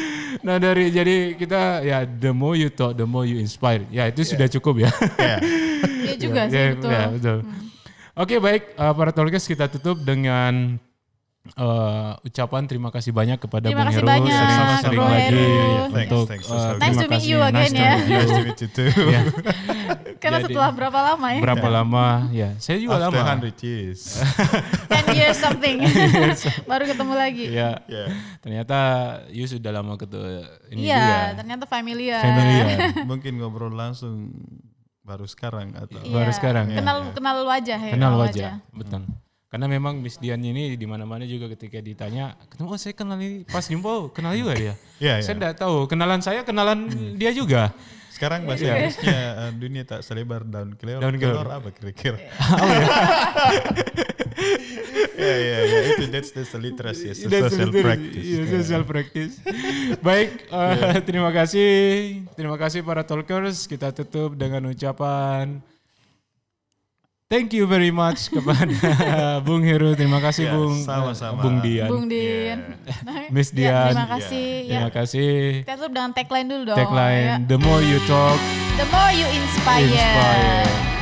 A: nah, dari jadi kita ya the more
C: Iya.
A: you talk, the more you inspire. Ya, itu sudah cukup ya.
C: Ya.
B: Iya juga sih
A: Ya,
B: betul. Hmm.
A: ya, betul. Oke baik eh, para Tolkes kita tutup dengan eh, ucapan terima kasih banyak kepada Bung
B: Terima kasih
A: Heru
B: banyak,
A: sering-sering
B: Bro
A: lagi
B: Heru.
C: Iya, Thanks,
A: untuk
C: thanks,
A: eh,
C: Nice to
A: terima
B: meet
A: kasih.
B: you again
A: Nice to
B: ya.
A: meet you.
C: Nice to meet you too.
A: Ya,
B: Karena
A: Jadi-
B: setelah berapa lama ya?
A: Berapa lama? Ya, saya juga
C: After
A: lama.
C: 100 years.
B: 10 years something. Baru ketemu lagi. Iya,
A: Ya,
C: Ya.
A: ternyata Yus sudah lama ketua Iya. ini juga.
B: Iya,
A: ya.
B: ternyata familiar.
A: Familiar.
C: Mungkin ngobrol langsung baru sekarang atau
B: Iya.
A: Baru sekarang ya.
B: Kenal kenal wajah ya.
A: kenal wajah, betul. Karena memang Miss Dian ini di mana-mana juga ketika ditanya, ketemu oh saya kenal ini pas jumpa oh, kenal juga dia.
C: Iya, Hmm.
A: Saya
C: iya.
A: tidak tahu kenalan saya kenalan dia juga.
C: Sekarang bahasa Inggrisnya eh, dunia tak selebar daun kelor.
A: Daun kelor.
C: Kelor apa kira-kira? Oh, iya. ya ya ya itu that's that's the literacy, it's the Iya, social practice. Iya.
A: Iya, social practice. Baik, eh, terima kasih. Terima kasih para talkers. Kita tutup dengan ucapan Thank you very much kepada Bung Heru. Terima kasih
C: Ya,
A: Bung
C: sama-sama.
A: Bung Dian.
B: Bung Din.
A: iya. Miss
B: Ya,
A: Dian.
B: terima kasih. Ya.
A: Terima kasih.
B: Kita tutup dengan tagline dulu dong.
A: Tagline
B: ya.
A: The more you talk,
B: The more you inspire.
A: inspire.